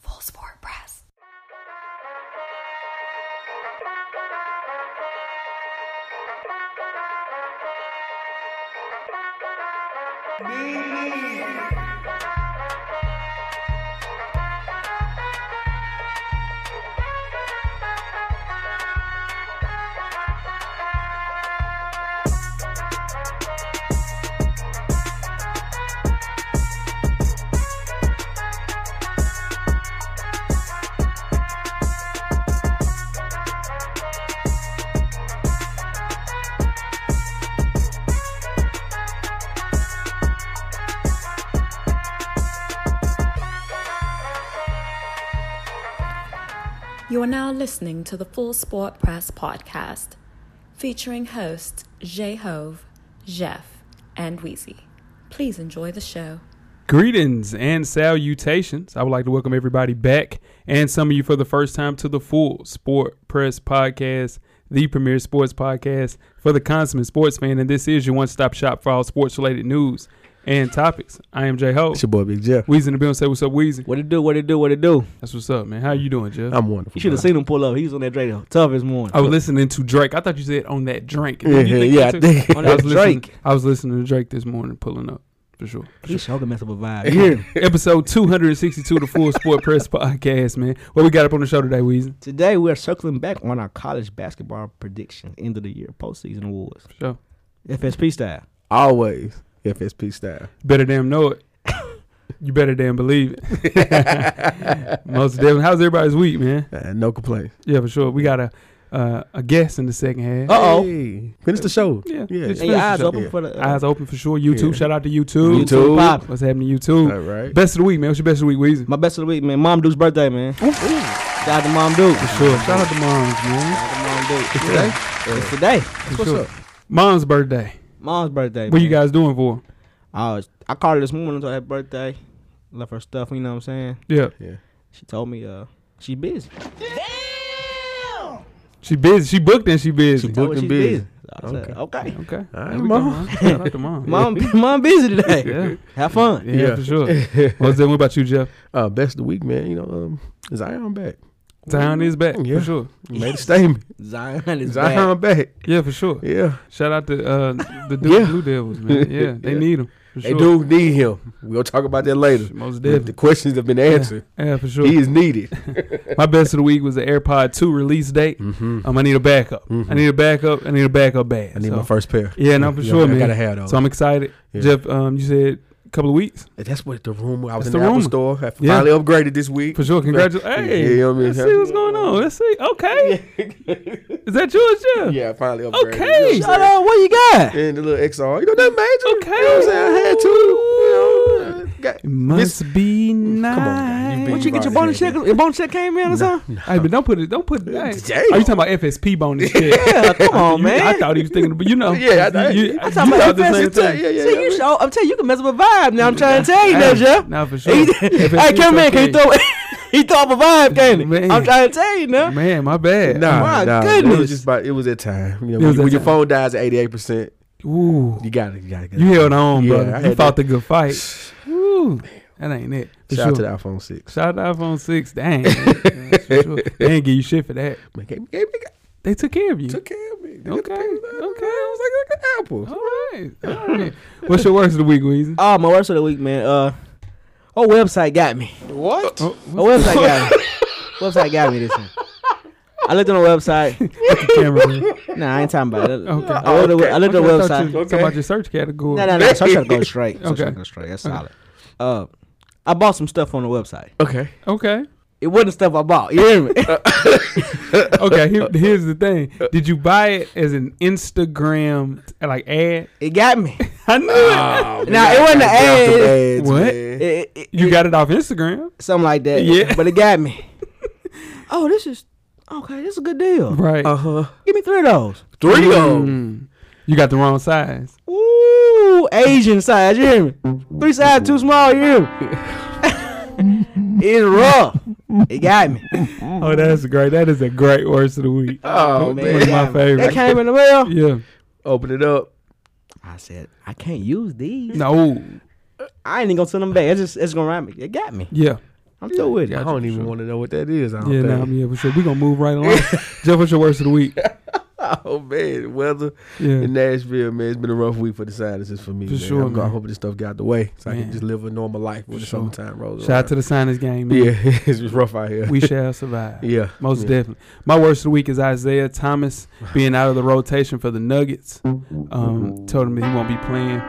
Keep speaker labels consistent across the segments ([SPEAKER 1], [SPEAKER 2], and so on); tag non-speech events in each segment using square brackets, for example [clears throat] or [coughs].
[SPEAKER 1] Full Sport Press.
[SPEAKER 2] You are now listening to the Full Sport Press podcast, featuring hosts Jay Hove, Jeff, and Wheezy. Please enjoy the show.
[SPEAKER 3] Greetings and salutations. I would like to welcome everybody back and some of you for the first time to the Full Sport Press Podcast, the premier sports podcast for the consummate sports fan. And this is your one stop shop for all sports related news and topics. I am Jay Ho.
[SPEAKER 4] It's your boy Big Jeff.
[SPEAKER 3] Weezy in the building. Say what's up, Weezy.
[SPEAKER 5] What it do? What it do? What it do?
[SPEAKER 3] That's what's up, man. How you doing, Jeff?
[SPEAKER 4] I'm wonderful.
[SPEAKER 5] You should have
[SPEAKER 4] bro.
[SPEAKER 5] seen him pull up. He was on that Drake though. tough as morning.
[SPEAKER 3] I was listening to Drake. I thought you said on that drink. Did
[SPEAKER 4] Yeah,
[SPEAKER 3] you think
[SPEAKER 4] yeah,
[SPEAKER 3] that
[SPEAKER 4] I
[SPEAKER 3] too?
[SPEAKER 5] [laughs]
[SPEAKER 4] did.
[SPEAKER 3] I was
[SPEAKER 4] [laughs]
[SPEAKER 3] listening-
[SPEAKER 5] Drake.
[SPEAKER 3] I was listening to Drake this morning, pulling up for sure.
[SPEAKER 5] He sure can mess up a vibe.
[SPEAKER 4] Here.
[SPEAKER 3] Episode 262 of the Full Sport Press Podcast, man. What we got up on the show today, Weezy?
[SPEAKER 5] [laughs] Today we are circling back on our college basketball predictions, end of the year, postseason awards,
[SPEAKER 3] For sure.
[SPEAKER 5] FSP style.
[SPEAKER 4] Always FSP style.
[SPEAKER 3] Better damn know it. you better damn believe
[SPEAKER 4] [laughs]
[SPEAKER 3] it. Most definitely. How's everybody's week, man?
[SPEAKER 4] Uh, no complaints.
[SPEAKER 3] Yeah, for sure. We got a uh, a guest in the second half.
[SPEAKER 5] Uh-oh.
[SPEAKER 4] Hey, finish the show.
[SPEAKER 3] Yeah.
[SPEAKER 4] Yeah.
[SPEAKER 3] It's
[SPEAKER 5] And your
[SPEAKER 3] finished
[SPEAKER 5] eyes
[SPEAKER 3] the show.
[SPEAKER 5] open
[SPEAKER 4] Yeah.
[SPEAKER 5] for the uh,
[SPEAKER 3] Eyes open for sure. YouTube.
[SPEAKER 4] Yeah.
[SPEAKER 3] Shout out to YouTube.
[SPEAKER 4] YouTube.
[SPEAKER 5] Pop.
[SPEAKER 3] What's happening, YouTube?
[SPEAKER 4] All right.
[SPEAKER 3] Best of the week, man. What's your best of the week, Weezy?
[SPEAKER 5] My best of the week, man. Mom Duke's birthday, man. Shout out to Mom Duke.
[SPEAKER 3] For sure. Shout out to moms, man.
[SPEAKER 5] Shout out to Mom Duke.
[SPEAKER 3] It's
[SPEAKER 5] Yeah. It's today.
[SPEAKER 3] For
[SPEAKER 4] What's
[SPEAKER 3] sure.
[SPEAKER 4] up?
[SPEAKER 3] Mom's birthday.
[SPEAKER 5] Mom's birthday.
[SPEAKER 3] What you
[SPEAKER 5] man.
[SPEAKER 3] guys doing for? her?
[SPEAKER 5] I was I called her this morning to her birthday. Left her stuff, you know what I'm saying?
[SPEAKER 3] Yeah.
[SPEAKER 4] Yeah.
[SPEAKER 5] She told me uh she busy.
[SPEAKER 3] She busy. She booked and she busy.
[SPEAKER 4] She
[SPEAKER 5] Told
[SPEAKER 4] Booked and
[SPEAKER 5] her she
[SPEAKER 4] busy.
[SPEAKER 5] I said,
[SPEAKER 4] Okay.
[SPEAKER 5] okay.
[SPEAKER 3] Okay. All
[SPEAKER 4] right,
[SPEAKER 3] mom. Shout out to
[SPEAKER 4] [laughs]
[SPEAKER 3] mom.
[SPEAKER 5] Mom, [laughs] mom busy today.
[SPEAKER 3] Yeah.
[SPEAKER 5] Have fun.
[SPEAKER 3] Yeah, for sure. What's that? What about you, Jeff?
[SPEAKER 4] [laughs] Uh, best of the week, man. You know, um, Zion back.
[SPEAKER 3] Zion is back
[SPEAKER 4] Yeah.
[SPEAKER 3] for sure.
[SPEAKER 4] You made a
[SPEAKER 5] [laughs]
[SPEAKER 4] statement.
[SPEAKER 5] Zion is back.
[SPEAKER 4] Zion back.
[SPEAKER 3] Yeah, for sure.
[SPEAKER 4] Yeah.
[SPEAKER 3] Shout out to uh, the
[SPEAKER 4] [laughs]
[SPEAKER 3] Duke
[SPEAKER 4] Yeah.
[SPEAKER 3] Blue Devils,
[SPEAKER 4] [laughs]
[SPEAKER 3] man. Yeah, they
[SPEAKER 4] Yeah.
[SPEAKER 3] need him. For
[SPEAKER 4] They
[SPEAKER 3] sure.
[SPEAKER 4] do need him. We'll talk about that later.
[SPEAKER 3] Most
[SPEAKER 4] The, the
[SPEAKER 3] definitely.
[SPEAKER 4] questions have been answered.
[SPEAKER 3] Yeah, for sure.
[SPEAKER 4] He is needed.
[SPEAKER 3] My best of the week was the AirPod 2 release date.
[SPEAKER 4] mm-hmm.
[SPEAKER 3] Um, I need a backup. I
[SPEAKER 4] Mhm.
[SPEAKER 3] need a backup. I need a backup bad.
[SPEAKER 4] I need
[SPEAKER 3] so.
[SPEAKER 4] my first pair.
[SPEAKER 3] Yeah, no, for
[SPEAKER 4] Yeah,
[SPEAKER 3] sure,
[SPEAKER 4] I
[SPEAKER 3] man.
[SPEAKER 4] gotta have those.
[SPEAKER 3] So I'm excited.
[SPEAKER 4] Yeah.
[SPEAKER 3] Jeff, um, you said a couple of weeks
[SPEAKER 4] That's what the rumor. I was
[SPEAKER 3] That's the
[SPEAKER 4] in the, Apple
[SPEAKER 3] rumor.
[SPEAKER 4] store. I
[SPEAKER 3] Yeah.
[SPEAKER 4] finally upgraded this week.
[SPEAKER 3] for sure. Congratulations. Hey,
[SPEAKER 4] Yeah, I mean,
[SPEAKER 3] let's
[SPEAKER 4] huh?
[SPEAKER 3] see what's going on. Let's see. Okay, is that yours, Jeff?
[SPEAKER 4] Yeah, I finally upgraded.
[SPEAKER 3] Okay.
[SPEAKER 4] You know what
[SPEAKER 5] Shut
[SPEAKER 4] I'm
[SPEAKER 5] up, what you got?
[SPEAKER 4] saying? And the little XR. You know, that major.
[SPEAKER 3] Okay.
[SPEAKER 4] You know what I'm saying? I had two. You know, got,
[SPEAKER 3] It must be nice.
[SPEAKER 4] Come on, guy. You
[SPEAKER 5] Did you get your
[SPEAKER 4] Right.
[SPEAKER 5] bonus check? Your bonus check came in or something?
[SPEAKER 3] Hey, but don't put it. Don't put it. Hey.
[SPEAKER 4] Damn.
[SPEAKER 3] Are you talking about FSP bonus shit?
[SPEAKER 5] [laughs] Yeah, come
[SPEAKER 3] You-
[SPEAKER 5] on, Oh, man.
[SPEAKER 3] I thought he was thinking, but you know,
[SPEAKER 4] [laughs] Yeah, I- I-
[SPEAKER 5] I'm talking about
[SPEAKER 3] the same
[SPEAKER 5] FSP.
[SPEAKER 3] thing.
[SPEAKER 4] Yeah, yeah,
[SPEAKER 5] See,
[SPEAKER 4] yeah.
[SPEAKER 5] you show, I'm telling you, you can mess up a vibe. Now I'm trying to tell you
[SPEAKER 3] Hey,
[SPEAKER 5] that, Jeff.
[SPEAKER 3] nah, for sure.
[SPEAKER 5] He- hey,
[SPEAKER 3] FSP
[SPEAKER 5] come in. Can you
[SPEAKER 3] okay.
[SPEAKER 5] throw? [laughs] he threw up a vibe, can
[SPEAKER 3] Man.
[SPEAKER 5] he? I'm trying to tell you now.
[SPEAKER 3] Man, my bad.
[SPEAKER 4] Nah,
[SPEAKER 5] My
[SPEAKER 4] nah, It
[SPEAKER 5] goodness.
[SPEAKER 4] was just about. It was that time. You know,
[SPEAKER 3] It was
[SPEAKER 4] when,
[SPEAKER 3] that
[SPEAKER 4] when your
[SPEAKER 3] time.
[SPEAKER 4] phone dies at eighty eight percent,
[SPEAKER 3] Ooh,
[SPEAKER 4] you got to You got to
[SPEAKER 3] you held on,
[SPEAKER 4] Yeah, I
[SPEAKER 3] brother. You
[SPEAKER 4] had
[SPEAKER 3] fought
[SPEAKER 4] that.
[SPEAKER 3] the good
[SPEAKER 4] [sighs]
[SPEAKER 3] fight. Ooh, that ain't it. For
[SPEAKER 4] Shout out to
[SPEAKER 3] sure.
[SPEAKER 4] the iPhone six.
[SPEAKER 3] Shout out to iPhone six. Dang, man. That's for sure. they ain't give you shit for that.
[SPEAKER 4] Man, gave, gave me,
[SPEAKER 3] They took care of you.
[SPEAKER 4] took care of me. They got the
[SPEAKER 3] okay, okay.
[SPEAKER 4] paper.
[SPEAKER 3] I was
[SPEAKER 4] Look at the Apple.
[SPEAKER 3] like, all right, all right. What's your worst of the week, Weezy?
[SPEAKER 5] Oh, my worst of the week, man. Uh, oh, website got me.
[SPEAKER 4] What?
[SPEAKER 3] Oh,
[SPEAKER 5] Oh, website got me. website got me this one. I looked on the website.
[SPEAKER 3] the camera. man.
[SPEAKER 5] Nah, I ain't talking about it.
[SPEAKER 3] Okay.
[SPEAKER 5] I, looked at- I looked
[SPEAKER 3] Okay, I thought you
[SPEAKER 5] at the website.
[SPEAKER 3] was talking
[SPEAKER 4] Okay.
[SPEAKER 3] about your search category.
[SPEAKER 5] No, no, no. So I should go straight. So I
[SPEAKER 3] Okay.
[SPEAKER 5] should go straight. That's solid. Uh, I bought some stuff on the website.
[SPEAKER 4] Okay.
[SPEAKER 3] Okay.
[SPEAKER 5] It wasn't stuff I bought. You
[SPEAKER 3] [laughs]
[SPEAKER 5] hear me?
[SPEAKER 3] okay, here, here's the thing. Did you buy it as an Instagram like ad?
[SPEAKER 5] it
[SPEAKER 6] [laughs]
[SPEAKER 5] got me.
[SPEAKER 3] I knew
[SPEAKER 4] man,
[SPEAKER 5] Now, it wasn't
[SPEAKER 4] I got
[SPEAKER 5] an
[SPEAKER 4] the
[SPEAKER 5] ad.
[SPEAKER 4] ads,
[SPEAKER 3] What?
[SPEAKER 4] man.
[SPEAKER 5] It, it,
[SPEAKER 3] it. You got it off Instagram.
[SPEAKER 5] something like that.
[SPEAKER 3] Yeah.
[SPEAKER 5] But it got me.
[SPEAKER 6] [laughs] oh, this is okay. This is a good deal.
[SPEAKER 3] Right.
[SPEAKER 4] Uh huh.
[SPEAKER 6] Give me three of those.
[SPEAKER 4] Three of
[SPEAKER 3] Mm. You got the wrong size.
[SPEAKER 6] Ooh, Asian size. You hear me? Three size too small. You [laughs] hear me? it's rough. It got
[SPEAKER 3] [laughs]
[SPEAKER 6] me.
[SPEAKER 3] Oh, that's great. That is a great worst of the week.
[SPEAKER 4] Oh
[SPEAKER 3] One of
[SPEAKER 4] man.
[SPEAKER 3] my
[SPEAKER 6] That
[SPEAKER 3] favorites.
[SPEAKER 6] came in the mail.
[SPEAKER 3] Yeah.
[SPEAKER 4] Open it up.
[SPEAKER 6] I said I can't use these.
[SPEAKER 3] No.
[SPEAKER 6] I ain't even gonna send them back. It's just it's gonna rhyme me. It got me.
[SPEAKER 3] Yeah.
[SPEAKER 6] I'm through with
[SPEAKER 4] I
[SPEAKER 6] it.
[SPEAKER 4] don't even want to know what that is. I don't
[SPEAKER 3] Yeah, nah,
[SPEAKER 4] think.
[SPEAKER 3] yeah, for sure. We're gonna move right [laughs] along. Jeff, what's your worst of the week?
[SPEAKER 4] [laughs] Oh man, the weather in
[SPEAKER 3] Yeah.
[SPEAKER 4] Nashville, man, it's been a rough week for the sinuses for me.
[SPEAKER 3] For
[SPEAKER 4] man.
[SPEAKER 3] sure,
[SPEAKER 4] I'm, go-
[SPEAKER 3] man.
[SPEAKER 4] I hope this stuff got out the way so I
[SPEAKER 3] Man.
[SPEAKER 4] can just live a normal life when
[SPEAKER 3] For
[SPEAKER 4] the
[SPEAKER 3] sure.
[SPEAKER 4] summertime rolls
[SPEAKER 3] Shout out to the signers game, man.
[SPEAKER 4] [laughs] yeah, it's just rough out here.
[SPEAKER 3] We shall survive.
[SPEAKER 4] [laughs] yeah,
[SPEAKER 3] Most
[SPEAKER 4] yeah.
[SPEAKER 3] definitely. My worst of the week is Isaiah Thomas being out of the rotation for the Nuggets. Um, told him that he won't be playing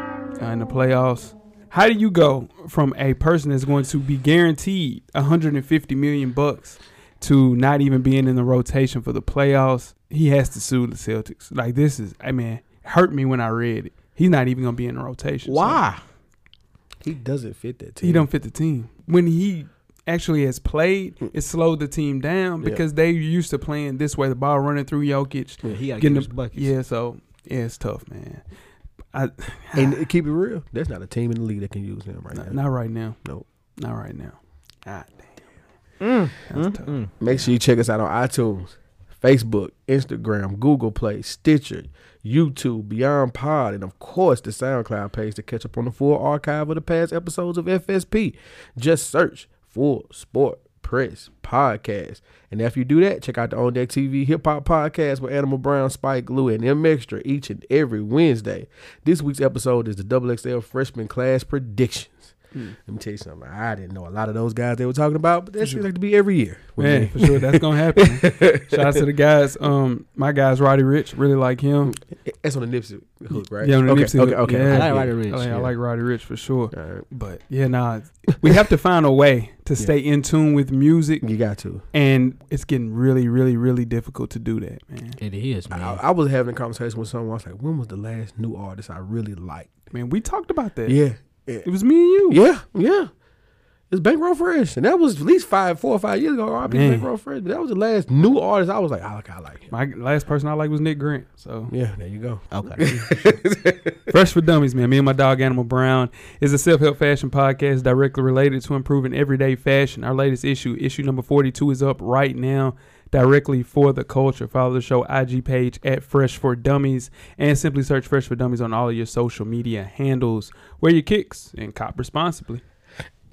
[SPEAKER 3] uh, in the playoffs. How do you go from a person that's going to be guaranteed 150 million bucks to not even being in the rotation for the playoffs? He has to sue the Celtics. Like this is, I mean, hurt me when I read it. He's not even going to be in the rotation. So
[SPEAKER 6] Why?
[SPEAKER 4] He doesn't fit that team.
[SPEAKER 3] he don't fit the team. When he actually has played, it slowed the team down
[SPEAKER 4] Mm. Yeah.
[SPEAKER 3] because they used to playing this way, the ball running through Jokic.
[SPEAKER 6] he got
[SPEAKER 3] Getting
[SPEAKER 6] getting
[SPEAKER 3] the-
[SPEAKER 6] his buckets.
[SPEAKER 3] Yeah, so yeah, it's tough, man. [sighs]
[SPEAKER 4] And keep it real. There's not a team in the league that can use him right
[SPEAKER 3] Not,
[SPEAKER 4] now.
[SPEAKER 3] not right now.
[SPEAKER 4] Nope.
[SPEAKER 3] Not right now. God
[SPEAKER 6] Mm,
[SPEAKER 3] damn. That's
[SPEAKER 6] mm,
[SPEAKER 3] tough.
[SPEAKER 6] mm.
[SPEAKER 4] Make sure you check us out on iTunes, Facebook, Instagram, Google Play, Stitcher, YouTube, Beyond Pod, and of course the SoundCloud page to catch up on the full archive of the past episodes of FSP. Just search Full Sport Press Podcast. And after you do that, check out the On Deck TV Hip Hop Podcast with Animal Brown, Spike Lee, and M Extra each and every Wednesday. This week's episode is the Double XL Freshman Class Predictions. Let me tell you something. I didn't know a lot of those guys they were talking about, but that seems like to be every year. with
[SPEAKER 3] Man,
[SPEAKER 4] me.
[SPEAKER 3] for sure, that's
[SPEAKER 6] [laughs]
[SPEAKER 3] gonna happen. Shout out to the guys. Um, my guys, Roddy Rich, really like
[SPEAKER 4] Mm.
[SPEAKER 3] him.
[SPEAKER 4] That's on the Nipsey hook, right?
[SPEAKER 3] Yeah, on the
[SPEAKER 4] okay,
[SPEAKER 3] Nipsey
[SPEAKER 4] okay,
[SPEAKER 3] hook.
[SPEAKER 4] okay.
[SPEAKER 3] Yeah.
[SPEAKER 6] I like Roddy Rich.
[SPEAKER 3] Oh, yeah, I
[SPEAKER 4] yeah.
[SPEAKER 3] like Roddy Rich for sure.
[SPEAKER 4] All right.
[SPEAKER 3] But yeah, nah, we have to find a way to
[SPEAKER 4] Yeah.
[SPEAKER 3] stay in tune with music,
[SPEAKER 4] You got to.
[SPEAKER 3] and it's getting really, really, really difficult to do that, man.
[SPEAKER 6] It is,
[SPEAKER 4] I, I was having a conversation with someone. I was like, when was the last new artist I really liked?
[SPEAKER 3] Man, we talked about that.
[SPEAKER 4] Yeah. Yeah.
[SPEAKER 3] It was me and you.
[SPEAKER 4] Yeah. yeah. It's Bankroll Fresh. And that was at least five, four or five years ago. RIP
[SPEAKER 3] Man.
[SPEAKER 4] Bankroll Fresh. But that was the last new artist I was like, I like, I like him.
[SPEAKER 3] My last person I like was Nick Grant. So
[SPEAKER 4] Yeah, there you go.
[SPEAKER 6] Okay.
[SPEAKER 3] Fresh for Dummies, man. Me and my dog Animal Brown is a self-help fashion podcast directly related to improving everyday fashion. Our latest issue, issue number 42, is up right now. Directly for the culture. Follow the show IG page at Fresh for Dummies and simply search Fresh for Dummies on all of your social media handles. Wear your kicks and cop responsibly.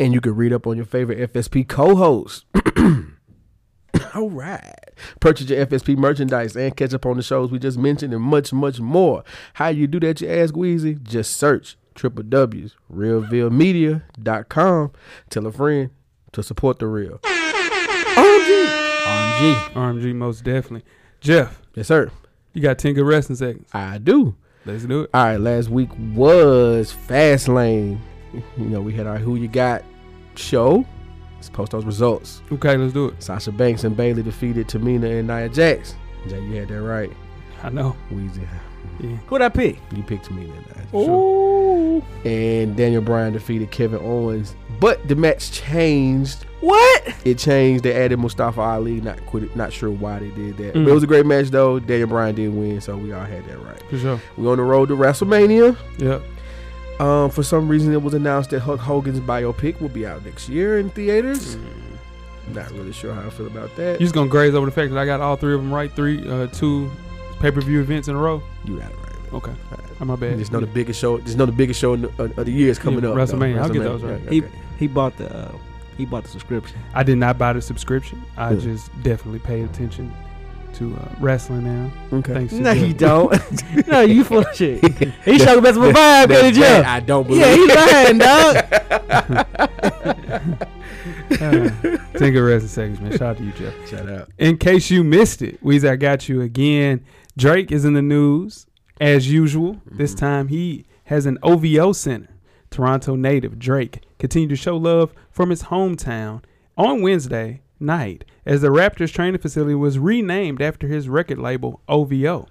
[SPEAKER 4] And you can read up on your favorite FSP co host. [coughs] All right. Purchase your FSP merchandise and catch up on the shows we just mentioned and much, much more. How you do that, you ask Weezy? Just search www.realvillemedia.com. Tell a friend to support the real.
[SPEAKER 6] RMG.
[SPEAKER 3] RMG most definitely. Jeff,
[SPEAKER 4] Yes, sir.
[SPEAKER 3] you got 10 good resting seconds.
[SPEAKER 4] I do.
[SPEAKER 3] Let's do it.
[SPEAKER 4] All right, last week was Fast Lane. You know, we had our Who You Got show. Let's post those results.
[SPEAKER 3] Okay, let's do it.
[SPEAKER 4] Sasha Banks and Bailey defeated Tamina and Nia Jax. Jay, you had that right.
[SPEAKER 3] I know.
[SPEAKER 4] Weezy,
[SPEAKER 3] Yeah.
[SPEAKER 6] Who'd I pick?
[SPEAKER 4] you picked Tamina and Nia Jax.
[SPEAKER 6] Ooh.
[SPEAKER 4] And Daniel Bryan defeated Kevin Owens. But the match changed.
[SPEAKER 6] What?
[SPEAKER 4] It changed. They added Mustafa Ali. Not quit. Not sure why they did that.
[SPEAKER 3] Mm.
[SPEAKER 4] But it was a great match though. Daniel Bryan did win, so we all had that right.
[SPEAKER 3] For sure.
[SPEAKER 4] We on the road to WrestleMania.
[SPEAKER 3] Yep.
[SPEAKER 4] Um, for some reason, it was announced that Hulk Hogan's biopic will be out next year in theaters. Not really sure how I feel about that.
[SPEAKER 3] Mm. You just gonna graze over the fact that I got all three of them right, three, uh, two pay-per-view events in a row.
[SPEAKER 4] You got it right. man.
[SPEAKER 3] Okay,
[SPEAKER 4] All right.
[SPEAKER 3] I'm my bad.
[SPEAKER 4] Just know the biggest show. Just know the biggest show in the- uh, of of the year is coming
[SPEAKER 3] Yeah,
[SPEAKER 4] up.
[SPEAKER 3] WrestleMania.
[SPEAKER 4] though.
[SPEAKER 3] I'll get
[SPEAKER 4] WrestleMania.
[SPEAKER 3] those right.
[SPEAKER 4] Yeah,
[SPEAKER 6] He
[SPEAKER 4] okay.
[SPEAKER 6] he bought the uh, he bought the subscription.
[SPEAKER 3] I did not buy the subscription. I
[SPEAKER 4] Yeah.
[SPEAKER 3] just definitely pay attention to uh, wrestling now.
[SPEAKER 4] Okay.
[SPEAKER 3] Thanks. to
[SPEAKER 6] No,
[SPEAKER 3] Jeff.
[SPEAKER 6] [laughs] you don't. no, you full of shit. He showed the best of a vibe,
[SPEAKER 4] That-
[SPEAKER 6] didn't you?
[SPEAKER 4] that I don't believe.
[SPEAKER 6] Yeah, he lying, dog.
[SPEAKER 3] Uh, Ten good wrestling seconds, man. Shout out to you, Jeff.
[SPEAKER 4] Shout out.
[SPEAKER 3] In case you missed it, Weezy, I got you again. Drake is in the news as usual. This time he has an OVO center. Toronto native Drake continued to show love from his hometown on Wednesday night as the Raptors training facility was renamed after his record label OVO.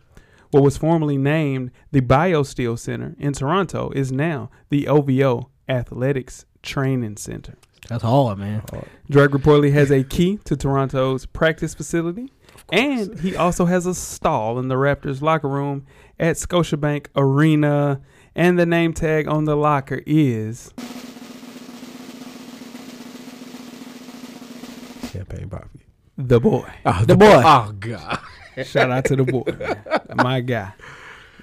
[SPEAKER 3] What was formerly named the BioSteel Center in Toronto is now the OVO Athletics Training Center.
[SPEAKER 6] That's hard, man.
[SPEAKER 3] Drake reportedly has a key to Toronto's practice facility, and he also has a stall in the Raptors locker room at Scotiabank Arena. And the name tag on the locker is
[SPEAKER 4] Champagne Poppy.
[SPEAKER 3] the boy.
[SPEAKER 4] Oh,
[SPEAKER 6] The boy.
[SPEAKER 4] Oh God.
[SPEAKER 3] Shout out to the
[SPEAKER 4] [laughs]
[SPEAKER 3] boy, my guy,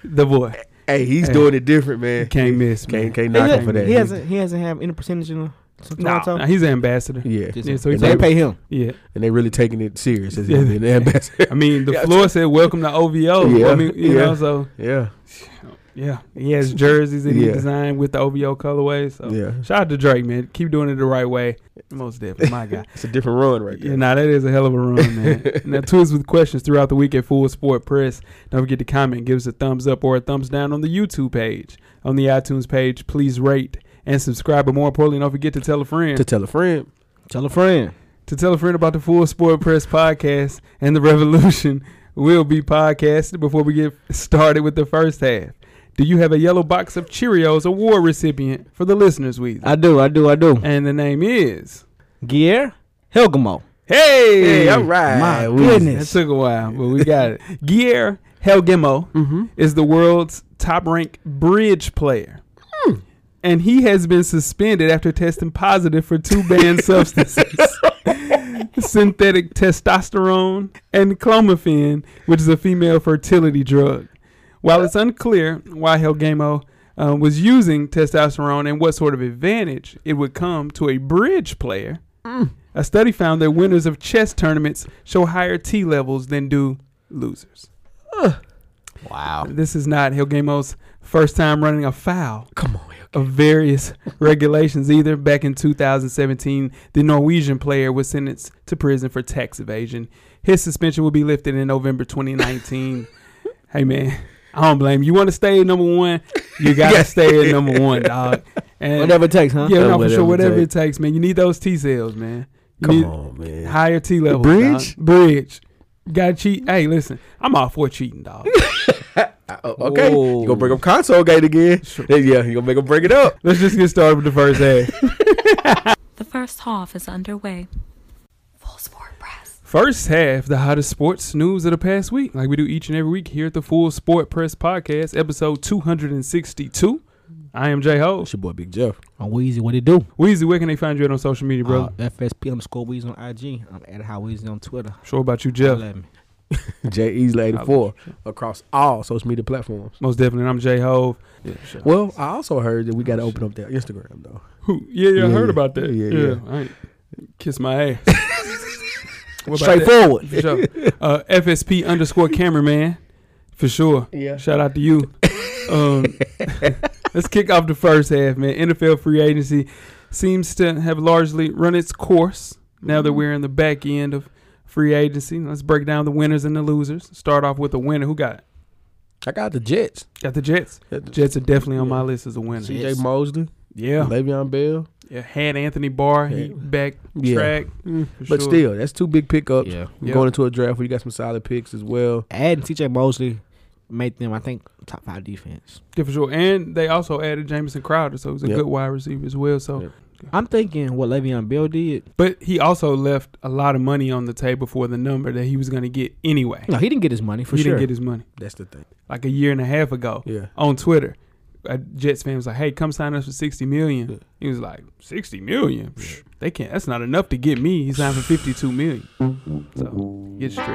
[SPEAKER 3] the boy.
[SPEAKER 4] Hey, he's
[SPEAKER 3] Hey.
[SPEAKER 4] doing it different, man.
[SPEAKER 3] Can't miss, man.
[SPEAKER 4] Can't, can't
[SPEAKER 6] He,
[SPEAKER 4] knock him
[SPEAKER 6] doesn't-
[SPEAKER 4] for that.
[SPEAKER 6] he hasn't. He hasn't had any percentage in the to
[SPEAKER 3] No,
[SPEAKER 6] Toronto.
[SPEAKER 3] no, he's an ambassador.
[SPEAKER 4] Yeah.
[SPEAKER 5] [laughs]
[SPEAKER 6] Just-
[SPEAKER 3] Yeah, so he's
[SPEAKER 6] they
[SPEAKER 3] like-
[SPEAKER 6] pay him.
[SPEAKER 3] Yeah,
[SPEAKER 4] and they really taking it serious as
[SPEAKER 3] Yeah.
[SPEAKER 4] yeah. [laughs] the ambassador.
[SPEAKER 3] I mean the
[SPEAKER 4] Yeah.
[SPEAKER 3] floor said "Welcome to OVO." I
[SPEAKER 4] Yeah,
[SPEAKER 3] mean, you
[SPEAKER 4] yeah.
[SPEAKER 3] know, so
[SPEAKER 4] yeah.
[SPEAKER 3] yeah, he
[SPEAKER 4] [laughs]
[SPEAKER 3] has jerseys that he
[SPEAKER 4] Yeah.
[SPEAKER 3] designed with the OVO colorways. So
[SPEAKER 4] Yeah.
[SPEAKER 3] shout out to Drake, man. Keep doing it the right way. Most definitely, my guy.
[SPEAKER 4] It's a different run right
[SPEAKER 3] Yeah,
[SPEAKER 4] there.
[SPEAKER 3] nah, that is a hell of a run,
[SPEAKER 4] [laughs]
[SPEAKER 3] man. now, tweet us with questions throughout the week at Full Sport Press. Don't forget to comment, give us a thumbs up or a thumbs down on the YouTube page. On the iTunes page, please rate and subscribe. But more importantly, don't forget to tell a friend
[SPEAKER 4] To tell a friend.
[SPEAKER 6] Tell a friend.
[SPEAKER 3] to tell a friend about the Full Sport Press podcast and the revolution will be podcasted before we get started with the first half. Do you have a yellow box of Cheerios award recipient for the listeners, Weezy?
[SPEAKER 6] I do. I do. I do.
[SPEAKER 3] And the name is
[SPEAKER 6] Gear Helgamo.
[SPEAKER 3] Hey,
[SPEAKER 4] Hey, all right.
[SPEAKER 6] my
[SPEAKER 4] We-
[SPEAKER 3] That
[SPEAKER 6] goodness.
[SPEAKER 3] took a while, but we got [laughs] it. Mm-hmm. Gier Helgemo is the world's top-ranked bridge player, and he has been suspended after testing positive for two banned substances: [laughs] synthetic testosterone and clomiphene, which is a female fertility drug. While it's unclear why Helgemo uh, was using testosterone and what sort of advantage it would come to a bridge player, a study found that winners of chess tournaments show higher T levels than do losers.
[SPEAKER 4] Oh.
[SPEAKER 6] Wow.
[SPEAKER 3] This is not Helgemo's first time running afoul
[SPEAKER 4] Come on, Helge.
[SPEAKER 3] of various regulations either. Back in 2017, the Norwegian player was sentenced to prison for tax evasion. His suspension will be lifted in November
[SPEAKER 4] [laughs]
[SPEAKER 3] 2019. hey, man, I don't blame you. You want to stay at number one? You got to stay at number one,
[SPEAKER 4] [laughs]
[SPEAKER 3] dog. And
[SPEAKER 6] Whatever it takes, huh?
[SPEAKER 3] Yeah, no, for
[SPEAKER 4] Whatever
[SPEAKER 3] sure.
[SPEAKER 4] it
[SPEAKER 3] Whatever it
[SPEAKER 4] takes.
[SPEAKER 3] takes, man. You need those T cells, man. You
[SPEAKER 4] Come
[SPEAKER 3] need-
[SPEAKER 4] on, man.
[SPEAKER 3] Higher T level.
[SPEAKER 4] bridge?
[SPEAKER 3] Bridge. Gotta cheat. Hey, listen, I'm all for cheating,
[SPEAKER 4] [laughs]
[SPEAKER 3] dog.
[SPEAKER 4] Uh, okay.
[SPEAKER 6] Whoa.
[SPEAKER 4] You gonna break up console gate again. [laughs] Yeah, you gonna make him break it up.
[SPEAKER 3] Let's just get started with the first half.
[SPEAKER 2] The first half is underway. Full Sport Press.
[SPEAKER 3] First half, the hottest sports news of the past week, like we do each and every week here at the Full Sport Press Podcast, episode 262. I am Jay Ho.
[SPEAKER 4] It's your boy Big Jeff.
[SPEAKER 6] On Weezy, what it do?
[SPEAKER 3] Weezy, where can they find you at on social media, bro?
[SPEAKER 6] Uh, FSP underscore Weezy on IG. I'm at How Weezy on Twitter.
[SPEAKER 3] sure about you, Jeff.
[SPEAKER 6] Holla at me.
[SPEAKER 4] J Easley eighty four across all social media platforms.
[SPEAKER 3] Most definitely, I'm Jay Hove. Yeah,
[SPEAKER 4] Well, I also heard that we gotta open up their Instagram though.
[SPEAKER 3] Who? Yeah, yeah, I
[SPEAKER 4] Yeah,
[SPEAKER 3] heard about that.
[SPEAKER 4] yeah,
[SPEAKER 3] Yeah,
[SPEAKER 4] yeah.
[SPEAKER 3] I ain't- kiss my
[SPEAKER 4] [laughs]
[SPEAKER 3] ass. What about that?
[SPEAKER 6] Straightforward.
[SPEAKER 3] For sure. Uh, FSP underscore cameraman. For sure.
[SPEAKER 4] Yeah.
[SPEAKER 3] Shout out to you. Um, [laughs] let's kick off the first half, man. NFL free agency seems to have largely run its course now that we're in the back end of free agency. Let's break down the winners and the losers. Start off with a winner. Who got it?
[SPEAKER 4] I got the Jets.
[SPEAKER 3] Got the Jets. Jets are definitely on my list as a winner.
[SPEAKER 4] CJ Mosley,
[SPEAKER 3] Yeah.
[SPEAKER 4] Le'Veon Bell.
[SPEAKER 3] yeah. Had Anthony Barr. He
[SPEAKER 4] Yeah.
[SPEAKER 3] back
[SPEAKER 4] Yeah.
[SPEAKER 3] track. Mm, for
[SPEAKER 4] But
[SPEAKER 3] sure.
[SPEAKER 4] still, that's two big pickups.
[SPEAKER 6] Yeah.
[SPEAKER 4] We're
[SPEAKER 3] Yeah.
[SPEAKER 4] going into a draft where you got some solid picks as well.
[SPEAKER 6] Adding TJ Mosley made them, I think, top five defense.
[SPEAKER 3] Yeah, for sure. And they also added Jameson Crowder, so he's a
[SPEAKER 4] Yep.
[SPEAKER 3] good wide receiver as well. So
[SPEAKER 4] Yep.
[SPEAKER 6] I'm thinking what Le'Veon Bell did.
[SPEAKER 3] But he also left a lot of money on the table for the number that he was going to get anyway.
[SPEAKER 6] No, he didn't get his money for
[SPEAKER 3] he
[SPEAKER 6] sure.
[SPEAKER 3] didn't get his money
[SPEAKER 4] That's the thing.
[SPEAKER 3] like a year and a half ago
[SPEAKER 4] Yeah.
[SPEAKER 3] on Twitter. A Jets fan was like, "Hey, come sign us for sixty million.
[SPEAKER 4] Yeah.
[SPEAKER 3] He was like, 60 million? Psh, They can't. That's not enough to get me. He signed for fifty-two million. So it's tricky.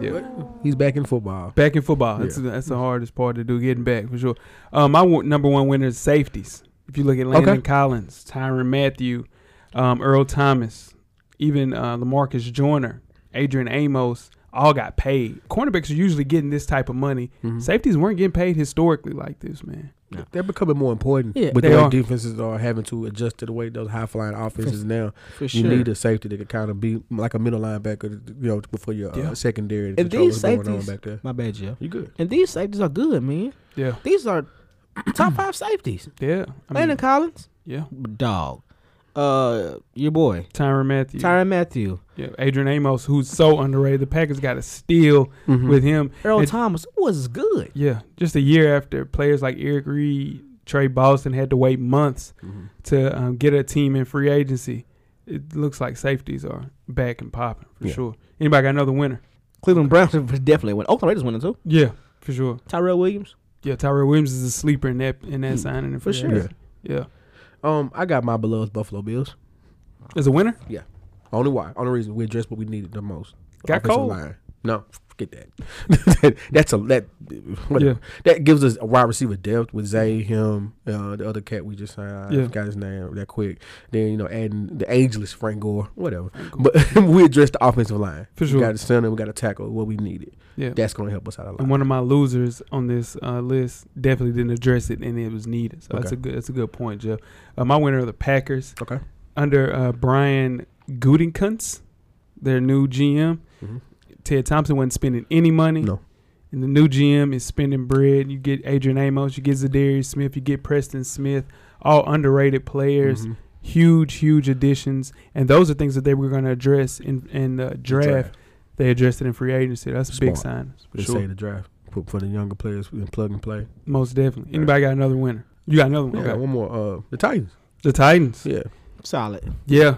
[SPEAKER 3] Yeah.
[SPEAKER 4] He's back in football.
[SPEAKER 3] Back in football, that's,
[SPEAKER 4] Yeah.
[SPEAKER 3] that's the hardest part to do. Getting back for sure. Um, my w- number one winner is safeties. If you look at Landon
[SPEAKER 4] Okay.
[SPEAKER 3] Collins, Tyron Matthew, um, Earl Thomas, even uh, Lamarcus Joyner, Adrian Amos, all got paid. Cornerbacks are usually getting this type of money.
[SPEAKER 4] Mm-hmm.
[SPEAKER 3] Safeties weren't getting paid historically like this, man.
[SPEAKER 4] They're becoming more important.
[SPEAKER 6] Yeah,
[SPEAKER 4] but
[SPEAKER 3] they
[SPEAKER 4] the way
[SPEAKER 3] are.
[SPEAKER 4] defenses are having to adjust to the way those high flying offenses now.
[SPEAKER 6] for
[SPEAKER 4] You need a safety that can kind of be like a middle linebacker, you know, before your uh,
[SPEAKER 3] Yeah.
[SPEAKER 4] secondary. to
[SPEAKER 6] And
[SPEAKER 4] control
[SPEAKER 6] these
[SPEAKER 4] what's going on
[SPEAKER 6] safeties-
[SPEAKER 4] back there.
[SPEAKER 6] My bad, Jeff.
[SPEAKER 4] You good?
[SPEAKER 6] And these safeties are good, man.
[SPEAKER 3] Yeah,
[SPEAKER 6] These [clears throat] are top five safeties.
[SPEAKER 3] yeah, I mean,
[SPEAKER 6] Landon Collins,
[SPEAKER 3] yeah.
[SPEAKER 6] dog. Uh, your boy
[SPEAKER 3] Tyron Matthew,
[SPEAKER 6] Tyron Matthew,
[SPEAKER 3] yeah. Adrian Amos, who's so underrated. The Packers got a steal
[SPEAKER 4] Mm-hmm.
[SPEAKER 3] with him.
[SPEAKER 6] Earl
[SPEAKER 3] And-
[SPEAKER 6] Thomas was good.
[SPEAKER 3] Yeah, just a year after players like Eric Reed, Trey Boston had to wait months to um, get a team in free agency. It looks like safeties are back and popping for
[SPEAKER 6] Yeah.
[SPEAKER 3] sure. Anybody got another winner?
[SPEAKER 6] Cleveland Browns [laughs] definitely win. Oakland Raiders winning too.
[SPEAKER 3] Yeah, for sure.
[SPEAKER 6] Tyrell Williams.
[SPEAKER 3] Yeah, Tyrell Williams is a sleeper in that in that signing in
[SPEAKER 4] Hmm. for
[SPEAKER 3] free
[SPEAKER 4] sure.
[SPEAKER 3] agency. Yeah,
[SPEAKER 4] Um, I got my beloved Buffalo Bills.
[SPEAKER 3] as a winner,
[SPEAKER 4] Only why? Only reason we addressed what we needed the most.
[SPEAKER 3] Got
[SPEAKER 4] Offensive
[SPEAKER 3] cold?
[SPEAKER 4] Line. No, forget that. [laughs] That's a that whatever. that gives us a wide receiver depth with Zay, him, uh, the other cat we just signed. I
[SPEAKER 3] Yeah.
[SPEAKER 4] forgot his name that quick. Then you know adding the ageless Frank Gore, whatever. But [laughs] we addressed the offensive line.
[SPEAKER 3] For
[SPEAKER 4] We
[SPEAKER 3] sure.
[SPEAKER 4] got a center. We got a tackle. What we needed.
[SPEAKER 3] yeah.
[SPEAKER 4] That's gonna help us out a lot.
[SPEAKER 3] And one of my losers on this uh, list definitely didn't address it, and it was needed. So that's
[SPEAKER 4] Okay.
[SPEAKER 3] a good that's a good point, Jeff. Uh, my winner are the Packers
[SPEAKER 4] okay.
[SPEAKER 3] under uh, Brian Gutekunst, their new GM.
[SPEAKER 4] Mhm.
[SPEAKER 3] Ted Thompson wasn't spending any money.
[SPEAKER 4] No.
[SPEAKER 3] And the new GM is spending bread. You get Adrian Amos, you get Zadarius Smith, you get Preston Smith, all underrated players.
[SPEAKER 4] Mhm.
[SPEAKER 3] Huge, huge additions, and those are things that they were going to address in in the draft. They addressed it in free agency. That's a big
[SPEAKER 4] Smart.
[SPEAKER 3] sign. For
[SPEAKER 4] They
[SPEAKER 3] sure.
[SPEAKER 4] say the draft for, for the younger players we can plug and play.
[SPEAKER 3] Most definitely. Anybody got another winner? You got another one.
[SPEAKER 4] Yeah,
[SPEAKER 3] okay.
[SPEAKER 4] one more. Uh, the Titans.
[SPEAKER 3] The Titans.
[SPEAKER 4] Yeah,
[SPEAKER 6] Solid.
[SPEAKER 3] Yeah.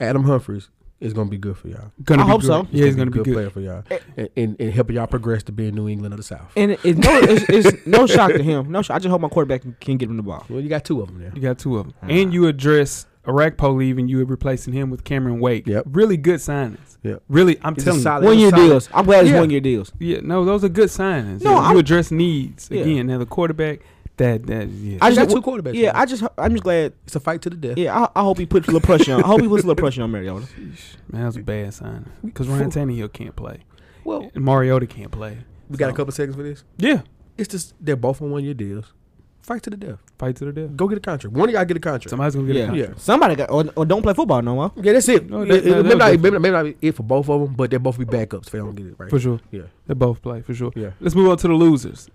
[SPEAKER 4] Adam Humphries is gonna be good for y'all.
[SPEAKER 3] Gonna
[SPEAKER 6] I
[SPEAKER 3] be
[SPEAKER 6] hope
[SPEAKER 3] good.
[SPEAKER 6] so.
[SPEAKER 3] Yeah, he's gonna be
[SPEAKER 4] a
[SPEAKER 3] good.
[SPEAKER 4] player for y'all, and, and, and helping y'all progress to being New England of the South.
[SPEAKER 6] And it- it's no, it's, it's no shock to him. No shock. I just hope my quarterback can- can get him the ball.
[SPEAKER 4] Well, you got two of them there.
[SPEAKER 3] You got two of them,
[SPEAKER 4] Mm-hmm.
[SPEAKER 3] and you address Arakpo leaving. You were replacing him with Cameron Wake.
[SPEAKER 4] Yep.
[SPEAKER 3] Really good signings.
[SPEAKER 4] Yep.
[SPEAKER 3] Really, I'm
[SPEAKER 4] He's a
[SPEAKER 3] telling you.
[SPEAKER 4] solid-
[SPEAKER 6] One year
[SPEAKER 4] solid.
[SPEAKER 6] deals. I'm glad it's
[SPEAKER 3] Yeah.
[SPEAKER 6] one year deals.
[SPEAKER 3] Yeah. No, those are good signings.
[SPEAKER 6] No,
[SPEAKER 3] Yeah,
[SPEAKER 6] I'm-
[SPEAKER 3] you address needs
[SPEAKER 6] Yeah.
[SPEAKER 3] again. Now the quarterback. That that yeah.
[SPEAKER 6] I
[SPEAKER 4] You
[SPEAKER 6] just
[SPEAKER 4] got two quarterbacks.
[SPEAKER 6] Yeah,
[SPEAKER 4] man.
[SPEAKER 6] I just I'm just glad.
[SPEAKER 4] it's a fight to the death.
[SPEAKER 6] Yeah, I, I hope he puts a little pressure on. I hope he puts a little pressure on Mariota.
[SPEAKER 3] Sheesh. man, that was a bad signing because Ryan Tannehill can't play.
[SPEAKER 4] Well,
[SPEAKER 3] And Mariota can't play.
[SPEAKER 4] we got a
[SPEAKER 3] So-
[SPEAKER 4] couple seconds for this.
[SPEAKER 3] Yeah.
[SPEAKER 4] It's just they're both on one year deals. Fight to the death.
[SPEAKER 3] Fight to the death.
[SPEAKER 4] Go get a contract. One of y'all get a contract.
[SPEAKER 3] Somebody's gonna get a
[SPEAKER 6] Yeah.
[SPEAKER 3] contract.
[SPEAKER 4] Yeah.
[SPEAKER 6] Somebody got or, or don't play football no more.
[SPEAKER 4] yeah, that's it.
[SPEAKER 3] No,
[SPEAKER 4] It-
[SPEAKER 3] that-
[SPEAKER 4] it-
[SPEAKER 3] no,
[SPEAKER 4] maybe,
[SPEAKER 3] that'll
[SPEAKER 4] not,
[SPEAKER 3] go.
[SPEAKER 4] maybe, not- maybe not be it for both of them, but they'll both be backups if they don't get it right.
[SPEAKER 3] For sure.
[SPEAKER 4] Yeah,
[SPEAKER 3] They both play for sure.
[SPEAKER 4] yeah.
[SPEAKER 3] Let's move on to the losers.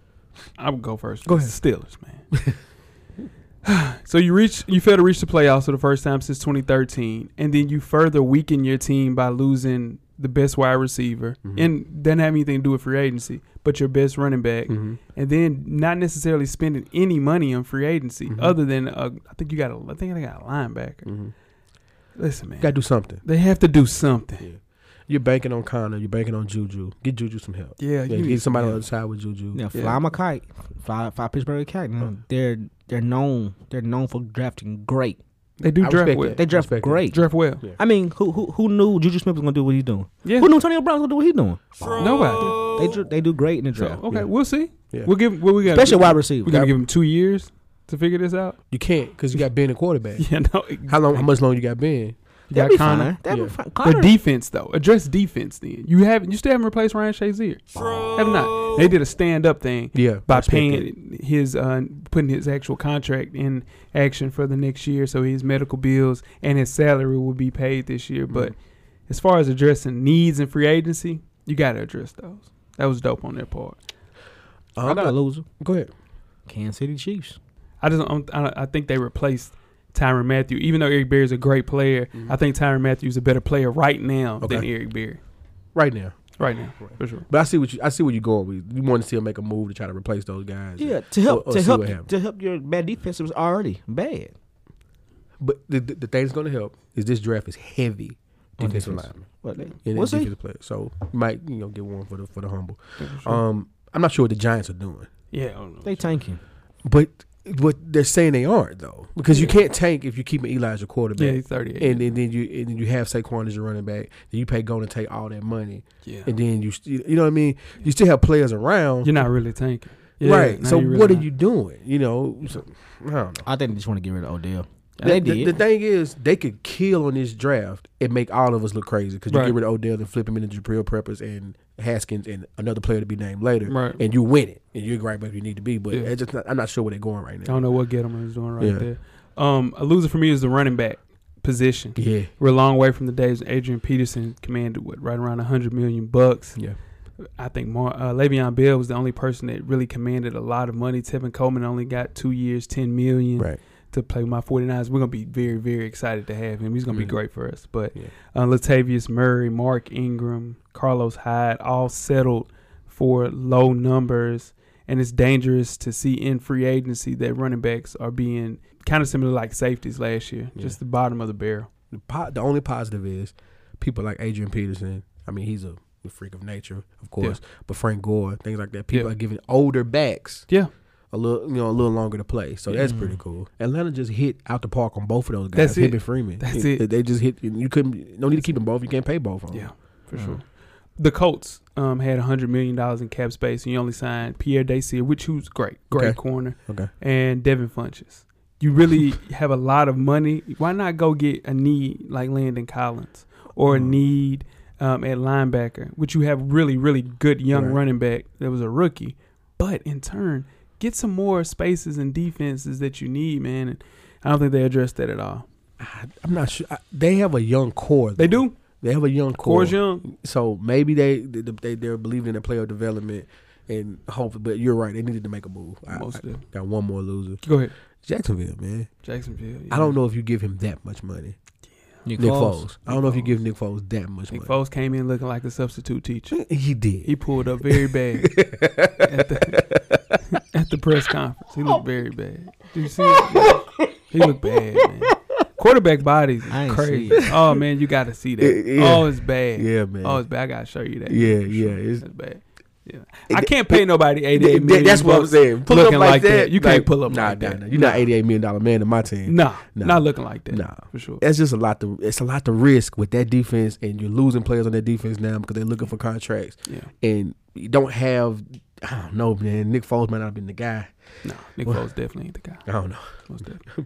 [SPEAKER 3] I would go first.
[SPEAKER 4] Go
[SPEAKER 3] It's the Steelers, man.
[SPEAKER 4] [laughs]
[SPEAKER 3] so you reach you fail to reach the playoffs for the first time since 2013, and then you further weaken your team by losing the best wide receiver
[SPEAKER 4] Mhm.
[SPEAKER 3] and doesn't have anything to do with free agency, but your best running back,
[SPEAKER 4] Mm-hmm.
[SPEAKER 3] and then not necessarily spending any money on free agency
[SPEAKER 4] Mhm.
[SPEAKER 3] other than uh, I think you got a I think they got a linebacker.
[SPEAKER 4] Mm-hmm.
[SPEAKER 3] Listen, man,
[SPEAKER 4] Got to do something.
[SPEAKER 3] they have to do something.
[SPEAKER 4] Yeah. You're banking on Connor. You're banking on Juju. Get Juju some help.
[SPEAKER 3] Yeah,
[SPEAKER 4] Yeah,
[SPEAKER 3] you
[SPEAKER 4] get somebody
[SPEAKER 3] yeah.
[SPEAKER 4] on the other side with Juju.
[SPEAKER 6] Now
[SPEAKER 3] Yeah.
[SPEAKER 6] fly my kite, fly, fly Pittsburgh kite. Now, They're they're known they're known for drafting great.
[SPEAKER 3] They do
[SPEAKER 4] I
[SPEAKER 3] draft
[SPEAKER 4] respect
[SPEAKER 3] well.
[SPEAKER 4] that.
[SPEAKER 6] They draft
[SPEAKER 4] Respect it.
[SPEAKER 6] great.
[SPEAKER 3] Draft well.
[SPEAKER 4] Yeah.
[SPEAKER 6] I mean, who who who knew Juju Smith was gonna do what he's doing?
[SPEAKER 3] Yeah,
[SPEAKER 6] Who knew Antonio Brown was gonna do what he's doing?
[SPEAKER 3] nobody.
[SPEAKER 6] They dr- they do great in the
[SPEAKER 3] So,
[SPEAKER 6] draft,
[SPEAKER 3] okay,
[SPEAKER 4] Yeah.
[SPEAKER 3] we'll see.
[SPEAKER 4] Yeah.
[SPEAKER 3] We'll give what we got.
[SPEAKER 6] especially wide
[SPEAKER 3] We're
[SPEAKER 6] receiver.
[SPEAKER 3] gonna give him two years to figure this
[SPEAKER 4] [laughs]
[SPEAKER 3] out.
[SPEAKER 4] You can't because you got Ben
[SPEAKER 6] [laughs]
[SPEAKER 4] a quarterback.
[SPEAKER 3] Yeah, no.
[SPEAKER 4] How long? How much longer you got Ben?
[SPEAKER 3] You
[SPEAKER 6] That'd
[SPEAKER 3] got
[SPEAKER 6] be
[SPEAKER 3] Connor.
[SPEAKER 6] fine. That'd
[SPEAKER 4] Yeah.
[SPEAKER 6] be fine.
[SPEAKER 3] The
[SPEAKER 6] Connor-
[SPEAKER 3] defense though, address defense. Then you haven't. You still haven't replaced Ryan Shazier. Have not. They did a stand up thing
[SPEAKER 4] Yeah,
[SPEAKER 3] by
[SPEAKER 4] respect that.
[SPEAKER 3] paying his, uh, putting his actual contract in action for the next year, so his medical bills and his salary will be paid this year. But as far as addressing needs and free agency, you got to address those. That was dope on their part.
[SPEAKER 4] I'm
[SPEAKER 6] I got a
[SPEAKER 4] not-
[SPEAKER 6] loser.
[SPEAKER 4] Uh-huh. Go ahead.
[SPEAKER 6] Kansas City Chiefs.
[SPEAKER 3] I just don't, I, don't- I think they replaced Tyron Matthew. Even though Eric Berry's a great player, I think Tyron Matthew's a better player right now than
[SPEAKER 4] Okay.
[SPEAKER 3] Eric Berry.
[SPEAKER 4] Right now.
[SPEAKER 3] Right now, for sure.
[SPEAKER 4] But I see what you I see where you're going with. You want to see him make a move to try to replace those guys.
[SPEAKER 6] Yeah, to help
[SPEAKER 4] Or- or
[SPEAKER 6] to
[SPEAKER 4] see what happens.
[SPEAKER 6] help to help your bad defense was already bad.
[SPEAKER 4] But the, the, the thing that's going to help is this draft is heavy
[SPEAKER 6] On
[SPEAKER 4] defensive
[SPEAKER 6] defense.
[SPEAKER 4] lineman
[SPEAKER 6] What they?
[SPEAKER 4] and
[SPEAKER 6] What's he?
[SPEAKER 4] defensive players. So you might you know get one for the for the humble. Um, I'm not sure what the Giants are doing,
[SPEAKER 3] Yeah, I don't know.
[SPEAKER 6] They tanking.
[SPEAKER 4] but what they're saying they aren't though, because you can't tank if you keep an Eli as your
[SPEAKER 3] yeah,
[SPEAKER 4] quarterback.
[SPEAKER 3] he's 38.
[SPEAKER 4] and, and then you and then you have Saquon as your running back. Then you pay Go and take all that money,
[SPEAKER 3] yeah.
[SPEAKER 4] and then you st- you know what I mean. You still have players around,
[SPEAKER 3] You're not really tanking. Yeah,
[SPEAKER 4] right?
[SPEAKER 3] no,
[SPEAKER 4] So
[SPEAKER 3] you're really
[SPEAKER 4] what are
[SPEAKER 3] not.
[SPEAKER 4] you doing? You know, so, I don't know.
[SPEAKER 6] I think they just want to get rid of Odell.
[SPEAKER 4] The-
[SPEAKER 6] They
[SPEAKER 4] the,
[SPEAKER 6] did.
[SPEAKER 4] The thing is, they could kill on this draft and make all of us look crazy because you
[SPEAKER 3] Right.
[SPEAKER 4] get rid of Odell and flip him into Jabril Preppers and Haskins and another player to be named later,
[SPEAKER 3] Right.
[SPEAKER 4] and you win it and you're right where you need to be. But
[SPEAKER 3] Yeah.
[SPEAKER 4] it's just not, I'm not sure where they're going right
[SPEAKER 3] I
[SPEAKER 4] now.
[SPEAKER 3] don't know what Gettleman is doing right
[SPEAKER 4] Yeah.
[SPEAKER 3] there. Um, a loser for me is the running back position.
[SPEAKER 4] Yeah,
[SPEAKER 3] We're a long way from the days Adrian Peterson commanded what right around 100 million bucks.
[SPEAKER 4] yeah.
[SPEAKER 3] I think Mar- uh, Le'Veon Bell was the only person that really commanded a lot of money. Tevin Coleman only got two years, 10 million.
[SPEAKER 4] Right.
[SPEAKER 3] to play with my 49ers. We're going to be very, very excited to have him. He's going to
[SPEAKER 4] Yeah.
[SPEAKER 3] be great for us. But
[SPEAKER 4] Yeah.
[SPEAKER 3] uh, Latavius Murray, Mark Ingram, Carlos Hyde, all settled for low numbers. and it's dangerous to see in free agency that running backs are being kind of similar like safeties last year,
[SPEAKER 4] Yeah.
[SPEAKER 3] just the bottom of the barrel.
[SPEAKER 4] The, po- the only positive is people like Adrian Peterson. I mean, he's a, a freak of nature, of course. But Frank Gore, things like that. People
[SPEAKER 3] Yeah.
[SPEAKER 4] are giving older backs
[SPEAKER 3] Yeah,
[SPEAKER 4] a little, you know, a little longer to play. So that's pretty cool. Atlanta just hit out the park on both of those guys.
[SPEAKER 3] Mm. That's
[SPEAKER 4] him
[SPEAKER 3] it.
[SPEAKER 4] and Freeman.
[SPEAKER 3] That's
[SPEAKER 4] They-
[SPEAKER 3] it.
[SPEAKER 4] They just hit. You couldn't. No need to keep them both. You can't pay both of them.
[SPEAKER 3] yeah, for sure. The Colts um, had $100 million in cap space, and you only signed Pierre Dacier, which who's great, great
[SPEAKER 4] Okay.
[SPEAKER 3] corner.
[SPEAKER 4] Okay.
[SPEAKER 3] and Devin Funches. You
[SPEAKER 4] [laughs]
[SPEAKER 3] really have a lot of money. Why not go get a need like Landon Collins or a
[SPEAKER 4] Mm.
[SPEAKER 3] need um, at linebacker, which you have really, really good young
[SPEAKER 4] Right.
[SPEAKER 3] running back that was a rookie. But in turn, get some more spaces and defenses that you need, man. And I don't think they addressed that at all.
[SPEAKER 4] I, I'm not sure. I, they have a young core.
[SPEAKER 3] They
[SPEAKER 4] though.
[SPEAKER 3] do.
[SPEAKER 4] They have a young core.
[SPEAKER 3] Core's young.
[SPEAKER 4] So maybe they, they they they're believing in their player development and hope. But you're right. They needed to make a move. I,
[SPEAKER 3] Most
[SPEAKER 4] I
[SPEAKER 3] do.
[SPEAKER 4] got one more loser.
[SPEAKER 3] Go ahead.
[SPEAKER 4] Jacksonville, man.
[SPEAKER 3] Jacksonville.
[SPEAKER 4] I don't know if you give him that much money.
[SPEAKER 6] Nick
[SPEAKER 4] Nick Foles. I don't know if you
[SPEAKER 3] Foles.
[SPEAKER 4] give Nick Foles that much
[SPEAKER 3] Nick
[SPEAKER 4] money.
[SPEAKER 3] Foles came in looking like a substitute teacher.
[SPEAKER 4] He did.
[SPEAKER 3] He pulled up very bad at the, [laughs] at the press conference. He looked very bad. Did you see? it? He looked bad, man. Quarterback bodies
[SPEAKER 6] I
[SPEAKER 3] is
[SPEAKER 6] ain't
[SPEAKER 3] crazy.
[SPEAKER 6] see it.
[SPEAKER 3] Oh man, you got to see that.
[SPEAKER 4] [laughs] Yeah.
[SPEAKER 3] Oh, it's bad.
[SPEAKER 4] Yeah, man.
[SPEAKER 3] Oh, it's bad. I gotta show you that.
[SPEAKER 4] Yeah,
[SPEAKER 3] For
[SPEAKER 4] yeah, it's-
[SPEAKER 3] That's bad. Yeah. I can't pay nobody eighty-eight
[SPEAKER 4] Th-
[SPEAKER 3] million.
[SPEAKER 4] that's what I'm
[SPEAKER 3] bucks
[SPEAKER 4] saying. Pull
[SPEAKER 3] looking
[SPEAKER 4] up like, that.
[SPEAKER 3] You can't
[SPEAKER 4] like,
[SPEAKER 3] pull up
[SPEAKER 4] Nah,
[SPEAKER 3] like
[SPEAKER 4] nah,
[SPEAKER 3] that.
[SPEAKER 4] nah. You're not 88 million dollar man in my team.
[SPEAKER 3] Nah,
[SPEAKER 4] Nah.
[SPEAKER 3] not looking like that.
[SPEAKER 4] Nah.
[SPEAKER 3] for sure.
[SPEAKER 4] That's just a lot to it's a lot to risk with that defense and you're losing players on that defense now because they're looking for contracts
[SPEAKER 3] Yeah.
[SPEAKER 4] and you don't have I don't know, man. Nick Foles might not have been the guy.
[SPEAKER 3] Nah, Nick
[SPEAKER 4] Well-
[SPEAKER 3] Foles definitely ain't the guy.
[SPEAKER 4] I don't know.
[SPEAKER 3] Most
[SPEAKER 4] [laughs]
[SPEAKER 3] definitely.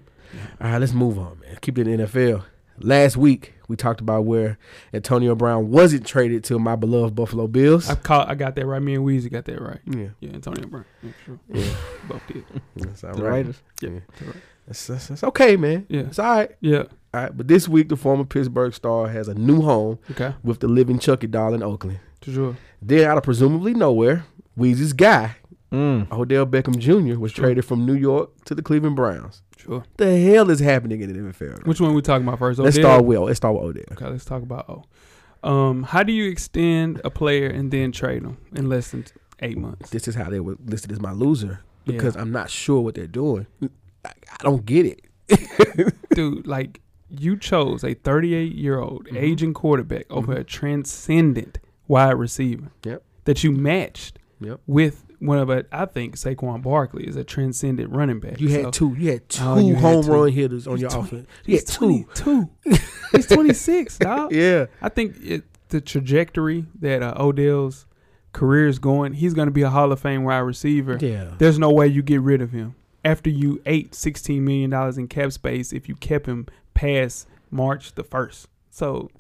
[SPEAKER 4] All right, let's move on, man. Keep it in the NFL. Last week we talked about where Antonio Brown wasn't traded to my beloved Buffalo Bills.
[SPEAKER 3] I caught. I got that right. Me and Weezy got that right.
[SPEAKER 4] yeah.
[SPEAKER 3] Yeah, Antonio Brown. Yeah, for sure.
[SPEAKER 4] Yeah.
[SPEAKER 3] [laughs] Both did.
[SPEAKER 4] That's all
[SPEAKER 6] The
[SPEAKER 4] right.
[SPEAKER 6] Raiders.
[SPEAKER 4] Yeah.
[SPEAKER 3] That's right.
[SPEAKER 4] That's, that's, that's okay, man.
[SPEAKER 3] Yeah.
[SPEAKER 4] It's all right.
[SPEAKER 3] Yeah.
[SPEAKER 4] All right. But this week the former Pittsburgh star has a new home
[SPEAKER 3] Okay.
[SPEAKER 4] with the living Chucky doll in Oakland.
[SPEAKER 3] For sure.
[SPEAKER 4] Then, out of presumably nowhere, Weezy's guy,
[SPEAKER 6] Mm.
[SPEAKER 4] Odell Beckham Jr., was
[SPEAKER 3] Sure.
[SPEAKER 4] traded from New York to the Cleveland Browns.
[SPEAKER 3] Sure.
[SPEAKER 4] The hell is happening in the NFL? right
[SPEAKER 3] Which one we talking about first?
[SPEAKER 4] now? Let's
[SPEAKER 3] Odell?
[SPEAKER 4] start with let's start with Odell.
[SPEAKER 3] Okay, let's talk about O. Um, how do you extend a player and then trade them in less than eight months?
[SPEAKER 4] This is how they were listed as my loser
[SPEAKER 3] Yeah.
[SPEAKER 4] because I'm not sure what they're doing. I, I don't get it.
[SPEAKER 3] Dude, like you chose a 38 year old
[SPEAKER 4] Mm-hmm.
[SPEAKER 3] aging quarterback over a transcendent wide receiver
[SPEAKER 4] Yep.
[SPEAKER 3] that you matched
[SPEAKER 4] Yep.
[SPEAKER 3] with one of a, I think Saquon Barkley is a transcendent running back.
[SPEAKER 4] You
[SPEAKER 3] So-
[SPEAKER 4] had two. You had two
[SPEAKER 3] Oh, you had
[SPEAKER 4] home
[SPEAKER 3] two.
[SPEAKER 4] run hitters on
[SPEAKER 3] He's
[SPEAKER 4] your
[SPEAKER 3] 20
[SPEAKER 4] offense. You
[SPEAKER 3] He's
[SPEAKER 4] had two.
[SPEAKER 3] 22. He's
[SPEAKER 4] [laughs]
[SPEAKER 3] 26, dog.
[SPEAKER 4] Yeah.
[SPEAKER 3] I think it, the trajectory that uh, Odell's career is going, he's going to be a Hall of Fame wide receiver.
[SPEAKER 4] Yeah.
[SPEAKER 3] There's no way you get rid of him after you ate $16 million in cap space if you kept him past March the 1st. So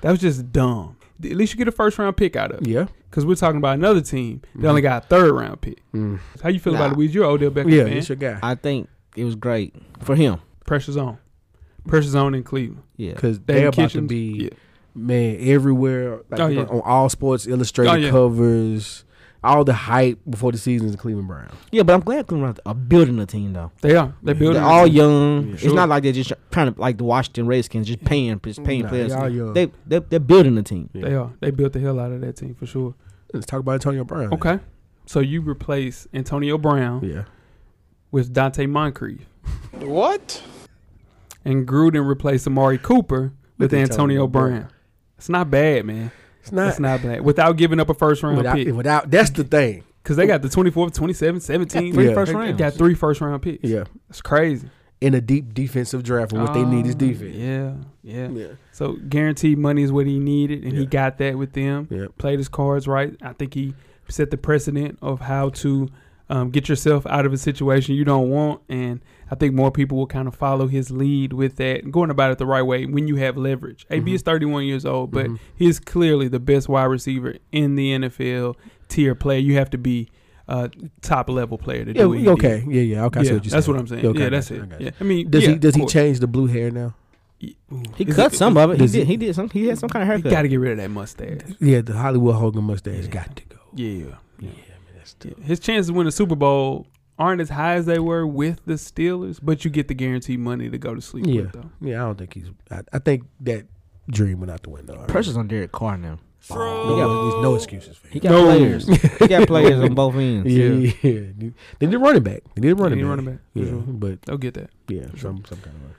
[SPEAKER 3] that was just dumb. At least you get a first round pick out of it.
[SPEAKER 4] Yeah. Mm-hmm.
[SPEAKER 3] Because we're talking about another team that only got a third round pick.
[SPEAKER 4] Mm.
[SPEAKER 3] How you feel
[SPEAKER 6] Nah.
[SPEAKER 3] about it, Weez? You're an Odell Beckham
[SPEAKER 4] Yeah.
[SPEAKER 3] fan.
[SPEAKER 4] It's your guy.
[SPEAKER 6] I think it was great for him.
[SPEAKER 3] Pressure's on. Pressure's on in Cleveland.
[SPEAKER 6] Yeah.
[SPEAKER 4] Because
[SPEAKER 3] Dave
[SPEAKER 4] they're about to
[SPEAKER 3] Kitchens-
[SPEAKER 4] be.
[SPEAKER 3] yeah.
[SPEAKER 4] man, everywhere, like
[SPEAKER 3] Oh, yeah.
[SPEAKER 4] on all Sports Illustrated
[SPEAKER 3] Oh, yeah.
[SPEAKER 4] covers, all the hype before the season is Cleveland Brown.
[SPEAKER 6] Yeah, but I'm glad Cleveland are building a team though.
[SPEAKER 3] They are. They're building.
[SPEAKER 6] They're
[SPEAKER 3] a
[SPEAKER 6] all
[SPEAKER 3] team.
[SPEAKER 6] young.
[SPEAKER 3] Yeah.
[SPEAKER 6] it's
[SPEAKER 3] Sure.
[SPEAKER 6] not like they're just trying to like the Washington Redskins, just paying, just paying
[SPEAKER 4] Nah,
[SPEAKER 6] players.
[SPEAKER 4] y'all young.
[SPEAKER 6] They they they're building a team.
[SPEAKER 3] They are. They built the hell out of that team for sure.
[SPEAKER 4] Let's talk about Antonio Brown.
[SPEAKER 3] Okay. So you replace Antonio Brown
[SPEAKER 4] Yeah.
[SPEAKER 3] with Dante Moncrief.
[SPEAKER 5] What?
[SPEAKER 3] And Gruden replaced Amari Cooper with,
[SPEAKER 4] With
[SPEAKER 3] Antonio
[SPEAKER 4] Antonio
[SPEAKER 3] Brown.
[SPEAKER 4] Brown.
[SPEAKER 3] It's not bad, man.
[SPEAKER 4] It's not.
[SPEAKER 3] It's not bad. Without giving up a first round
[SPEAKER 4] without,
[SPEAKER 3] pick.
[SPEAKER 4] without that's the thing.
[SPEAKER 3] Because they got the 24th, 27th, 17th.
[SPEAKER 4] Three
[SPEAKER 3] They-
[SPEAKER 4] first
[SPEAKER 3] they
[SPEAKER 6] rounds.
[SPEAKER 3] got three first round picks.
[SPEAKER 4] Yeah.
[SPEAKER 3] It's crazy.
[SPEAKER 4] In a deep defensive draft, and what they need is
[SPEAKER 3] Oh,
[SPEAKER 4] defense.
[SPEAKER 3] Yeah, yeah.
[SPEAKER 4] Yeah.
[SPEAKER 3] So guaranteed money is what he needed, and he
[SPEAKER 4] Yeah.
[SPEAKER 3] got that with them.
[SPEAKER 4] Yeah.
[SPEAKER 3] Played his cards right. I think he set the precedent of how to um, get yourself out of a situation you don't want, and I think more people will kind of follow his lead with that, and going about it the right way when you have leverage.
[SPEAKER 4] Mm-hmm.
[SPEAKER 3] AB is 31 years old, but he is clearly the best wide receiver in the NFL tier player. You have to be a top level player to
[SPEAKER 4] Yeah.
[SPEAKER 3] do what he did.
[SPEAKER 4] okay. Yeah. Yeah. Okay. I see
[SPEAKER 3] Yeah,
[SPEAKER 4] what you
[SPEAKER 3] that's
[SPEAKER 4] saying.
[SPEAKER 3] what I'm saying.
[SPEAKER 4] Okay,
[SPEAKER 3] yeah,
[SPEAKER 4] I
[SPEAKER 3] that's
[SPEAKER 4] got you,
[SPEAKER 3] it.
[SPEAKER 4] I got
[SPEAKER 3] yeah.
[SPEAKER 4] you.
[SPEAKER 3] I mean,
[SPEAKER 4] Does
[SPEAKER 3] yeah,
[SPEAKER 4] he does
[SPEAKER 3] of
[SPEAKER 4] he
[SPEAKER 3] course.
[SPEAKER 4] change the blue hair now?
[SPEAKER 3] He, ooh,
[SPEAKER 6] He
[SPEAKER 3] is
[SPEAKER 6] cut
[SPEAKER 3] it-
[SPEAKER 6] some of it. He
[SPEAKER 4] does
[SPEAKER 6] did.
[SPEAKER 4] he-
[SPEAKER 6] He did some. He had some kind of
[SPEAKER 3] You
[SPEAKER 6] haircut.
[SPEAKER 3] got to get rid of that mustache.
[SPEAKER 4] Yeah, the Hollywood Hogan mustache
[SPEAKER 3] Yeah.
[SPEAKER 4] got to go.
[SPEAKER 3] Yeah. Yeah.
[SPEAKER 4] That's
[SPEAKER 3] Yeah. His chances to win the Super Bowl aren't as high as they were with the Steelers, but you get the guaranteed money to go to sleep
[SPEAKER 4] Yeah.
[SPEAKER 3] with, though.
[SPEAKER 4] Yeah, I don't think he's. I, I think that dream went out the window. already.
[SPEAKER 6] Pressure's on Derek Carr now.
[SPEAKER 4] He got, there's no excuses for him.
[SPEAKER 5] He got
[SPEAKER 3] No.
[SPEAKER 6] [laughs]
[SPEAKER 3] [laughs]
[SPEAKER 5] players. He got players on both ends.
[SPEAKER 4] Yeah,
[SPEAKER 3] Yeah.
[SPEAKER 4] yeah. They- [laughs] They did running back. They did running
[SPEAKER 3] need
[SPEAKER 4] back.
[SPEAKER 3] running back.
[SPEAKER 4] Yeah,
[SPEAKER 3] Sure.
[SPEAKER 4] but
[SPEAKER 3] They'll get that.
[SPEAKER 4] yeah, some some kind of. Running.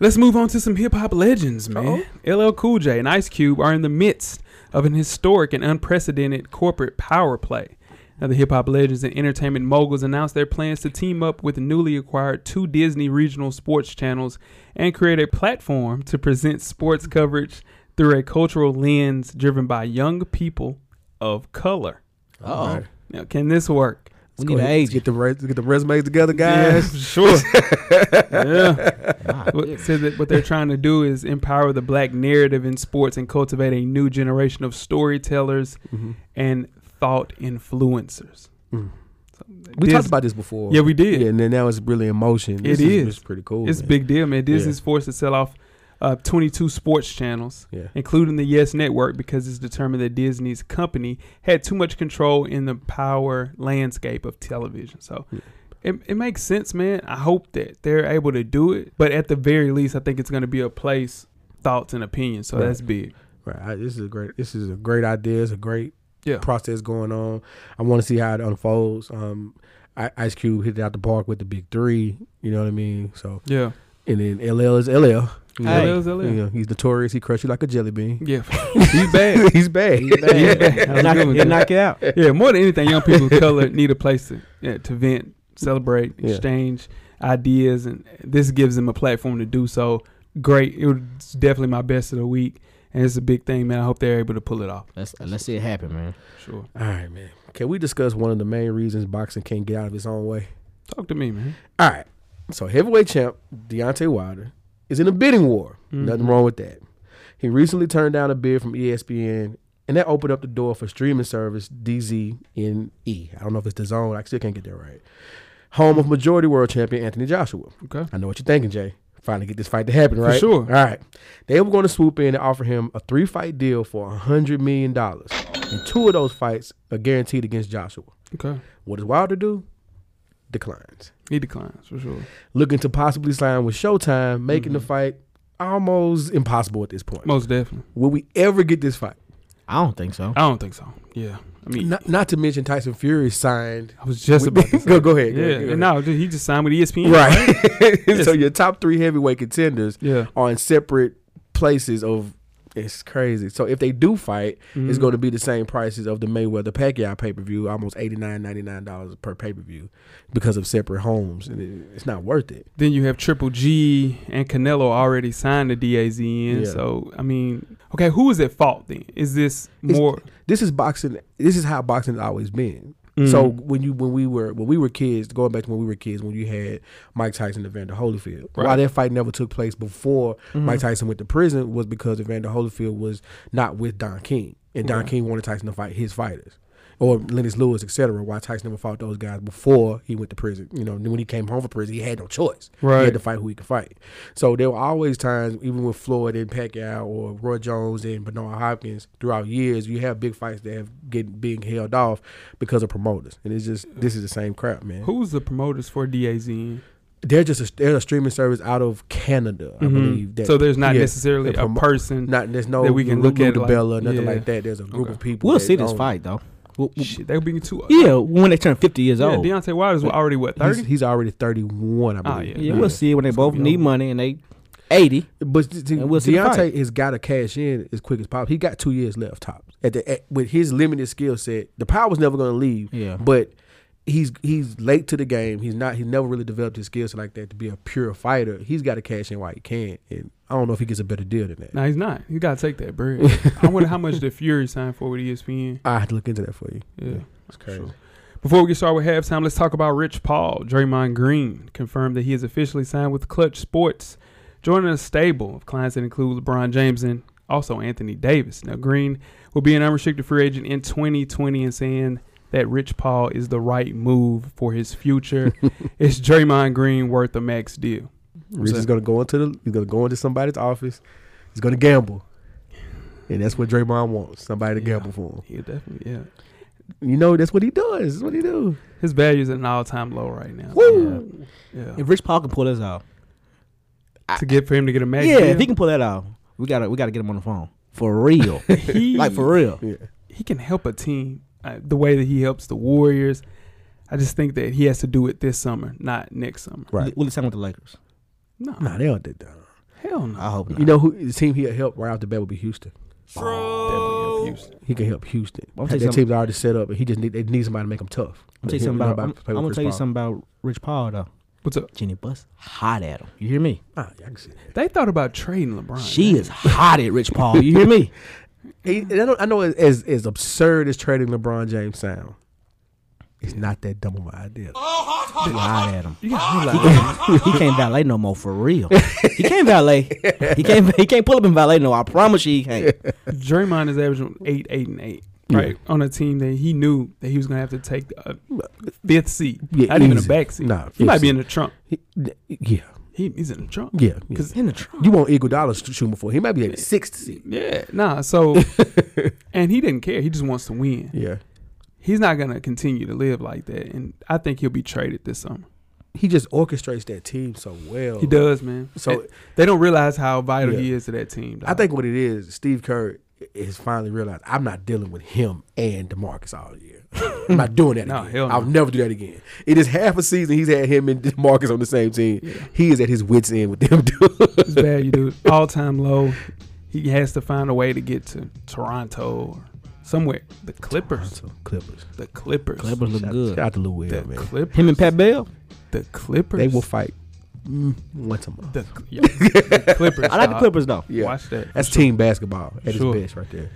[SPEAKER 3] Let's move on to some hip hop legends, man. LL Cool J and Ice Cube are in the midst of an historic and unprecedented corporate power play. Now, the hip hop legends and entertainment moguls announced their plans to team up with newly acquired two Disney regional sports channels and create a platform to present sports coverage through a cultural lens driven by young people of color.
[SPEAKER 5] Oh,
[SPEAKER 4] All right.
[SPEAKER 3] Now, can this work?
[SPEAKER 4] [laughs]
[SPEAKER 5] we
[SPEAKER 4] Go
[SPEAKER 5] need an
[SPEAKER 4] ahead.
[SPEAKER 5] agent.
[SPEAKER 4] Get the res- get the resumes together, guys. [laughs]
[SPEAKER 3] Yeah, sure. yeah.
[SPEAKER 5] Ah,
[SPEAKER 3] [laughs] What, so that what they're trying to do is empower the black narrative in sports and cultivate a new generation of storytellers
[SPEAKER 4] Mhm.
[SPEAKER 3] and thought influencers.
[SPEAKER 4] Mm.
[SPEAKER 3] So
[SPEAKER 4] We
[SPEAKER 3] Dis-
[SPEAKER 4] talked about this before.
[SPEAKER 3] Yeah, we did.
[SPEAKER 4] Yeah, and then now it's really in motion. This
[SPEAKER 3] It is.
[SPEAKER 4] It's pretty cool.
[SPEAKER 3] it's
[SPEAKER 4] man.
[SPEAKER 3] big deal, man.
[SPEAKER 4] Yeah.
[SPEAKER 3] Disney's forced to sell off uh, 22 sports channels,
[SPEAKER 4] Yeah.
[SPEAKER 3] including the Yes Network, because it's determined that Disney's company had too much control in the power landscape of television. So.
[SPEAKER 4] Yeah.
[SPEAKER 3] It, it makes sense, man. I hope that they're able to do it. But at the very least, I think it's going to be a place, thoughts, and opinions. So
[SPEAKER 4] Right.
[SPEAKER 3] that's big.
[SPEAKER 4] Right. I, this is a great. This is a great idea. It's a great
[SPEAKER 3] Yeah.
[SPEAKER 4] process going on. I want to see how it unfolds. Um, I, Ice Cube hit it out the park with the big three. You know what I mean? So
[SPEAKER 3] Yeah.
[SPEAKER 4] and then LL is LL. You know,
[SPEAKER 5] Hey.
[SPEAKER 3] LL is LL.
[SPEAKER 4] you know, he's notorious. He crushed you like a
[SPEAKER 3] [laughs]
[SPEAKER 4] jelly bean. [laughs]
[SPEAKER 3] Yeah. He's bad.
[SPEAKER 4] he's bad.
[SPEAKER 5] He's bad.
[SPEAKER 3] He's bad. I was
[SPEAKER 5] knock,
[SPEAKER 3] good with
[SPEAKER 5] he'll
[SPEAKER 3] that.
[SPEAKER 5] knock it out.
[SPEAKER 3] Yeah, more than anything, young people of color need a place to yeah, to vent, celebrate,
[SPEAKER 4] Yeah.
[SPEAKER 3] exchange ideas, and this gives them a platform to do so. Great, it was definitely my best of the week, and it's a big thing, man. I hope they're able to pull it off.
[SPEAKER 5] Let's let's see it happen, man.
[SPEAKER 3] Sure,
[SPEAKER 4] All right, man. Can we discuss one of the main reasons boxing can't get out of its own way?
[SPEAKER 3] talk to me, man.
[SPEAKER 4] All right. So heavyweight champ Deontay Wilder is in a bidding war. Nothing wrong with that. He recently turned down a bid from E ESPN, and that opened up the door for streaming service DZNE. E. I don't know if it's the zone. I still can't get that right. Home of majority world champion Anthony Joshua.
[SPEAKER 3] Okay,
[SPEAKER 4] I know what you're thinking, Jay. Finally get this fight to happen, right?
[SPEAKER 3] sure.
[SPEAKER 4] All right. They were going to swoop in and offer him a three fight deal for $100 million. And two of those fights are guaranteed against Joshua.
[SPEAKER 3] okay.
[SPEAKER 4] What does Wilder do? Declines
[SPEAKER 3] He declines for sure.
[SPEAKER 4] looking to possibly sign with Showtime, making the
[SPEAKER 3] Mhm.
[SPEAKER 4] fight almost impossible at this point.
[SPEAKER 3] Most definitely.
[SPEAKER 4] Will we ever get this fight?
[SPEAKER 5] I don't think so.
[SPEAKER 3] I don't think so. Yeah, I mean,
[SPEAKER 4] Not, not to mention Tyson Fury signed.
[SPEAKER 3] I was just
[SPEAKER 4] with- [laughs]
[SPEAKER 3] about to say.
[SPEAKER 4] go, go ahead. go
[SPEAKER 3] yeah,
[SPEAKER 4] ahead, go
[SPEAKER 3] and
[SPEAKER 4] ahead.
[SPEAKER 3] no, he just signed with E ESPN. [laughs]
[SPEAKER 4] [laughs] right. so
[SPEAKER 3] Yes.
[SPEAKER 4] your top three heavyweight contenders
[SPEAKER 3] Yeah.
[SPEAKER 4] are in separate places of. It's crazy. So if they do fight, it's
[SPEAKER 3] Mhm.
[SPEAKER 4] going to be the same prices of the Mayweather Pacquiao pay per view, almost eighty nine ninety nine dollars per pay per view, because of separate homes, and it, it's not worth it.
[SPEAKER 3] Then you have Triple G and Canelo already signed the DAZN.
[SPEAKER 4] Yeah.
[SPEAKER 3] So I mean, okay, who is at fault then? Is this more?
[SPEAKER 4] This is boxing. This is how boxing has always been. So
[SPEAKER 3] Mm.
[SPEAKER 4] when you when we were when we were kids, going back to when we were kids, when you had Mike Tyson and Evander Holyfield,
[SPEAKER 3] Right. Mm-hmm.
[SPEAKER 4] why that fight never took place before Mike Tyson went to prison was because Evander Holyfield was not with Don King, and Don
[SPEAKER 3] Right.
[SPEAKER 4] King wanted Tyson to fight his fighters, or Lennox Lewis, etc. Why Tyson never fought those guys before he went to prison? You know, when he came home from prison, he had no choice. He
[SPEAKER 3] Right.
[SPEAKER 4] had to fight who he could fight. So there were always times, even with Floyd and Pacquiao or Roy Jones and Bernard Hopkins, throughout years, you have big fights that have get being held off because of promoters, and it's just this is the same crap, man.
[SPEAKER 3] Who's the promoters for DAZN?
[SPEAKER 4] They're just a, they're a streaming service out of Canada, I
[SPEAKER 3] Mhm.
[SPEAKER 4] believe. That,
[SPEAKER 3] so there's not
[SPEAKER 4] yeah,
[SPEAKER 3] necessarily
[SPEAKER 4] the
[SPEAKER 3] a
[SPEAKER 4] promo-
[SPEAKER 3] person.
[SPEAKER 4] Not there's no
[SPEAKER 3] that we can
[SPEAKER 4] Lou-
[SPEAKER 3] look at
[SPEAKER 4] Lou
[SPEAKER 3] like-
[SPEAKER 4] DiBella, nothing
[SPEAKER 3] yeah.
[SPEAKER 4] like that. There's a group
[SPEAKER 3] Okay.
[SPEAKER 4] of people.
[SPEAKER 5] We'll
[SPEAKER 4] that
[SPEAKER 5] see this
[SPEAKER 4] own-
[SPEAKER 5] fight though. We'll- we'll-
[SPEAKER 3] Shit, they'll be too.
[SPEAKER 5] yeah, when they turn fifty years
[SPEAKER 3] yeah.
[SPEAKER 5] old. Yeah,
[SPEAKER 3] Deontay Wilder's already what
[SPEAKER 4] He's,
[SPEAKER 3] thirty?
[SPEAKER 4] he's already 31, I
[SPEAKER 3] Ah,
[SPEAKER 4] believe.
[SPEAKER 3] yeah.
[SPEAKER 5] we'll see when they
[SPEAKER 3] It's gonna
[SPEAKER 5] both
[SPEAKER 3] be
[SPEAKER 5] need
[SPEAKER 3] over.
[SPEAKER 5] money and they eighty.
[SPEAKER 4] But th- th-
[SPEAKER 5] And we'll see the
[SPEAKER 4] Deontay
[SPEAKER 5] fight.
[SPEAKER 4] has got to cash in as quick as possible. He got two years left tops at the at, with his limited skill set. The power's never going to leave.
[SPEAKER 5] Yeah.
[SPEAKER 4] but he's he's late to the game. He's not. He's never really developed his skills like that to be a pure fighter. He's got to cash in while he can. And I don't know if he gets a better deal than that.
[SPEAKER 3] No, he's not. You gotta take that
[SPEAKER 4] [laughs]
[SPEAKER 3] bread. I wonder how much the Fury signed for with E ESPN.
[SPEAKER 4] I have to look into that for you.
[SPEAKER 3] Yeah.
[SPEAKER 4] It's crazy.
[SPEAKER 3] Sure. Before we get started with halftime, let's talk about Rich Paul. Draymond Green confirmed that he is officially signed with Clutch Sports, joining a stable of clients that include LeBron James and also Anthony Davis. Now, Green will be an unrestricted free agent in 2020 and saying that Rich Paul is the right move for his
[SPEAKER 5] [laughs]
[SPEAKER 3] future. it's Draymond Green worth a max deal.
[SPEAKER 4] Rich is going to go into the. He's going to go into somebody's office. He's going to gamble. And that's what Draymond wants, somebody to
[SPEAKER 3] Yeah.
[SPEAKER 4] gamble for
[SPEAKER 3] Yeah, definitely. Yeah.
[SPEAKER 4] him. You know, that's what he does. That's what he do.
[SPEAKER 3] His value is at an all time low right now.
[SPEAKER 5] Woo!
[SPEAKER 3] Yeah.
[SPEAKER 5] If Rich Paul can pull this off,
[SPEAKER 3] To get for him to get a max
[SPEAKER 5] yeah,
[SPEAKER 3] deal.
[SPEAKER 5] if he can pull that off, we gotta we gotta get him on the phone. For real.
[SPEAKER 3] [laughs]
[SPEAKER 5] like for real.
[SPEAKER 4] Yeah.
[SPEAKER 3] he can help a team uh, the way that he helps the Warriors. I just think that he has to do it this summer, not next summer.
[SPEAKER 4] Right.
[SPEAKER 5] Will he sign with the Lakers?
[SPEAKER 3] No,
[SPEAKER 4] Nah, they don't do that.
[SPEAKER 3] hell no.
[SPEAKER 5] I hope not.
[SPEAKER 4] You know who the team he'll help right off the bat would be Houston.
[SPEAKER 3] Definitely help Houston.
[SPEAKER 4] He can help Houston.
[SPEAKER 5] I'm
[SPEAKER 4] that
[SPEAKER 5] gonna tell you
[SPEAKER 4] team's already set up, and he just need they need somebody to make them tough.
[SPEAKER 5] I'm
[SPEAKER 4] But
[SPEAKER 5] gonna tell
[SPEAKER 4] he
[SPEAKER 5] you
[SPEAKER 4] don't
[SPEAKER 5] something
[SPEAKER 4] know
[SPEAKER 5] about. I'm,
[SPEAKER 4] to play
[SPEAKER 5] I'm
[SPEAKER 4] with
[SPEAKER 5] gonna
[SPEAKER 4] Chris
[SPEAKER 5] tell you
[SPEAKER 4] Paul.
[SPEAKER 5] something about Rich Paul though.
[SPEAKER 3] What's up?
[SPEAKER 5] Jenny Bus hot at him. You hear me?
[SPEAKER 4] Ah, yeah, I can see that.
[SPEAKER 3] They thought about trading LeBron.
[SPEAKER 5] She is hot at Rich Paul. You hear me?
[SPEAKER 4] He, and I, don't, I know it- as as absurd as trading LeBron James sound, it's not that dumb of an idea.
[SPEAKER 5] Hot at him.
[SPEAKER 3] You gotta realize
[SPEAKER 5] He can't valet no more for real. He can't valet. He can't. He can't pull up and valet no. I promise you, he can't.
[SPEAKER 3] Draymond is averaging eight, eight, and eight. Right on a team that he knew that he was gonna have to take a fifth seat,
[SPEAKER 4] Yeah,
[SPEAKER 3] not even a
[SPEAKER 4] easy.
[SPEAKER 3] back seat.
[SPEAKER 4] Nah,
[SPEAKER 3] he might
[SPEAKER 4] fifth
[SPEAKER 3] be
[SPEAKER 4] seat.
[SPEAKER 3] in the trunk.
[SPEAKER 4] He- yeah,
[SPEAKER 3] He, he's in the trunk.
[SPEAKER 4] yeah. yeah.
[SPEAKER 3] 'Cause-
[SPEAKER 5] In the trunk.
[SPEAKER 4] You want Iguodala's shooting before he might be at sixth seed.
[SPEAKER 3] yeah, nah. So,
[SPEAKER 4] [laughs]
[SPEAKER 3] and he didn't care. He just wants to win.
[SPEAKER 4] Yeah,
[SPEAKER 3] He's not gonna continue to live like that, and I think he'll be traded this summer.
[SPEAKER 4] he just orchestrates that team so well.
[SPEAKER 3] He does, man.
[SPEAKER 4] So-
[SPEAKER 3] So they don't realize how vital
[SPEAKER 4] Yeah.
[SPEAKER 3] he is to that team.
[SPEAKER 4] I
[SPEAKER 3] dog.
[SPEAKER 4] think what it is, Steve Kerr has finally realized I'm not dealing with him and DeMarcus all year. [laughs] I'm not doing that
[SPEAKER 3] No,
[SPEAKER 4] again.
[SPEAKER 3] hell no.
[SPEAKER 4] I'll never do that again. It is half a season he's had him and DeMarcus on the same team. He is at his wits end with them [laughs] dudes.
[SPEAKER 3] it's bad. You [laughs] do all time low. He has to find a way to get to Toronto or somewhere. The Clippers.
[SPEAKER 4] Clippers.
[SPEAKER 3] The Clippers.
[SPEAKER 5] Clippers look
[SPEAKER 4] Shout,
[SPEAKER 5] good.
[SPEAKER 4] shout out to Lou Will,
[SPEAKER 3] The
[SPEAKER 4] man.
[SPEAKER 3] Clippers.
[SPEAKER 5] Him and Pat Bell.
[SPEAKER 3] The Clippers.
[SPEAKER 4] They will fight mm, once a month.
[SPEAKER 3] The, Cl- yeah, the Clippers.
[SPEAKER 5] [laughs] I like the
[SPEAKER 3] dog.
[SPEAKER 5] Clippers though.
[SPEAKER 4] Yeah.
[SPEAKER 3] Watch that.
[SPEAKER 4] That's team basketball at
[SPEAKER 3] Uh, Sure.
[SPEAKER 4] its best right there.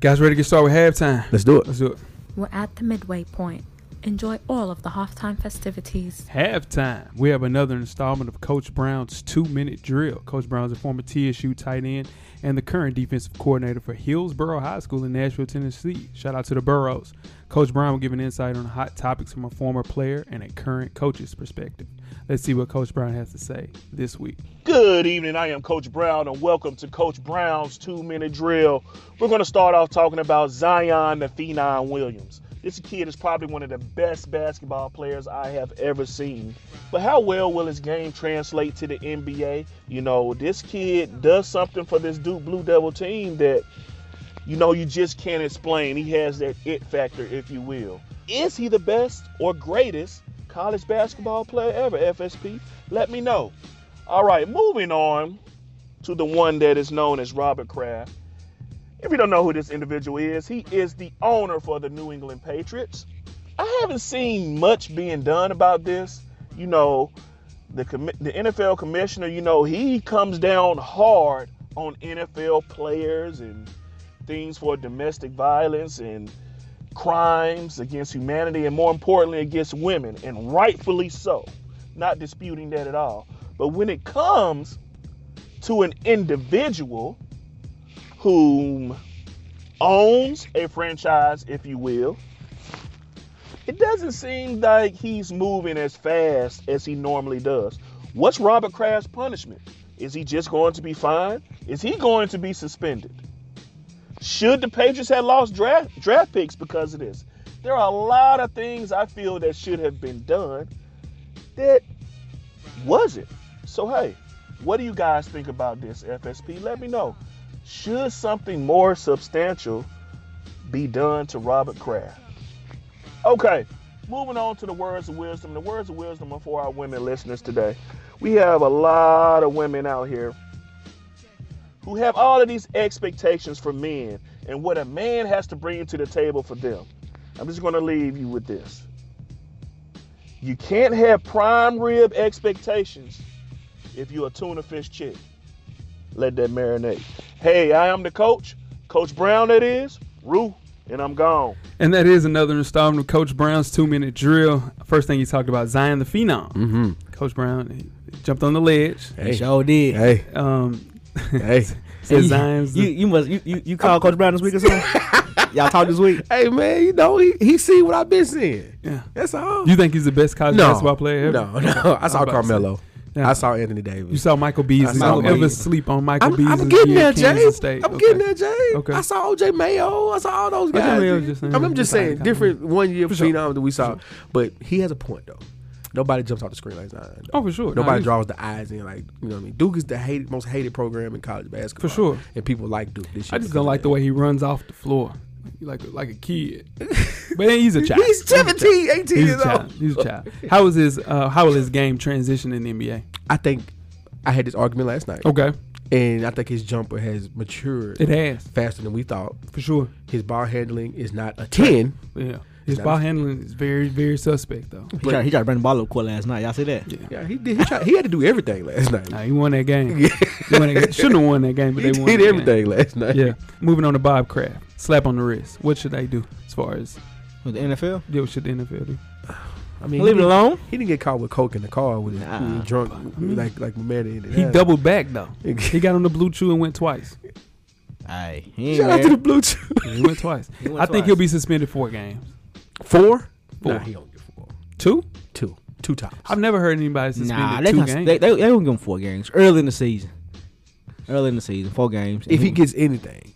[SPEAKER 3] Guys, ready to get started with halftime?
[SPEAKER 4] Let's do it.
[SPEAKER 3] Let's do it.
[SPEAKER 2] We're at the midway point. Enjoy all of the halftime festivities.
[SPEAKER 3] Halftime. We have another installment of Coach Brown's two minute drill. Coach Brown's a former TSU tight end and the current defensive coordinator for Hillsboro High School in Nashville, Tennessee. Shout out to the Burrows. Coach Brown will give an insight on hot topics from a former player and a current coach's perspective. Let's see what Coach Brown has to say this week.
[SPEAKER 7] Good evening. I am Coach Brown, and welcome to Coach Brown's two minute drill. We're going to start off talking about Zion the Phenom Williams. This kid is probably one of the best basketball players I have ever seen. But how well will his game translate to the NBA? You know, this kid does something for this Duke Blue Devil team that you know you just can't explain. He has that it factor, if you will. Is he the best or greatest college basketball player ever, FSP? Let me know. All right, moving on to the one that is known as Robert Kraft. If you don't know who this individual is, he is the owner for the New England Patriots. I haven't seen much being done about this. You know, the commi- the NFL commissioner, you know, he comes down hard on NFL players and things for domestic violence and crimes against humanity and more importantly against women and rightfully so not disputing that at all but when it comes to an individual whom owns a franchise if you will it doesn't seem like he's moving as fast as he normally does. What's Robert Kraft's punishment? Is he just going to be fined? Is he going to be suspended? Should the Patriots have lost draft draft picks because of this? There are a lot of things I feel that should have been done that wasn't. So hey, what do you guys think about this FSP? Let me know. Should something more substantial be done to Robert Kraft? Okay, moving on to the words of wisdom. The words of wisdom are for our women listeners today. We have a lot of women out here who have all of these expectations for men and what a man has to bring to the table for them. I'm just going to leave you with this. You can't have prime rib expectations if you're a tuna fish chick. Let that marinate. Hey, I am the coach, Coach Brown, that is, Rue, and I'm gone.
[SPEAKER 3] And that is another installment of Coach Brown's two minute drill. First thing he talked about Zion the Phenom. Mm-hmm. Coach Brown he jumped on the ledge.
[SPEAKER 5] They sure did.
[SPEAKER 4] Hey,
[SPEAKER 3] Um,
[SPEAKER 4] hey,
[SPEAKER 3] said Zion's the
[SPEAKER 5] you, you must you you, you call Coach Brown this week or something? Y'all talk this week?
[SPEAKER 4] hey, man! You know he he seen what I've been seeing.
[SPEAKER 3] Yeah.
[SPEAKER 4] That's all.
[SPEAKER 3] You think he's the best college basketball player ever?
[SPEAKER 4] No, no. I saw
[SPEAKER 3] about to say.
[SPEAKER 4] Carmelo.
[SPEAKER 3] Yeah.
[SPEAKER 4] I saw Anthony
[SPEAKER 3] You
[SPEAKER 4] Davis.
[SPEAKER 3] saw Michael Beasley.
[SPEAKER 4] saw
[SPEAKER 3] Don't ever
[SPEAKER 4] Beasley.
[SPEAKER 3] sleep on Michael
[SPEAKER 4] I'm,
[SPEAKER 3] Beasley.
[SPEAKER 4] I'm getting there, Jay.
[SPEAKER 3] James. State.
[SPEAKER 4] I'm
[SPEAKER 3] Okay.
[SPEAKER 4] getting there, Jay.
[SPEAKER 3] Okay.
[SPEAKER 4] I saw OJ Mayo. I saw all those
[SPEAKER 3] OJ
[SPEAKER 4] guys.
[SPEAKER 3] Mayo was just
[SPEAKER 4] I'm,
[SPEAKER 3] saying-
[SPEAKER 4] I'm just
[SPEAKER 3] just out of
[SPEAKER 4] saying
[SPEAKER 3] the
[SPEAKER 4] different one year
[SPEAKER 3] sure.
[SPEAKER 4] phenomenon that we saw, but he has a point though. Nobody jumps off the screen like Zion. though.
[SPEAKER 3] Oh, for sure. Nah,
[SPEAKER 4] Nobody
[SPEAKER 3] he's-
[SPEAKER 4] draws the eyes in like you know what I mean. Duke is the hated, most hated program in college basketball
[SPEAKER 3] sure.
[SPEAKER 4] And people like Duke. This year
[SPEAKER 3] I just
[SPEAKER 4] because
[SPEAKER 3] don't
[SPEAKER 4] of
[SPEAKER 3] like
[SPEAKER 4] that.
[SPEAKER 3] the way he runs off the floor, like like a
[SPEAKER 4] [laughs]
[SPEAKER 3] kid. But he's a child.
[SPEAKER 4] He's 17, 18
[SPEAKER 3] He's a
[SPEAKER 4] years
[SPEAKER 3] child.
[SPEAKER 4] old.
[SPEAKER 3] He's a child. How was his uh, How will his game transition in the NBA?
[SPEAKER 4] I think I had this argument last night,
[SPEAKER 3] Okay,
[SPEAKER 4] and I think his jumper has matured
[SPEAKER 3] it has
[SPEAKER 4] faster than we thought.
[SPEAKER 3] for sure.
[SPEAKER 4] His ball handling is not a ten.
[SPEAKER 3] Yeah, his
[SPEAKER 4] That
[SPEAKER 3] ball
[SPEAKER 4] was-
[SPEAKER 3] handling is very very suspect though.
[SPEAKER 5] He tried, he tried to bring the ball up court last night. Y'all see that?
[SPEAKER 3] Yeah.
[SPEAKER 4] Yeah, he did. He, tried, he had to do everything last night.
[SPEAKER 3] Nah, he won that
[SPEAKER 4] [laughs]
[SPEAKER 3] game. He won that game. Shouldn't have won that game, but
[SPEAKER 4] he
[SPEAKER 3] they won
[SPEAKER 4] did
[SPEAKER 3] that
[SPEAKER 4] everything last night.
[SPEAKER 3] Game. Yeah. Moving on to Bob Kraft. Slap on the wrist. What should they do as far as
[SPEAKER 5] With the NFL?
[SPEAKER 3] yeah, what should the NFL do?
[SPEAKER 4] I mean,
[SPEAKER 5] Leave
[SPEAKER 4] he,
[SPEAKER 5] it
[SPEAKER 4] didn't-
[SPEAKER 5] alone.
[SPEAKER 4] he didn't get caught with coke in the car with his
[SPEAKER 5] Nah.
[SPEAKER 4] drunk, like like man.
[SPEAKER 3] He doubled back though. He got on the blue chew and went twice.
[SPEAKER 5] Aye. He ain't
[SPEAKER 4] Shout out to the
[SPEAKER 5] married.
[SPEAKER 4] blue chew.
[SPEAKER 3] [laughs] He went twice.
[SPEAKER 5] He went
[SPEAKER 3] I think
[SPEAKER 5] twice.
[SPEAKER 3] he'll be suspended four games.
[SPEAKER 4] Four?
[SPEAKER 3] Four.
[SPEAKER 4] Nah, he don't get four.
[SPEAKER 3] Two?
[SPEAKER 4] Two. Two tops.
[SPEAKER 3] I've never heard anybody suspended
[SPEAKER 5] Nah, they,
[SPEAKER 3] two
[SPEAKER 5] not,
[SPEAKER 3] games.
[SPEAKER 5] they, they, they gonna give him four games early in the season. Early in the season, four games.
[SPEAKER 4] if he gets anything,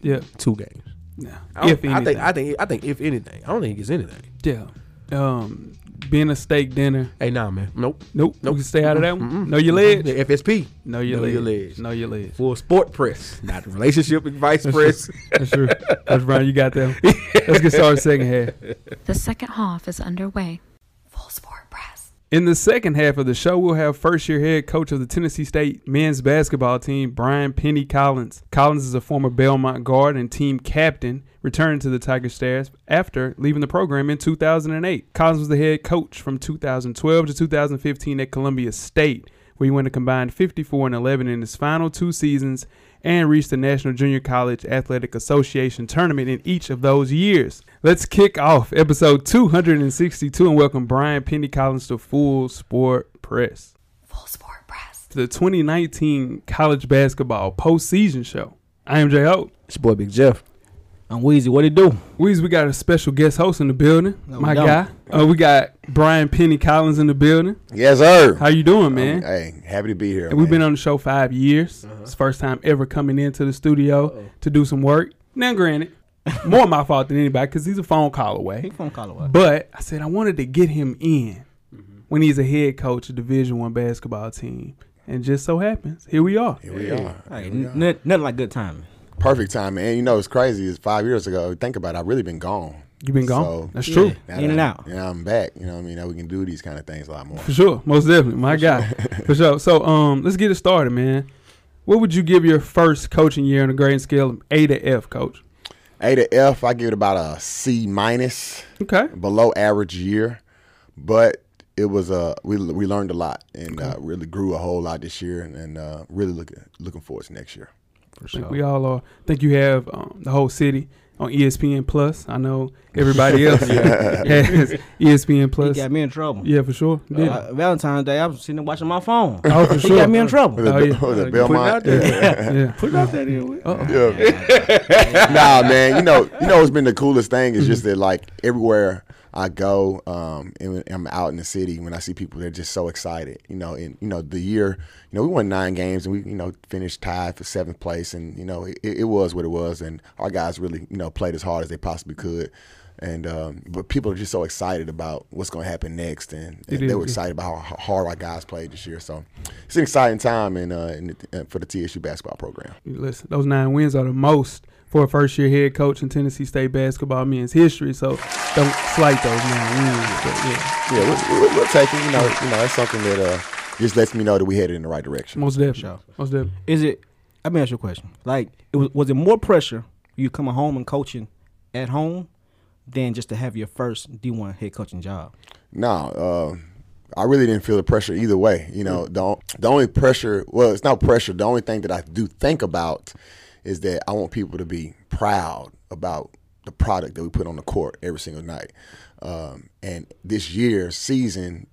[SPEAKER 3] yeah.
[SPEAKER 4] two games.
[SPEAKER 3] Nah.
[SPEAKER 4] I,
[SPEAKER 3] If
[SPEAKER 4] don't- I
[SPEAKER 3] anything.
[SPEAKER 4] think I think I think if anything, I don't think he gets anything.
[SPEAKER 3] yeah. Um, being a steak dinner.
[SPEAKER 4] Hey, nah, man. Nope.
[SPEAKER 3] Nope.
[SPEAKER 4] Nope.
[SPEAKER 3] We can stay out of that one.
[SPEAKER 4] Mm-mm.
[SPEAKER 3] Know your legs.
[SPEAKER 4] The FSP.
[SPEAKER 3] Know your
[SPEAKER 4] Know
[SPEAKER 3] legs.
[SPEAKER 4] your legs.
[SPEAKER 3] Know your legs.
[SPEAKER 4] Full sport press, not relationship
[SPEAKER 3] [laughs]
[SPEAKER 4] advice press.
[SPEAKER 3] That's true. That's Brian. You got them. [laughs] Let's get started. Second half.
[SPEAKER 2] The second half is underway. Full sport press.
[SPEAKER 3] In the second half of the show, we'll have first year head coach of the Tennessee State men's basketball team, Brian Penny Collins. Collins is a former Belmont guard and team captain, returning to the Tiger Stairs after leaving the program in 2008. Collins was the head coach from 2012 to 2015 at Columbia State, where he went a combined 54 and 11 in his final two seasons and reached the National Junior College Athletic Association tournament in each of those years. Let's kick off episode 262 and welcome Brian Penny Collins to Full Sport Press,
[SPEAKER 2] Full sport press.
[SPEAKER 3] to the 2019 college basketball postseason show. I am Jay Hope.
[SPEAKER 4] it's your boy Big Jeff.
[SPEAKER 5] I'm Weezy. What he do?
[SPEAKER 3] Weez, we got a special guest host in the building,
[SPEAKER 5] No, we
[SPEAKER 3] my
[SPEAKER 5] don't.
[SPEAKER 3] guy. Uh, we got Brian Penny Collins in the building.
[SPEAKER 8] Yes, sir.
[SPEAKER 3] How you doing, man?
[SPEAKER 8] Um, hey, happy to be here.
[SPEAKER 3] And we've
[SPEAKER 8] man.
[SPEAKER 3] been on the show five years.
[SPEAKER 5] Uh-huh.
[SPEAKER 3] It's the first time ever coming into the studio to do some work. Now, granted, more my fault than anybody because he's a phone call away.
[SPEAKER 5] Phone call away.
[SPEAKER 3] But I said I wanted to get him in
[SPEAKER 5] Mm-hmm.
[SPEAKER 3] when he's a head coach of Division One basketball team, and just so happens here we are.
[SPEAKER 8] Here we are.
[SPEAKER 5] Hey, n- n- nothing like good timing.
[SPEAKER 8] Perfect time, man. You know, it's crazy. It's five years ago. Think about it. I've really been gone.
[SPEAKER 3] You've been gone.
[SPEAKER 8] So-
[SPEAKER 3] That's true.
[SPEAKER 8] Now
[SPEAKER 5] In
[SPEAKER 8] that
[SPEAKER 5] and
[SPEAKER 8] I'm-
[SPEAKER 5] out.
[SPEAKER 8] Yeah, I'm back. You know what I mean? Now we can do these kind of things a lot more. [laughs]
[SPEAKER 3] For sure, most definitely, my guy, for sure. So, um, let's get it started, man. What would you give your first coaching year on a grading scale of A to F, coach?
[SPEAKER 8] A to F, I give it about a C minus,
[SPEAKER 3] Okay,
[SPEAKER 8] below average year, but it was uh, we we learned a lot and uh, really grew a whole lot this year, and, and uh, really looking looking forward to next year.
[SPEAKER 4] For
[SPEAKER 3] think we all are. I think you have um, the whole city on E ESPN Plus. I know [laughs] everybody else has E ESPN
[SPEAKER 5] He
[SPEAKER 3] Plus.
[SPEAKER 5] got me in trouble.
[SPEAKER 3] Yeah, for sure. You did.
[SPEAKER 5] Uh, Valentine's Day, I was sitting there watching my phone.
[SPEAKER 3] oh, for
[SPEAKER 5] he
[SPEAKER 3] sure.
[SPEAKER 5] got me in trouble.
[SPEAKER 8] [laughs]
[SPEAKER 3] Oh, yeah.
[SPEAKER 8] Was
[SPEAKER 3] Uh,
[SPEAKER 8] it
[SPEAKER 4] Put it out
[SPEAKER 8] Belmont?
[SPEAKER 3] [laughs]
[SPEAKER 4] there.
[SPEAKER 3] yeah.
[SPEAKER 4] Put it out there. then.
[SPEAKER 3] Uh-oh.
[SPEAKER 8] [laughs] nah, man. You know, you know, what's been the coolest thing is
[SPEAKER 3] Mm-hmm.
[SPEAKER 8] just that like everywhere I go, um, and when I'm out in the city when I see people, they're just so excited. You know, and you know the year, you know, we won nine games and we, you know, finished tied for seventh place, and you know, it, it was what it was, and our guys really, you know, played as hard as they possibly could. And um, but people are just so excited about what's going to happen next, and, and
[SPEAKER 3] It
[SPEAKER 8] they
[SPEAKER 3] is,
[SPEAKER 8] were
[SPEAKER 3] yeah.
[SPEAKER 8] excited about how h- hard our guys played this year. So it's an exciting time, and uh, in the, uh, for the TSU basketball program.
[SPEAKER 3] Listen, those nine wins are the most for a first year head coach in Tennessee State basketball men's history. So don't slight those nine wins. But yeah,
[SPEAKER 8] Yeah, we'll, we'll, we'll take it. You know, you know, that's something that uh, just lets me know that we headed in the right direction.
[SPEAKER 3] most definitely.
[SPEAKER 5] Sure.
[SPEAKER 3] Most definitely.
[SPEAKER 5] Is it? Let me ask you a question. Like, it was, was it more pressure you coming home and coaching at home than just to have your first D one head coaching job?
[SPEAKER 8] No, uh, I really didn't feel the pressure either way. You know, the on- the only pressure, well, it's not pressure. The only thing that I do think about is that I want people to be proud about the product that we put on the court every single night. Um, and this year's season,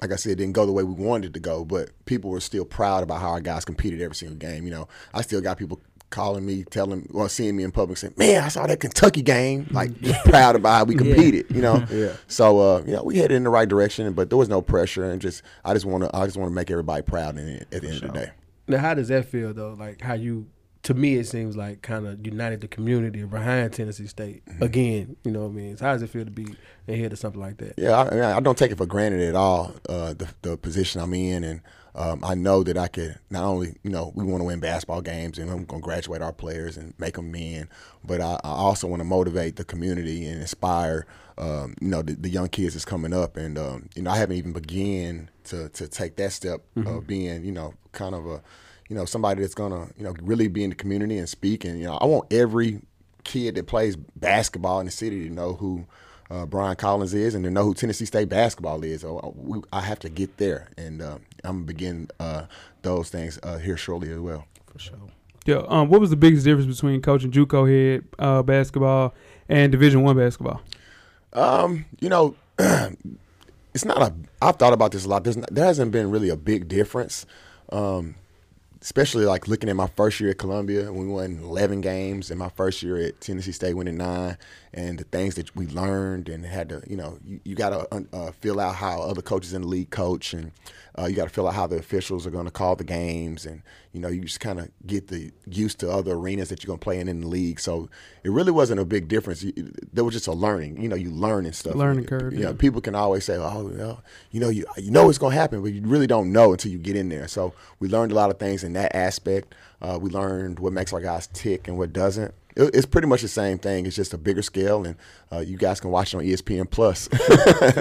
[SPEAKER 8] like I said, didn't go the way we wanted it to go, but people were still proud about how our guys competed every single game. You know, I still got people calling me, telling, well, seeing me in public, saying, "Man, I saw that Kentucky game." Like, just proud about how we competed. You know, yeah. So, uh, you know, we headed in the right direction, but there was no pressure, and just I just want to, I just want to make everybody proud. In, at the end of the day,
[SPEAKER 4] Now, how does that feel though? Like how you to me, it seems like kind of united the community behind Tennessee State
[SPEAKER 5] Mm-hmm.
[SPEAKER 4] again. You know what I mean? So how does it feel to be ahead of something like that?
[SPEAKER 8] Yeah, I, I mean, I don't take it for granted at all. Uh, the the position I'm in, and um, I know that I could not only you know we want to win basketball games, and I'm going to graduate our players and make them men, but I, I also want to motivate the community and inspire um, you know the, the young kids that's coming up, and um, you know I haven't even began to to take that step of being you know kind of a you know somebody that's gonna you know really be in the community and speak, and you know I want every kid that plays basketball in the city to know who uh, Brian Collins is and to know who Tennessee State basketball is. So I, we, I have to get there, and uh, I'm gonna begin uh, those things uh, here shortly as well.
[SPEAKER 5] for sure.
[SPEAKER 3] Yeah. Um, what was the biggest difference between coaching JUCO head uh, basketball and Division One basketball?
[SPEAKER 8] Um, you know, it's not a. I've thought about this a lot. There's not, there hasn't been really a big difference, um, especially like looking at my first year at Columbia when we won 11 games, and my first year at Tennessee State winning nine, and the things that we learned and had to, you know, you, you got to uh, feel out how other coaches in the league coach, and uh, you got to feel out how the officials are going to call the games, and you know, you just kind of get the used to other arenas that you're going to play in in the league. So it really wasn't a big difference. You- There was just a learning, you know, you learn and stuff.
[SPEAKER 3] Learning curve,
[SPEAKER 8] You
[SPEAKER 3] yeah.
[SPEAKER 8] know, people can always say, "Oh, well, you know, you you know it's gonna happen," but you really don't know until you get in there. So we learned a lot of things in that aspect. Uh, we learned what makes our guys tick and what doesn't. It- it's pretty much the same thing. It's just a bigger scale, and uh, you guys can watch it on ESPN Plus. [laughs]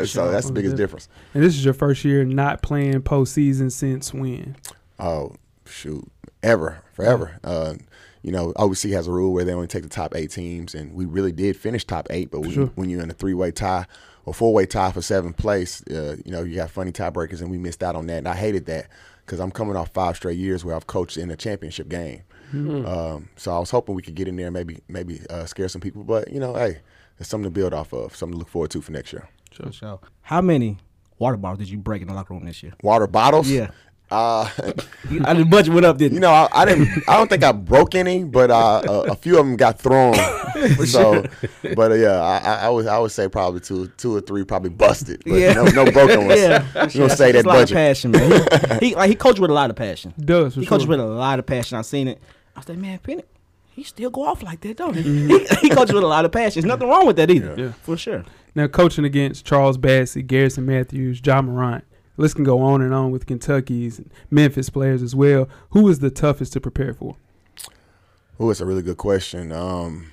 [SPEAKER 8] so that's the biggest difference.
[SPEAKER 3] And this is your first year not playing postseason since when?
[SPEAKER 8] Oh shoot, ever, forever. Uh, you know, OVC has a rule where they only take the top eight teams, and we really did finish top eight. But when,
[SPEAKER 3] Sure.
[SPEAKER 8] when you're in a three way tie or four way tie for seventh place, uh, you know, you got funny tiebreakers, and we missed out on that. And I hated that because I'm coming off five straight years where I've coached in a championship game. Um, so I was hoping we could get in there, and maybe maybe uh, scare some people. But you know, hey, it's something to build off of, something to look forward to for next year.
[SPEAKER 5] For sure. How many water bottles did you break in the locker room this year?
[SPEAKER 8] Water bottles.
[SPEAKER 5] Yeah.
[SPEAKER 8] Uh, [laughs]
[SPEAKER 5] I just bunch went up, didn't
[SPEAKER 8] You know, I, I didn't. I don't think I broke any, but uh, a, a few of them got
[SPEAKER 5] [laughs]
[SPEAKER 8] thrown. so, but uh, yeah, I, I- I would I would say probably two two or three probably busted. But
[SPEAKER 5] Yeah.
[SPEAKER 8] no, no broken ones.
[SPEAKER 5] Yeah,
[SPEAKER 8] [laughs] You don't say that
[SPEAKER 5] It's a lot of
[SPEAKER 8] budget.
[SPEAKER 5] passion, man. He, he like he coached with a lot of passion.
[SPEAKER 3] Does for
[SPEAKER 5] He coached
[SPEAKER 3] sure.
[SPEAKER 5] with a lot of passion. I seen it. I was like, man, Penny, he still go off like that, don't he? [laughs] he, he coaches with a lot of passion. There's nothing wrong with that either,
[SPEAKER 3] Yeah.
[SPEAKER 5] for sure.
[SPEAKER 3] Now coaching against Charles Bassey, Garrison Matthews, John Morant. List can go on and on with Kentucky's and Memphis players as well. Who was the toughest to prepare for?
[SPEAKER 8] Oh, it's a really good question. Um,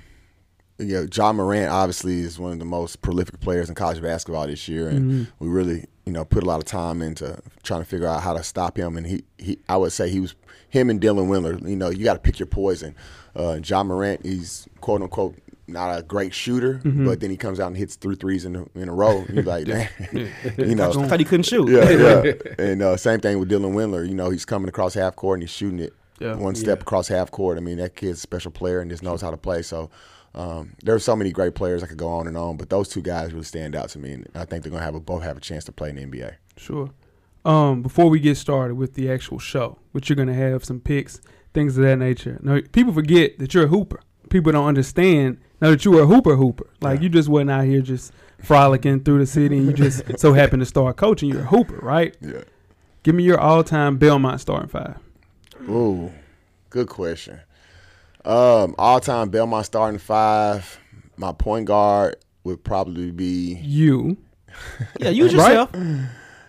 [SPEAKER 8] yeah, John Morant obviously is one of the most prolific players in college basketball this year, and we really you know put a lot of time into trying to figure out how to stop him. And he, he I would say he was him and Dylan Windler. You know, you got to pick your poison. Uh, John Morant, he's quote unquote not a great shooter, but then he comes out and hits three threes in a, in a row. You're like, man, [laughs] you know,
[SPEAKER 5] I thought he couldn't shoot.
[SPEAKER 3] [laughs]
[SPEAKER 8] yeah, yeah. And uh, same thing with Dylan Windler. You know, he's coming across half court and he's shooting it
[SPEAKER 3] Yeah.
[SPEAKER 8] one step across half court. I mean, that kid's a special player and just knows how to play. So um, there are so many great players I could go on and on, but those two guys really stand out to me, and I think they're gonna have a, both have a chance to play in the NBA.
[SPEAKER 3] Sure. Um, before we get started with the actual show, which you're gonna have some picks, things of that nature. Now, people forget that you're a hooper. People don't understand now that you were a hooper hooper. Like you just wasn't out here just frolicking through the city and you just so happened to start coaching. You're a hooper, right?
[SPEAKER 8] Yeah.
[SPEAKER 3] Give me your all time Belmont starting five.
[SPEAKER 8] Ooh, good question. Um, all time Belmont starting five. My point guard would probably be
[SPEAKER 3] You.
[SPEAKER 5] yeah use yourself.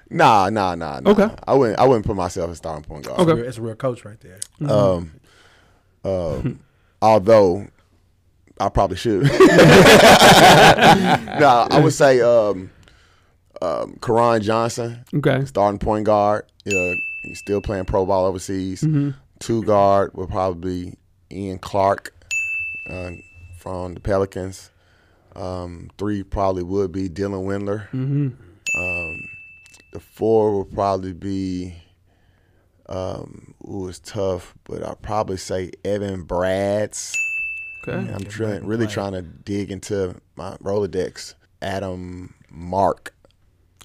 [SPEAKER 8] nah, nah, nah, nah.
[SPEAKER 3] Okay.
[SPEAKER 8] I wouldn't. I wouldn't put myself as starting point guard.
[SPEAKER 3] Okay.
[SPEAKER 4] Real- That's a real coach right there.
[SPEAKER 8] Um, um, [laughs] although I probably should. [laughs] no, I would say um, um, Karan Johnson,
[SPEAKER 3] Okay.
[SPEAKER 8] starting point guard. Yeah, he's still playing pro ball overseas.
[SPEAKER 3] Mm-hmm.
[SPEAKER 8] Two guard would probably Ian Clark uh, from the Pelicans. Um, three probably would be Dylan Windler.
[SPEAKER 3] Mm-hmm.
[SPEAKER 8] The four would probably be, um, ooh, it's tough, but I'll probably say Evan Brad's.
[SPEAKER 3] Okay.
[SPEAKER 8] I'm trying, really trying to dig into my Rolodex. Adam Mark.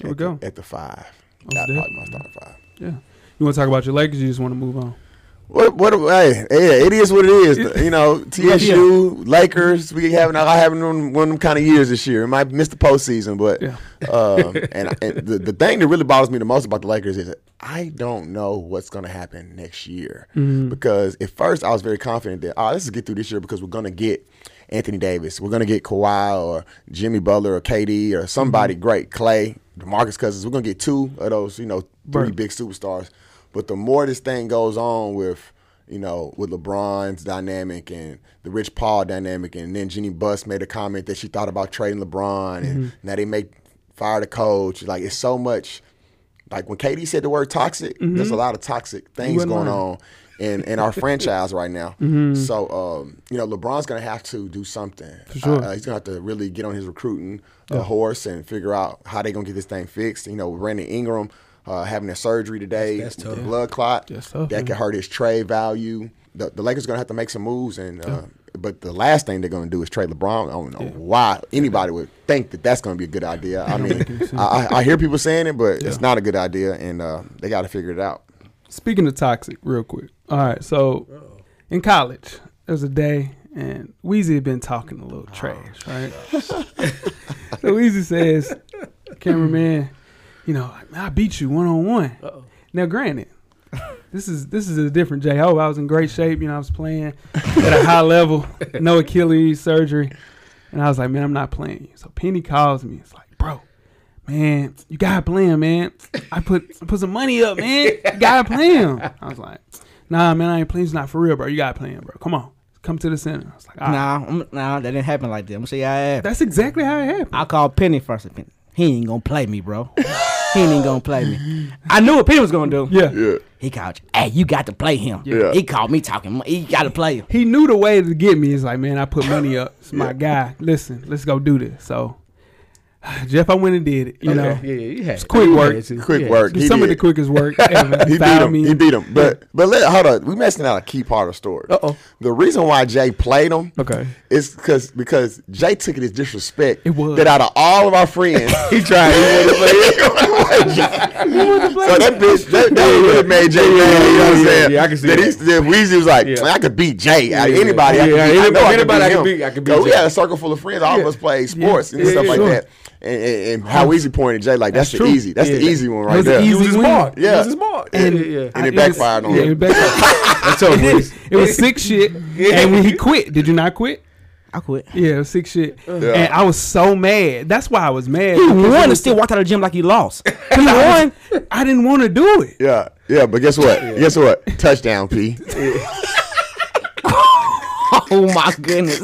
[SPEAKER 3] There we
[SPEAKER 8] at the-
[SPEAKER 3] go.
[SPEAKER 8] at the five.
[SPEAKER 3] Most
[SPEAKER 8] That's
[SPEAKER 3] def-
[SPEAKER 8] probably my starting five.
[SPEAKER 3] Yeah. You want to talk about your Lakers? You just want to move on.
[SPEAKER 8] What? What? Hey, hey, it is what it is. You know, TSU, Lakers. We having I having one, one of them kind of years this year. It might miss the postseason, but uh, and, and the, the thing that really bothers me the most about the Lakers is I don't know what's going to happen next year because at first I was very confident that oh, this is get through this year because we're going to get Anthony Davis, we're going to get Kawhi or Jimmy Butler or KD or somebody great, Clay, DeMarcus Cousins. We're going to get two of those, you know, three
[SPEAKER 3] Right.
[SPEAKER 8] big superstars. But the more this thing goes on with, you know, with LeBron's dynamic and the Rich Paul dynamic, and then Jenny Buss made a comment that she thought about trading LeBron, and
[SPEAKER 3] Mm-hmm.
[SPEAKER 8] now they make fire the coach. Like it's so much. Like when KD said the word toxic, there's a lot of toxic things
[SPEAKER 3] Mm-hmm. wasn't Mm-hmm.
[SPEAKER 8] going
[SPEAKER 3] lying.
[SPEAKER 8] on on in, in our franchise
[SPEAKER 3] [laughs]
[SPEAKER 8] right now. So, um, you know, LeBron's going to have to do something.
[SPEAKER 3] sure.
[SPEAKER 8] Uh, he's going to have to really get on his recruiting uh, horse and figure out how they're going to get this thing fixed. You know, Brandon Ingram uh, having that surgery today, with the blood clot,
[SPEAKER 3] That's tough,
[SPEAKER 8] that
[SPEAKER 3] man.
[SPEAKER 8] could hurt his trade value. The, the Lakers going to have to make some moves and. Uh, but the last thing they're going to do is trade LeBron. I don't know why anybody would think that that's going to be a good idea. I mean, I, I I hear people saying it, but it's not a good idea, and uh, they got to figure
[SPEAKER 3] [laughs]
[SPEAKER 8] it out.
[SPEAKER 3] Speaking of toxic, real quick. All right, so in college, there was a day, and Weezy had been talking a little trash, right? so Weezy says, "Cameraman, you know, I beat you one on one." Now, granted, this is this is a different J Ho. I was in great shape, you know, I was playing at a high level, no Achilles surgery, and I was like, "Man, I'm not playing you." So Penny calls me. It's like, "Bro." man, you gotta play him, man. I put I put some money up, man. You gotta play him. I was like, nah, man, I ain't playing. It's not for real, bro. You gotta play him, bro. Come on, come to the center. I was like, All right.
[SPEAKER 5] Nah, I'm, nah, that didn't happen like that. I'm gonna say I happened.
[SPEAKER 3] Ah. that's exactly how it happened.
[SPEAKER 5] I called Penny first. and Penny, he ain't gonna play me, bro. he ain't gonna play me. I knew what Penny was gonna do.
[SPEAKER 3] yeah.
[SPEAKER 5] He called you. Hey, you got to play him.
[SPEAKER 8] Yeah.
[SPEAKER 5] He called me talking. You got to play him.
[SPEAKER 3] he knew the way to get me. He's like, man, I put money up. It's my guy. Listen, let's go do this. So. [sighs] Jeff, I went and did it. You know,
[SPEAKER 4] yeah, yeah, you had
[SPEAKER 3] it's quick
[SPEAKER 4] you
[SPEAKER 3] work.
[SPEAKER 4] had to.
[SPEAKER 8] Quick
[SPEAKER 4] Yeah.
[SPEAKER 8] work. He
[SPEAKER 3] some of
[SPEAKER 8] did.
[SPEAKER 3] the quickest work
[SPEAKER 8] [laughs]
[SPEAKER 3] ever.
[SPEAKER 8] he beat
[SPEAKER 3] Foul
[SPEAKER 8] him.
[SPEAKER 3] me.
[SPEAKER 8] He beat him. But but let hold on. We messing out a key part of the story.
[SPEAKER 4] Uh-oh.
[SPEAKER 8] The reason why Jay played him,
[SPEAKER 3] Okay.
[SPEAKER 8] is because because Jay took it as disrespect.
[SPEAKER 3] It was.
[SPEAKER 8] that out of all of
[SPEAKER 3] [laughs]
[SPEAKER 8] our friends, he tried. He wasn't playing. so that bitch, that, that really made Jay mad. You know what I'm saying?
[SPEAKER 4] yeah, I can see
[SPEAKER 8] that.
[SPEAKER 4] that.
[SPEAKER 8] He, that Weezy was like,
[SPEAKER 4] Yeah.
[SPEAKER 8] "Man, I could beat Jay. out of
[SPEAKER 4] Yeah,
[SPEAKER 8] anybody,
[SPEAKER 4] yeah,
[SPEAKER 8] I could
[SPEAKER 4] yeah,
[SPEAKER 8] beat, I know
[SPEAKER 4] anybody I
[SPEAKER 8] I
[SPEAKER 4] could
[SPEAKER 8] could
[SPEAKER 4] beat, I could beat
[SPEAKER 8] Jay. We
[SPEAKER 4] Jay.
[SPEAKER 8] had a circle full of friends. All of us played sports and
[SPEAKER 3] Yeah,
[SPEAKER 8] stuff
[SPEAKER 3] yeah,
[SPEAKER 8] like
[SPEAKER 3] sure.
[SPEAKER 8] that. And, and, and how Weezy pointed Jay like that's,
[SPEAKER 3] That's true.
[SPEAKER 8] the easy. That's the
[SPEAKER 4] Yeah.
[SPEAKER 8] easy one
[SPEAKER 3] It
[SPEAKER 8] right
[SPEAKER 3] was an
[SPEAKER 8] there.
[SPEAKER 4] He was
[SPEAKER 3] Easy
[SPEAKER 4] his
[SPEAKER 3] win.
[SPEAKER 4] mark.
[SPEAKER 8] Yeah.
[SPEAKER 4] He was his mark. Yeah,
[SPEAKER 3] And-
[SPEAKER 4] yeah, yeah.
[SPEAKER 8] And it
[SPEAKER 3] was-
[SPEAKER 8] backfired on
[SPEAKER 3] yeah,
[SPEAKER 8] him.
[SPEAKER 3] It backfired.
[SPEAKER 4] That's
[SPEAKER 8] [laughs]
[SPEAKER 4] all,
[SPEAKER 3] it,
[SPEAKER 4] Weezy.
[SPEAKER 3] was- it was
[SPEAKER 4] [laughs]
[SPEAKER 3] sick shit. And when he quit, did you not quit?
[SPEAKER 5] I quit.
[SPEAKER 3] Yeah, it was sick shit. And I was so mad. That's why I was mad.
[SPEAKER 5] He
[SPEAKER 3] because it
[SPEAKER 5] won and
[SPEAKER 3] was- [laughs]
[SPEAKER 5] still walked out of the gym like he lost. [laughs]
[SPEAKER 3] because I was- I didn't want to do it.
[SPEAKER 8] Yeah, yeah, but guess what? Guess what? Touchdown, P.
[SPEAKER 5] oh my goodness.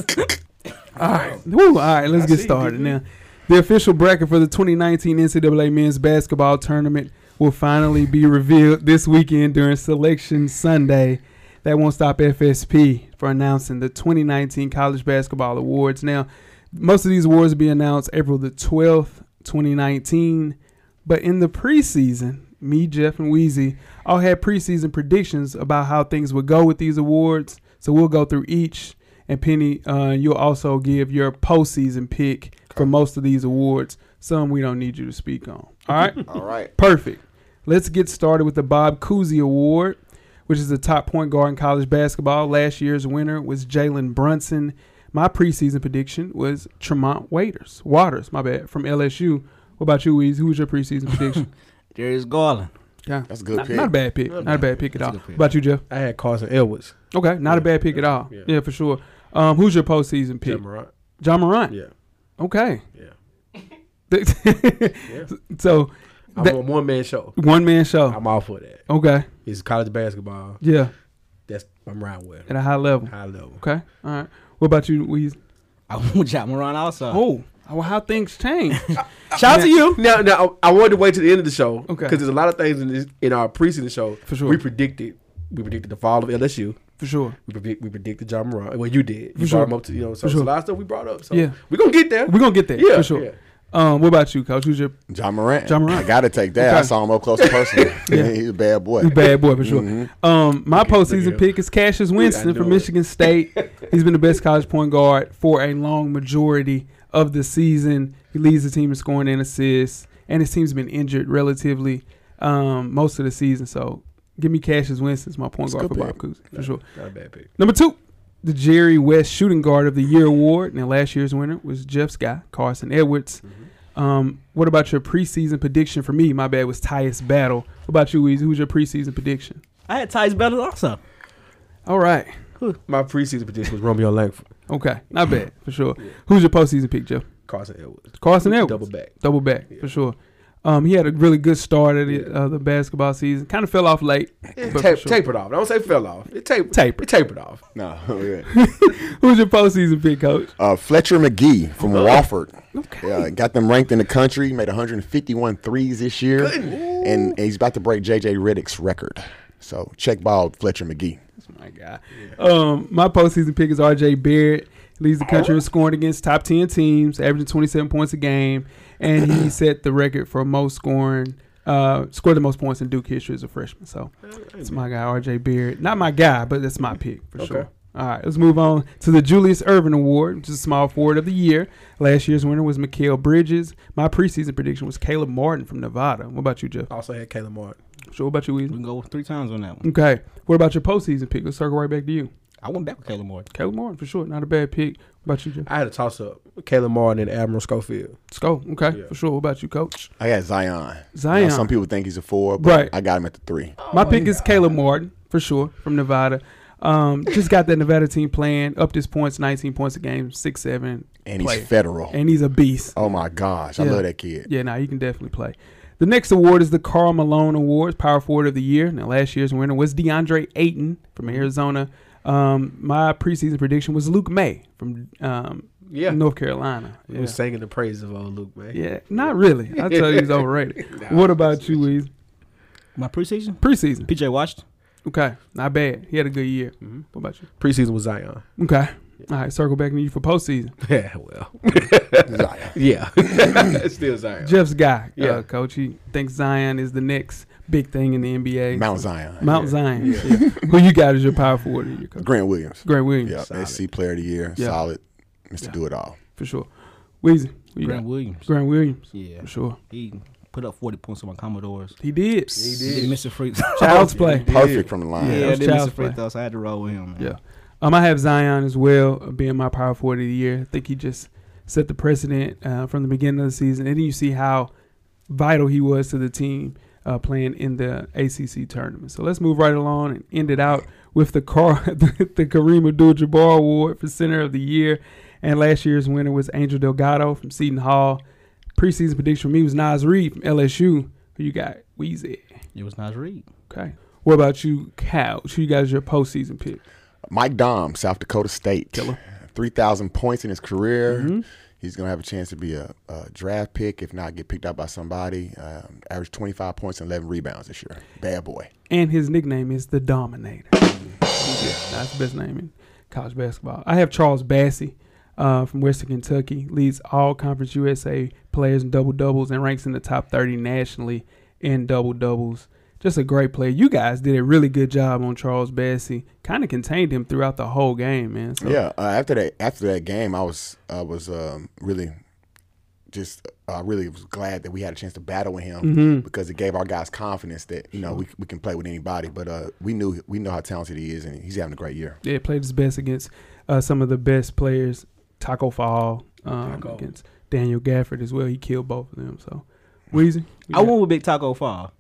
[SPEAKER 3] Woo, all right, let's get started now. The official bracket for the 2019 NCAA men's basketball tournament will finally be revealed this weekend during Selection Sunday. That won't stop FSP for announcing the 2019 College Basketball Awards. Now, most of these awards will be announced April the 12th, 2019. But in the preseason, me, Jeff, and Wheezy all had preseason predictions about how things would go with these awards. So we'll go through each. And Penny, uh, you'll also give your postseason pick for most of these awards. Some we don't need you to speak on. All right?
[SPEAKER 8] [laughs] All right.
[SPEAKER 3] Perfect. Let's get started with the Bob Cousy Award, which is the top point guard in college basketball. Last year's winner was Jalen Brunson. My preseason prediction was Tremont Waiters, Waters, my bad, from LSU. What about you, Weez? Who was your preseason prediction?
[SPEAKER 5] Darius Garland.
[SPEAKER 3] yeah.
[SPEAKER 8] That's a good
[SPEAKER 3] not,
[SPEAKER 8] pick.
[SPEAKER 3] Not a bad pick. Not, a bad pick at all. What about you, Jeff?
[SPEAKER 4] I had Carson Edwards.
[SPEAKER 3] Okay, not a bad pick at all. Yeah, for sure. Um, who's your postseason pick?
[SPEAKER 4] Yeah, Morant.
[SPEAKER 3] John Morant.
[SPEAKER 4] Yeah.
[SPEAKER 3] Okay.
[SPEAKER 4] Yeah.
[SPEAKER 3] [laughs] So,
[SPEAKER 4] I'm
[SPEAKER 3] That-
[SPEAKER 4] a one man show.
[SPEAKER 3] one man show.
[SPEAKER 4] I'm all for that.
[SPEAKER 3] Okay.
[SPEAKER 4] It's college basketball.
[SPEAKER 3] Oh. Yeah.
[SPEAKER 4] That's I'm riding with.
[SPEAKER 3] At a high level.
[SPEAKER 4] High level.
[SPEAKER 3] Okay. All right. What about you, Weez?
[SPEAKER 5] I want John Moran also.
[SPEAKER 3] Oh, well, how things change.
[SPEAKER 4] Shout out to you. Now, now I I wanted to wait to the end of the show because
[SPEAKER 3] Okay.
[SPEAKER 4] there's a lot of things in this, in our preseason show.
[SPEAKER 3] For sure.
[SPEAKER 4] we predicted we predicted the fall of LSU.
[SPEAKER 3] [laughs] for sure.
[SPEAKER 4] We, predict, we predicted John Moran. Well, you did. You brought
[SPEAKER 3] sure.
[SPEAKER 4] him up to you know. So,
[SPEAKER 3] For
[SPEAKER 4] so
[SPEAKER 3] sure.
[SPEAKER 4] a lot of stuff we brought up. So
[SPEAKER 3] Yeah.
[SPEAKER 4] we're gonna get there.
[SPEAKER 3] We're gonna get there.
[SPEAKER 4] Yeah,
[SPEAKER 3] for sure.
[SPEAKER 4] yeah.
[SPEAKER 3] Um, what about you, Coach? Who's your
[SPEAKER 8] John Morant.
[SPEAKER 3] John Morant.
[SPEAKER 8] I got to take that. I
[SPEAKER 3] Okay.
[SPEAKER 8] saw him up close
[SPEAKER 4] [laughs]
[SPEAKER 8] and personal. He's a bad boy.
[SPEAKER 3] He's a bad boy for sure.
[SPEAKER 8] Mm-hmm.
[SPEAKER 3] Um, my postseason
[SPEAKER 4] him.
[SPEAKER 3] pick is Cassius Winston
[SPEAKER 4] knew
[SPEAKER 3] from
[SPEAKER 4] it.
[SPEAKER 3] Michigan
[SPEAKER 8] [laughs]
[SPEAKER 3] State. He's been the best college point guard for a long majority of the season. He leads the team in scoring and assists, and his team's been injured relatively um, most of the season. So Give me Cassius Winston's my point guard for
[SPEAKER 8] good
[SPEAKER 3] Bob
[SPEAKER 8] pick.
[SPEAKER 3] Cousy for sure.
[SPEAKER 4] Not a bad pick.
[SPEAKER 3] Number two, the Jerry West Shooting Guard of the Year award. Now, last year's winner was Jeff Sky, Carson Edwards.
[SPEAKER 4] Mm-hmm.
[SPEAKER 3] Um, what about your preseason prediction for me? My bad was Tyus Battle. What about you, Weezy? Who's your preseason prediction?
[SPEAKER 6] I had Ty's better also.
[SPEAKER 3] All right.
[SPEAKER 4] My preseason prediction was Romeo Langford,
[SPEAKER 3] Okay. Not bad, for sure. Who's your postseason pick, Jeff?
[SPEAKER 4] Carson Edwards,
[SPEAKER 3] Carson Edwards.
[SPEAKER 4] double back.
[SPEAKER 3] Double back, for sure. Um, he had a really good start at the, uh, the basketball season. Kind of fell off late.
[SPEAKER 4] Yeah,
[SPEAKER 3] but
[SPEAKER 4] tape,
[SPEAKER 3] for sure.
[SPEAKER 4] Tapered off. I don't say fell off. It tapered.
[SPEAKER 3] Tapered.
[SPEAKER 4] It tapered off.
[SPEAKER 8] [laughs] No. [laughs] yeah.
[SPEAKER 3] Who's your postseason pick, coach?
[SPEAKER 8] Uh, Fletcher McGee from
[SPEAKER 3] Oh.
[SPEAKER 8] Wofford. Yeah, got them ranked in the country. Made 151 threes this year, and, and he's about to break JJ Reddick's record. So check ball Fletcher McGee.
[SPEAKER 3] My God. Um, my postseason pick is RJ Barrett. Leads the country in scoring against top 10 teams, averaging 27 points a game. And he set the record for most scoring, uh, scored the most points in Duke history as a freshman. So it's my guy, RJ Barrett. Not my guy, but that's my pick for sure. All right, let's move on to the Julius Irvin Award, which is Small Forward of the Year. Last year's winner was Mikael Bridges. My preseason prediction was Caleb Martin from Nevada. What about you, Jeff?
[SPEAKER 4] I also had Caleb Martin.
[SPEAKER 3] Sure, what about you,
[SPEAKER 5] We
[SPEAKER 3] Weezy?
[SPEAKER 5] can go three times on that one.
[SPEAKER 3] Okay, what about your postseason pick? Let's circle right back to you.
[SPEAKER 5] I went back with Caleb Moore.
[SPEAKER 3] Caleb Martin for sure. Not a bad pick. What about you, Jeff?
[SPEAKER 4] I had a toss up. Caleb Martin and Admiral Schofield.
[SPEAKER 3] Let's go. Okay, for sure. What about you, Coach?
[SPEAKER 8] I got Zion.
[SPEAKER 3] Zion.
[SPEAKER 8] Now, some people think he's a four, but
[SPEAKER 3] Right.
[SPEAKER 8] I got him at the three.
[SPEAKER 3] My pick is Caleb Martin for sure from Nevada. Um, just got that Nevada team playing up his points, 19 points a game, six seven,
[SPEAKER 8] And he's
[SPEAKER 3] player.
[SPEAKER 8] federal.
[SPEAKER 3] and he's a beast.
[SPEAKER 8] oh my gosh, I
[SPEAKER 3] Yeah.
[SPEAKER 8] love that kid.
[SPEAKER 3] Yeah, now nah, he can definitely play. The next award is the Carl Malone Award, Power Forward of the Year. Now, last year's winner was DeAndre Ayton from
[SPEAKER 4] Mm-hmm.
[SPEAKER 3] Arizona. Um, my preseason prediction was Luke May from um,
[SPEAKER 4] Yeah.
[SPEAKER 3] North Carolina.
[SPEAKER 4] He was singing the praises of old Luke, man.
[SPEAKER 3] Yeah, not really. I tell you, he's overrated. what about you, Weez?
[SPEAKER 5] My preseason?
[SPEAKER 3] Preseason.
[SPEAKER 5] PJ watched.
[SPEAKER 3] Okay, not bad. He had a good year.
[SPEAKER 5] Mm-hmm.
[SPEAKER 3] What about you?
[SPEAKER 4] Preseason was Zion. [laughs]
[SPEAKER 3] Okay. All right, circle back to you for postseason.
[SPEAKER 4] Yeah, well.
[SPEAKER 3] [laughs]
[SPEAKER 4] [laughs]
[SPEAKER 8] Zion.
[SPEAKER 4] Yeah. Still Zion.
[SPEAKER 3] Jeff's guy, yeah.
[SPEAKER 4] Yeah.
[SPEAKER 3] coach. He thinks Zion is the next big thing in the NBA.
[SPEAKER 8] Mount Zion.
[SPEAKER 3] Mount Zion. yeah. Who you got as your power forward of the year, coach?
[SPEAKER 8] Grant Williams.
[SPEAKER 3] Grant Williams,
[SPEAKER 8] Yeah, SC Player of the Year.
[SPEAKER 3] Yeah.
[SPEAKER 8] Solid. Mr. Do It All.
[SPEAKER 3] for sure. Weezy. who you
[SPEAKER 5] Grant
[SPEAKER 3] got?
[SPEAKER 5] Williams.
[SPEAKER 3] Grant Williams.
[SPEAKER 5] Yeah.
[SPEAKER 3] For sure.
[SPEAKER 5] He put up 40 points on my Commodores.
[SPEAKER 3] He did.
[SPEAKER 5] He did miss a free throw.
[SPEAKER 3] Child's play.
[SPEAKER 8] Perfect from the line.
[SPEAKER 5] [laughs] Yeah,
[SPEAKER 3] it was
[SPEAKER 5] they missed
[SPEAKER 3] child's
[SPEAKER 5] a free
[SPEAKER 3] play.
[SPEAKER 5] throw, so I had to roll with him. Man.
[SPEAKER 3] Yeah. Um, I have Zion as well uh, being my power forward of the year. I think he just set the precedent uh, from the beginning of the season, and then you see how vital he was to the team uh, playing in the ACC tournament. So let's move right along and end it out with the car, [laughs] the, the Kareem Abdul-Jabbar Award for Center of the Year, and last year's winner was Angel Delgado from Seton Hall. Preseason prediction for me was Nas Reed from LSU. Who you got? Weezy.
[SPEAKER 5] It was Nas Reed.
[SPEAKER 3] Okay. What about you, Couch? Who you got as your postseason pick?
[SPEAKER 8] Mike Dom, South Dakota State. 3,000 points in his career. He's going to have a chance to be a, a draft pick, if not get picked up by somebody. Um, averaged 25 points and 11 rebounds this year. Bad boy.
[SPEAKER 3] and his nickname is the Dominator. That's the best name in college basketball. I have Charles Bassey uh, from Western Kentucky. Leads all Conference USA players in double doubles and ranks in the top 30 nationally in double doubles. Just a great player. You guys did a really good job on Charles Bassey. Kind of contained him throughout the whole game, man. So
[SPEAKER 8] Yeah. Uh, after that, after that game, I was I was um, really just I really was glad that we had a chance to battle with him because it gave our guys confidence that you know we, we can play with anybody. But uh, we knew we know how talented he is, and he's having a great year.
[SPEAKER 3] Yeah, played his best against uh, some of the best players. Taco Fall um, against Daniel Gafford as well. He killed both of them. So, Weezy. you
[SPEAKER 5] I
[SPEAKER 3] got-
[SPEAKER 5] went with Big Taco Fall.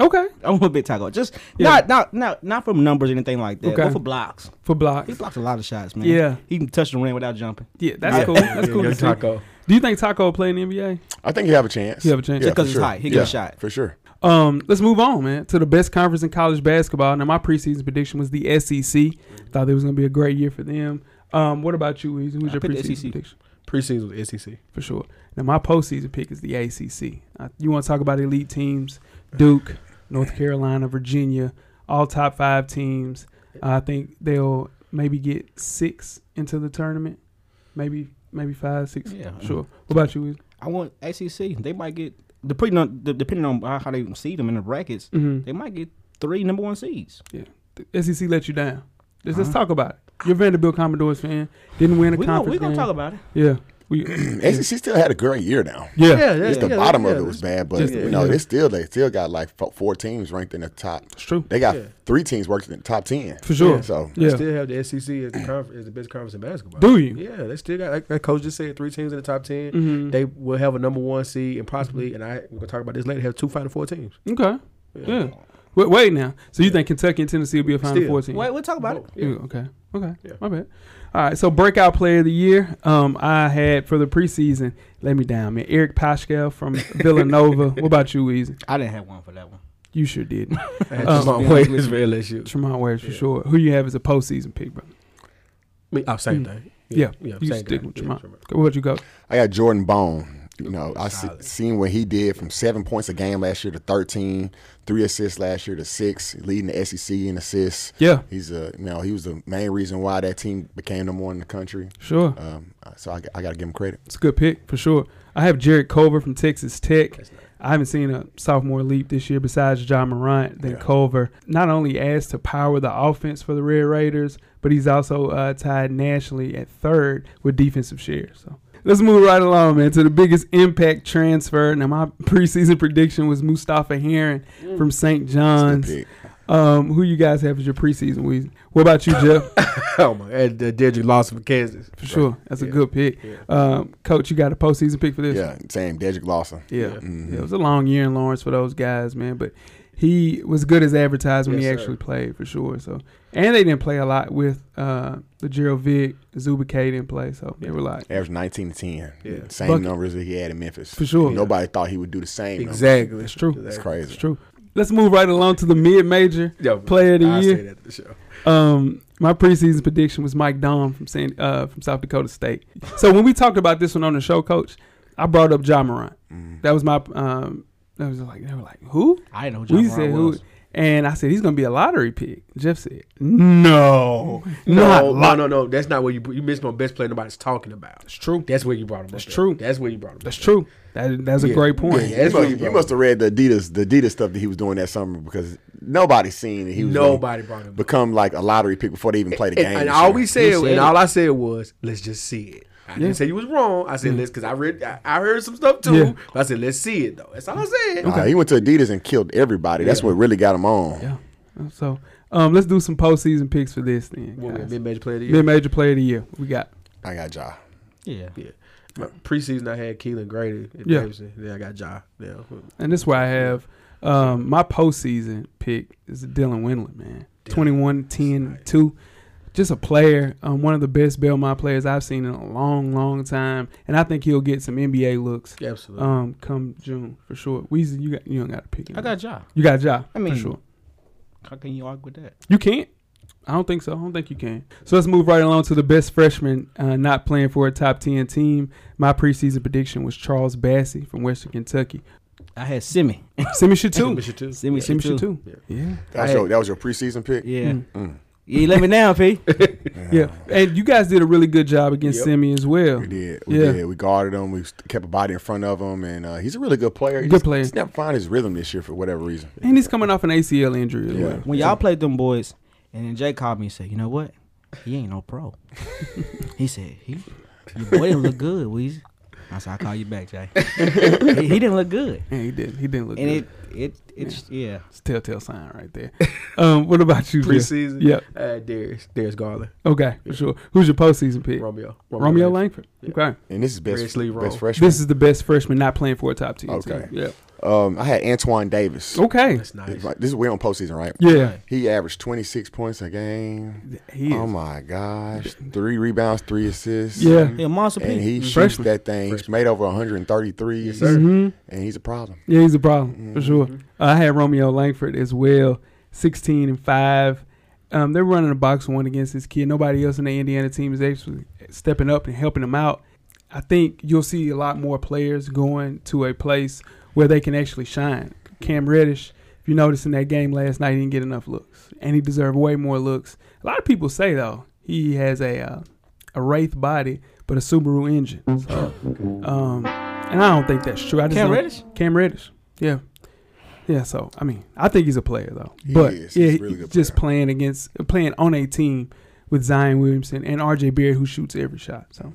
[SPEAKER 3] okay
[SPEAKER 5] I went with Big Taco. Just
[SPEAKER 3] Yeah.
[SPEAKER 5] not not not not from numbers or anything like that.
[SPEAKER 3] Okay.
[SPEAKER 5] But for blocks.
[SPEAKER 3] for blocks.
[SPEAKER 5] He blocked a lot of shots, man.
[SPEAKER 3] Yeah.
[SPEAKER 5] He can touch the rim without jumping.
[SPEAKER 3] [laughs] Yeah, that's cool. That's cool.
[SPEAKER 4] Young
[SPEAKER 3] to see.
[SPEAKER 4] Taco.
[SPEAKER 3] Do you think Taco will play in the NBA?
[SPEAKER 8] I think he have a chance.
[SPEAKER 3] He have a chance. Just
[SPEAKER 8] for
[SPEAKER 5] 'cause he's high. He get a shot.
[SPEAKER 8] for sure.
[SPEAKER 3] Um, let's move on, man, to the best conference in college basketball. Now, my preseason prediction was the SEC. Thought it was going to be a great year for them. Um, what about you? Weezy? Who's your
[SPEAKER 5] picked the
[SPEAKER 3] preseason
[SPEAKER 5] SEC.
[SPEAKER 3] prediction?
[SPEAKER 4] Preseason was E SEC.
[SPEAKER 3] For sure. Now, my postseason pick is the ACC. Uh, you want to talk about elite teams? Duke, North Carolina, Virginia, all top five teams. I think they'll maybe get six into the tournament. Maybe, maybe five, six.
[SPEAKER 5] Yeah.
[SPEAKER 3] Sure. What about you? Weezy?
[SPEAKER 5] I want ACC. They might get depending on de- depending on how how they see them in the brackets.
[SPEAKER 3] Mm-hmm.
[SPEAKER 5] They might get three number one seeds.
[SPEAKER 3] Yeah. The SEC let you down. Let's, let's talk about it. You're a Vanderbilt Commodores fan. Didn't win a
[SPEAKER 5] We're
[SPEAKER 3] conference
[SPEAKER 5] gonna, Uh-huh. we gonna
[SPEAKER 3] game.
[SPEAKER 5] talk about it.
[SPEAKER 3] Yeah. We,
[SPEAKER 8] ACC still had a great year now.
[SPEAKER 3] yeah,
[SPEAKER 4] yeah,
[SPEAKER 8] Just the
[SPEAKER 4] yeah,
[SPEAKER 8] bottom
[SPEAKER 4] yeah,
[SPEAKER 8] of it was bad, but you know they still they still got like fo- four teams ranked in the top. It's
[SPEAKER 3] true.
[SPEAKER 8] They got three teams ranked in the top ten
[SPEAKER 3] For sure.
[SPEAKER 8] So
[SPEAKER 4] They
[SPEAKER 3] yeah.
[SPEAKER 4] still have the SEC as the, conference, as the best conference in basketball.
[SPEAKER 3] Do you?
[SPEAKER 4] Yeah, they still got like, like coach just said, three teams in the top 10
[SPEAKER 3] Mm-hmm.
[SPEAKER 4] They will have a number one seed and possibly, and I we're gonna talk about this later, have two final four teams.
[SPEAKER 3] Okay. Yeah. Wait, wait now. So you think Kentucky and Tennessee will be a Final
[SPEAKER 4] Still.
[SPEAKER 3] Four team?
[SPEAKER 5] Wait, we'll talk about it.
[SPEAKER 4] Oh, Yeah.
[SPEAKER 3] You- Okay. Okay.
[SPEAKER 4] Yeah.
[SPEAKER 3] My bad. All right. So breakout player of the year, um, I had for the preseason. Let me down, man. Eric Paschal
[SPEAKER 5] [laughs]
[SPEAKER 3] from Villanova. what about you, Easy?
[SPEAKER 5] I didn't have one for that one.
[SPEAKER 3] You sure did.
[SPEAKER 4] I had
[SPEAKER 3] Um, [laughs]
[SPEAKER 4] Jamal Williams for LSU.
[SPEAKER 3] Tremont Ware for sure. Who you have as a postseason pick, bro?
[SPEAKER 4] I mean, oh, same thing.
[SPEAKER 3] Yeah.
[SPEAKER 4] yeah
[SPEAKER 3] you
[SPEAKER 4] same
[SPEAKER 3] stick
[SPEAKER 4] thing.
[SPEAKER 3] with
[SPEAKER 4] Yeah,
[SPEAKER 3] Tremont.
[SPEAKER 4] Tremont.
[SPEAKER 3] What about you go?
[SPEAKER 8] I got Jordan Bone. You know, I see,
[SPEAKER 4] Solid.
[SPEAKER 8] seen what he did from seven points a game last year to 13, three assists last year to six, leading the SEC in assists.
[SPEAKER 3] Yeah.
[SPEAKER 8] He's a, you know, he was the main reason why that team became number one in the country.
[SPEAKER 3] Sure.
[SPEAKER 8] Um, so I, got to give him credit.
[SPEAKER 3] It's a good pick for sure. I have Jared Culver from Texas Tech. I haven't seen a sophomore leap this year besides John Morant than Culver. Not only adds to power the offense for the Red Raiders, but he's also uh, tied nationally at third with defensive share. So let's move right along, man, to the biggest impact transfer. Now, my [laughs] preseason prediction was Mustafa Heron
[SPEAKER 4] Mm.
[SPEAKER 3] from St. John's.
[SPEAKER 8] Good pick.
[SPEAKER 3] Um, who you guys have as your preseason? Weezy? What about you, Jeff?
[SPEAKER 4] Oh my, and uh, Dedrick Lawson for Kansas.
[SPEAKER 3] For sure, that's a good pick. Um, Coach, you got a postseason pick for this?
[SPEAKER 8] Yeah, same. Dedrick Lawson.
[SPEAKER 3] Yeah.
[SPEAKER 8] Mhm.
[SPEAKER 3] Yeah, it was a long year in Lawrence for those guys, man. But he was good as advertised when
[SPEAKER 4] Yes,
[SPEAKER 3] he
[SPEAKER 4] sir.
[SPEAKER 3] actually played for sure. So and they didn't play a lot with uh the Gerald Vick, Zuba K didn't play, so they were like
[SPEAKER 8] Averaged 19 to 10.
[SPEAKER 4] Yeah.
[SPEAKER 8] Same
[SPEAKER 3] Bucket.
[SPEAKER 8] numbers that he had in Memphis.
[SPEAKER 3] For sure.
[SPEAKER 8] Nobody thought he would do the same. numbers.
[SPEAKER 4] Exactly.
[SPEAKER 3] That's true.
[SPEAKER 8] It's
[SPEAKER 4] Exactly.
[SPEAKER 8] crazy.
[SPEAKER 3] it's true. Let's move right along to the mid major
[SPEAKER 4] Yeah,
[SPEAKER 3] player of the
[SPEAKER 4] I
[SPEAKER 3] year.
[SPEAKER 4] said that at the show.
[SPEAKER 3] Um my preseason prediction was Mike Don from San, uh, from South Dakota State. So when we talked about this one on the show, Coach, I brought up John Morant. That was my um that was like they were like, Who?
[SPEAKER 5] I didn't know John
[SPEAKER 3] We
[SPEAKER 5] Morant
[SPEAKER 3] said
[SPEAKER 5] was.
[SPEAKER 3] who? And I said he's gonna be a lottery pick. Jeff said, "No, not
[SPEAKER 4] No, no,
[SPEAKER 3] lot-
[SPEAKER 4] no, no. That's not where you you missed my best player. Nobody's talking about.
[SPEAKER 3] It's true.
[SPEAKER 4] That's where you brought him. That's
[SPEAKER 3] true.
[SPEAKER 4] That's where you brought him.
[SPEAKER 3] That's true. That that's a
[SPEAKER 4] Yeah.
[SPEAKER 3] great point.
[SPEAKER 4] Yeah,
[SPEAKER 8] You
[SPEAKER 4] that's where you
[SPEAKER 8] must, you
[SPEAKER 4] brought
[SPEAKER 8] must
[SPEAKER 4] him.
[SPEAKER 8] have read the Adidas, the Adidas stuff that he was doing that summer because nobody seen that he was gonna
[SPEAKER 4] Nobody brought him up.
[SPEAKER 8] become like a lottery pick before they even play the game.
[SPEAKER 4] And, and
[SPEAKER 8] this
[SPEAKER 4] all
[SPEAKER 8] year.
[SPEAKER 4] we said,
[SPEAKER 5] said
[SPEAKER 4] and
[SPEAKER 5] it.
[SPEAKER 4] all I said was, let's just see it.
[SPEAKER 3] Yeah.
[SPEAKER 4] I
[SPEAKER 3] Mm-hmm.
[SPEAKER 4] didn't say you was wrong. I said let's because I read, I, I heard some stuff too.
[SPEAKER 3] Yeah.
[SPEAKER 4] But I said let's see it though. That's all I said.
[SPEAKER 8] Nah, he went to Adidas and killed everybody. That's what really got him on.
[SPEAKER 3] Yeah. So um, let's do some postseason picks for this then.
[SPEAKER 4] Mid major player of the year.
[SPEAKER 3] Mid major player of the year. We got
[SPEAKER 8] I got Ja.
[SPEAKER 5] Yeah.
[SPEAKER 4] Yeah. My preseason, I had Keelan Grady at
[SPEAKER 3] Yeah.
[SPEAKER 4] Davidson. Then I got Ja. Now
[SPEAKER 3] and this is where I have um, my postseason pick is Dylan Windland, man. 21, 10, 2. Just a player, um, one of the best Belmont players I've seen in a long, long time. And I think he'll get some NBA looks.
[SPEAKER 4] absolutely.
[SPEAKER 3] Um, come June for sure. Weezy, you got you don't got to pick.
[SPEAKER 5] I got Ja.
[SPEAKER 3] you got Ja. I mean,
[SPEAKER 5] mean-
[SPEAKER 3] for sure.
[SPEAKER 5] How can you argue with that?
[SPEAKER 3] You can't. I don't think so. I don't think you can. So let's move right along to the best freshman uh, not playing for a top ten team. My preseason prediction was Charles Bassey from Western Kentucky.
[SPEAKER 5] I had Simi.
[SPEAKER 3] Simi Shatu.
[SPEAKER 4] Mister too.
[SPEAKER 5] Simi,
[SPEAKER 3] [laughs] Simi
[SPEAKER 5] Simi too.
[SPEAKER 3] Shatu. Yeah.
[SPEAKER 8] That was,
[SPEAKER 5] I-
[SPEAKER 8] your, that was your preseason pick.
[SPEAKER 5] Yeah.
[SPEAKER 3] Mm.
[SPEAKER 5] Yeah, you let me down, [laughs] P.
[SPEAKER 3] Yeah. And you guys did a really good job against
[SPEAKER 4] Yep.
[SPEAKER 3] Simi as well.
[SPEAKER 8] We did. We
[SPEAKER 3] Yeah.
[SPEAKER 8] did. We guarded him. We st- kept a body in front of him, and uh, he's a really good player. He
[SPEAKER 3] Good
[SPEAKER 8] just-
[SPEAKER 3] player.
[SPEAKER 8] He's never find his rhythm this year for whatever reason.
[SPEAKER 3] And he's coming off an ACL injury as
[SPEAKER 8] Yeah.
[SPEAKER 3] well.
[SPEAKER 5] When y'all played them boys, and then Jay called me and said, "You know what? He ain't
[SPEAKER 3] [laughs]
[SPEAKER 5] no pro." he said, "He, your boy didn't look good, Weezy." I said, "I'll call you back,
[SPEAKER 3] [laughs]
[SPEAKER 5] Jay." he, he didn't look good,
[SPEAKER 3] And he didn't. He didn't look
[SPEAKER 5] and
[SPEAKER 3] good.
[SPEAKER 5] it it it's yeah.
[SPEAKER 3] it's a telltale sign right there. [laughs] um, what about you? Jeff?
[SPEAKER 4] Preseason.
[SPEAKER 3] Yeah.
[SPEAKER 4] I had Darius. Darius Garland.
[SPEAKER 3] Okay, for sure. Who's your postseason pick? Romeo,
[SPEAKER 4] Romeo.
[SPEAKER 3] Langford. Okay.
[SPEAKER 8] And this is
[SPEAKER 4] Red
[SPEAKER 8] best,
[SPEAKER 4] sleeve roll.
[SPEAKER 8] best freshman.
[SPEAKER 3] This is the best freshman not playing for a top ten
[SPEAKER 8] Okay.
[SPEAKER 3] team. Yeah.
[SPEAKER 8] um, I had Antoine Davis.
[SPEAKER 3] Okay.
[SPEAKER 4] That's nice.
[SPEAKER 8] Like, This is we're on postseason, right?
[SPEAKER 3] Oh, Yeah.
[SPEAKER 8] He averaged 26 points a game.
[SPEAKER 3] He
[SPEAKER 8] Oh
[SPEAKER 3] is.
[SPEAKER 8] my gosh. Three rebounds, three assists.
[SPEAKER 3] Yeah.
[SPEAKER 5] He a monster P.
[SPEAKER 8] And he shoots
[SPEAKER 3] Freshman. Mm-hmm.
[SPEAKER 8] that thing. He's made over 133. And he's a problem.
[SPEAKER 3] Yeah, he's a problem
[SPEAKER 5] Mm-hmm.
[SPEAKER 3] for sure. Uh, I had Romeo Langford as well, sixteen and five. Um, they're running a box one against this kid. Nobody else in the Indiana team is actually stepping up and helping him out. I think you'll see a lot more players going to a place where they can actually shine. Cam Reddish, if you notice in that game last night, he didn't get enough looks, and he deserved way more looks. A lot of people say though he has a uh, a wraith body, but a Subaru engine. So, um, and I don't think that's true. I just
[SPEAKER 5] Cam
[SPEAKER 3] don't-
[SPEAKER 5] Reddish?
[SPEAKER 3] Cam Reddish. Yeah. Yeah, so I mean, I think he's a player though.
[SPEAKER 8] He
[SPEAKER 3] but
[SPEAKER 8] is.
[SPEAKER 3] yeah,
[SPEAKER 8] He's a really good
[SPEAKER 3] just
[SPEAKER 8] player.
[SPEAKER 3] playing against playing on a team with Zion Williamson and RJ Beard who shoots every shot. So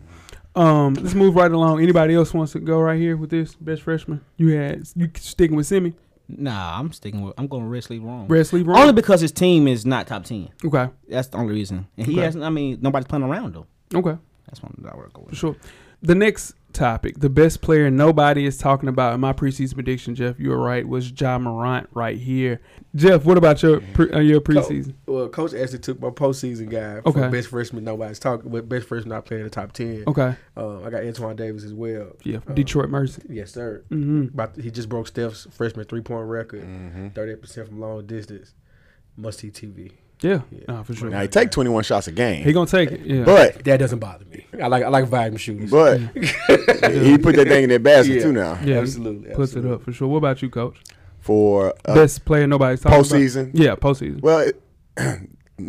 [SPEAKER 3] Um, let's move right along. Anybody else wants to go right here with this best freshman? You had you sticking with Simi,
[SPEAKER 5] Nah, I'm sticking with. I'm going to Red Sleeve Wrong.
[SPEAKER 3] Brad Sleeper.
[SPEAKER 5] Only because his team is not top ten.
[SPEAKER 3] okay,
[SPEAKER 5] That's the only reason. And he
[SPEAKER 3] Okay.
[SPEAKER 5] hasn't. I mean, nobody's playing around though.
[SPEAKER 3] okay,
[SPEAKER 5] That's one that I work
[SPEAKER 3] for
[SPEAKER 5] with.
[SPEAKER 3] sure. The next topic, the best player nobody is talking about in my preseason prediction, Jeff. You were right. Was Ja Morant right here? Jeff, what about your pre, uh, your preseason?
[SPEAKER 4] Well, Coach actually took my postseason guy for
[SPEAKER 3] Okay.
[SPEAKER 4] best freshman. Nobody's talking, but best freshman not playing in the top ten.
[SPEAKER 3] Okay,
[SPEAKER 4] Uh, I got Antoine Davis as well. Um,
[SPEAKER 3] yeah, Detroit Mercy.
[SPEAKER 4] Yes, sir.
[SPEAKER 3] hmm
[SPEAKER 4] About he just broke Steph's freshman three point record,
[SPEAKER 8] Mm-hmm.
[SPEAKER 4] 38 percent from long distance. Must see TV.
[SPEAKER 3] Yeah,
[SPEAKER 4] Yeah.
[SPEAKER 3] Nah, for sure.
[SPEAKER 8] Now he take twenty one shots a
[SPEAKER 3] He
[SPEAKER 8] game,
[SPEAKER 3] gonna take it. Yeah,
[SPEAKER 8] but
[SPEAKER 4] That doesn't bother me. I like I like volume
[SPEAKER 8] [laughs]
[SPEAKER 4] shooters.
[SPEAKER 8] but he put that thing in that basket too. Now
[SPEAKER 3] yeah,
[SPEAKER 4] absolutely,
[SPEAKER 3] puts
[SPEAKER 4] absolutely.
[SPEAKER 3] it up for sure. What about you, Coach?
[SPEAKER 8] for uh,
[SPEAKER 3] best player nobody's talking
[SPEAKER 8] postseason?
[SPEAKER 3] about. Yeah, postseason.
[SPEAKER 8] well, [clears throat] it,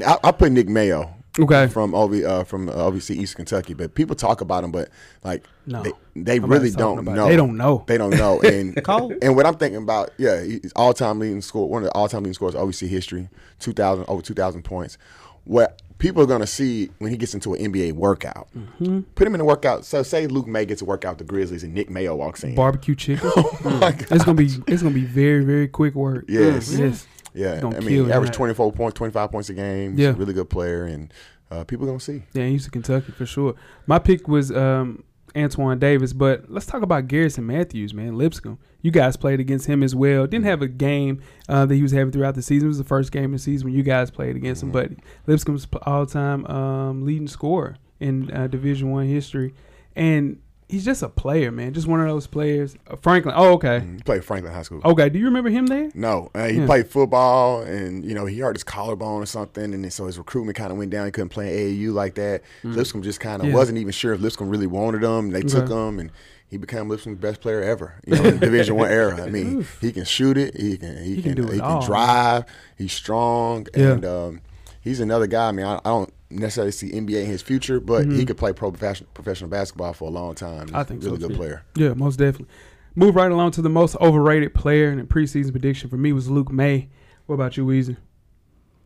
[SPEAKER 8] I, I put Nick Mayo
[SPEAKER 3] Okay,
[SPEAKER 8] from OV, uh, from uh, obviously East Kentucky, but people talk about him, but like
[SPEAKER 3] No.
[SPEAKER 8] they, they
[SPEAKER 3] Nobody's
[SPEAKER 8] really
[SPEAKER 3] talking
[SPEAKER 8] don't
[SPEAKER 3] about it.
[SPEAKER 8] know.
[SPEAKER 3] They don't know.
[SPEAKER 8] They don't know.
[SPEAKER 3] [laughs]
[SPEAKER 8] And
[SPEAKER 5] Cole?
[SPEAKER 8] and what I'm thinking about, yeah, he's all time leading score, one of the all time leading scores, obviously history, two thousand over two thousand points. What people are gonna see when he gets into an NBA workout,
[SPEAKER 3] Mm-hmm.
[SPEAKER 8] put him in a workout. So say Luke May gets a workout with the Grizzlies and Nick Mayo walks in.
[SPEAKER 3] barbecue
[SPEAKER 8] [laughs]
[SPEAKER 3] chicken.
[SPEAKER 8] Oh my God.
[SPEAKER 3] It's gonna be it's gonna be very very quick work.
[SPEAKER 8] Yes.
[SPEAKER 3] yes.
[SPEAKER 8] Yeah,
[SPEAKER 3] It's gonna
[SPEAKER 8] I
[SPEAKER 3] kill
[SPEAKER 8] mean,
[SPEAKER 3] you.
[SPEAKER 8] he averaged 24 points, 25 points a game.
[SPEAKER 3] Yeah.
[SPEAKER 8] He's a really good player, and uh, people going to see.
[SPEAKER 3] Yeah, he's to Kentucky for sure. My pick was um, Antoine Davis, but let's talk about Garrison Matthews, man, Lipscomb. You guys played against him as well. Didn't have a game uh, that he was having throughout the season. It was the first game of the season when you guys played against him. But Lipscomb's all-time um, leading scorer in uh, Division One history, and he's just a player, man. Just one of those players. Uh, Franklin. Oh, okay.
[SPEAKER 8] He played Franklin High School.
[SPEAKER 3] Okay. Do you remember him there?
[SPEAKER 8] No, uh, he
[SPEAKER 3] Yeah.
[SPEAKER 8] played football, and you know he hurt his collarbone or something, and then, so his recruitment kind of went down. He couldn't play at AAU like that. Lipscomb just kind of
[SPEAKER 3] Hmm. Yeah.
[SPEAKER 8] wasn't even sure if Lipscomb really wanted him. They took
[SPEAKER 3] Okay.
[SPEAKER 8] him, and he became Lipscomb's best player ever. You know, in Division One era. I
[SPEAKER 3] [laughs]
[SPEAKER 8] mean, he can shoot it. He can. He,
[SPEAKER 3] can
[SPEAKER 8] can.
[SPEAKER 3] do it
[SPEAKER 8] he can
[SPEAKER 3] all.
[SPEAKER 8] drive. He's strong,
[SPEAKER 3] Yeah.
[SPEAKER 8] and um, he's another guy. I mean, I, I don't necessarily see NBA in his future, but he could play pro professional, professional basketball for a long time. He's
[SPEAKER 3] Mm-hmm. I think
[SPEAKER 8] a really
[SPEAKER 3] so,
[SPEAKER 8] good
[SPEAKER 3] too.
[SPEAKER 8] player.
[SPEAKER 3] Yeah, most definitely. Move right along to the most overrated player in the preseason prediction for me was Luke May. What about you, Weezy?
[SPEAKER 5] [laughs]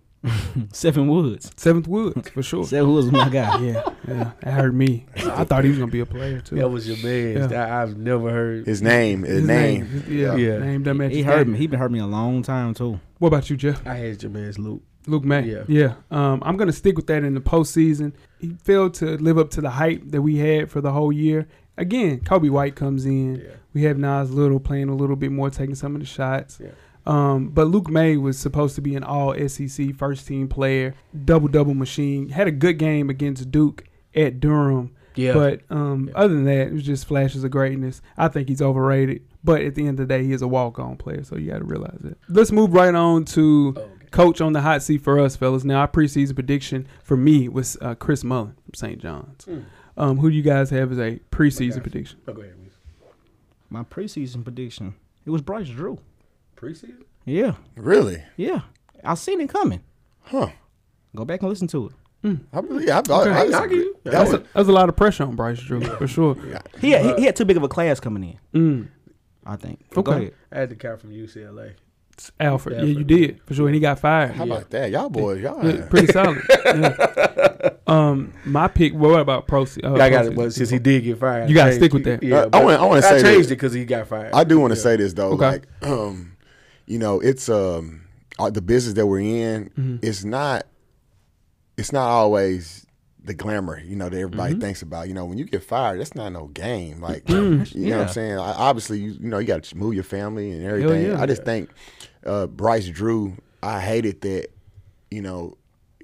[SPEAKER 5] Seven Woods.
[SPEAKER 3] Seventh Woods for sure.
[SPEAKER 5] Seven Woods was my guy.
[SPEAKER 3] [laughs] Yeah, yeah, that hurt me. I thought he was gonna be a player too.
[SPEAKER 4] That was your man.
[SPEAKER 3] Yeah.
[SPEAKER 4] That I've never heard.
[SPEAKER 8] His name. His,
[SPEAKER 3] His
[SPEAKER 8] name.
[SPEAKER 3] yeah,
[SPEAKER 4] Yeah.
[SPEAKER 3] name doesn't match
[SPEAKER 5] he
[SPEAKER 3] his
[SPEAKER 5] hurt
[SPEAKER 3] name.
[SPEAKER 5] me. He been hurt me a long time too.
[SPEAKER 3] What about you, Jeff?
[SPEAKER 4] I had your man's Luke.
[SPEAKER 3] Luke May.
[SPEAKER 4] Yeah.
[SPEAKER 3] yeah. Um, I'm gonna stick with that in the postseason. He failed to live up to the hype that we had for the whole year. Again, Kobe White comes in.
[SPEAKER 4] Yeah.
[SPEAKER 3] We have Nas Little playing a little bit more, taking some of the shots.
[SPEAKER 4] Yeah.
[SPEAKER 3] Um, but Luke May was supposed to be an all SEC first team player, double double machine. Had a good game against Duke at Durham.
[SPEAKER 4] Yeah.
[SPEAKER 3] But um, other than that, it was just flashes of greatness. I think he's overrated. But at the end of the day, he is a walk on player, so you got to realize that. Let's move right on to
[SPEAKER 4] Oh,
[SPEAKER 3] coach on the hot seat for us, fellas. Now, our preseason prediction for me was uh, Chris Mullen from St. John's.
[SPEAKER 4] Hmm.
[SPEAKER 3] Um, who do you guys have as a preseason prediction?
[SPEAKER 4] Oh, go ahead, Reese.
[SPEAKER 5] My preseason prediction. It was Bryce Drew.
[SPEAKER 4] Preseason.
[SPEAKER 5] Yeah,
[SPEAKER 8] Really?
[SPEAKER 5] yeah. I seen it coming.
[SPEAKER 8] Huh.
[SPEAKER 5] Go back and listen to it.
[SPEAKER 8] I believe. I, I, I,
[SPEAKER 4] knock you.
[SPEAKER 8] that
[SPEAKER 3] That's
[SPEAKER 8] was,
[SPEAKER 3] a, that's a lot of pressure on Bryce Drew, for sure.
[SPEAKER 5] He had, he, he had too big of a class coming in.
[SPEAKER 3] Mm.
[SPEAKER 5] I think.
[SPEAKER 3] Okay.
[SPEAKER 5] Go ahead.
[SPEAKER 4] I had the guy from UCLA.
[SPEAKER 3] Alfred. Yeah, you
[SPEAKER 4] Alfred.
[SPEAKER 3] did, for sure. And he got fired.
[SPEAKER 8] How about that, y'all boys? Y'all.
[SPEAKER 3] Yeah, pretty solid.
[SPEAKER 4] [laughs]
[SPEAKER 3] Yeah. Um, my pick. What about pro? se- Uh,
[SPEAKER 4] Yeah, I got
[SPEAKER 3] pro
[SPEAKER 4] it. Well,
[SPEAKER 3] season?
[SPEAKER 4] since he did get fired,
[SPEAKER 3] You gotta
[SPEAKER 4] I
[SPEAKER 3] stick with
[SPEAKER 4] changed-
[SPEAKER 3] that.
[SPEAKER 4] Yeah,
[SPEAKER 8] I- I
[SPEAKER 4] but
[SPEAKER 8] wanna- I wanna say that-
[SPEAKER 4] changed it because he got fired.
[SPEAKER 8] I do want to say this though.
[SPEAKER 3] Okay.
[SPEAKER 8] Like, um, you know, it's um, uh, the business that we're in.
[SPEAKER 3] Mm-hmm.
[SPEAKER 8] It's not. It's not always the glamour, you know, that everybody
[SPEAKER 3] Mm-hmm.
[SPEAKER 8] thinks about. You know, when you get fired, that's not no
[SPEAKER 3] [clears throat]
[SPEAKER 8] game. Like, you know what I'm
[SPEAKER 5] Yeah.
[SPEAKER 8] saying? I, obviously, you you know, you got to move your family and everything.
[SPEAKER 3] yeah.
[SPEAKER 8] I just think uh, Bryce Drew. I hated that. You know,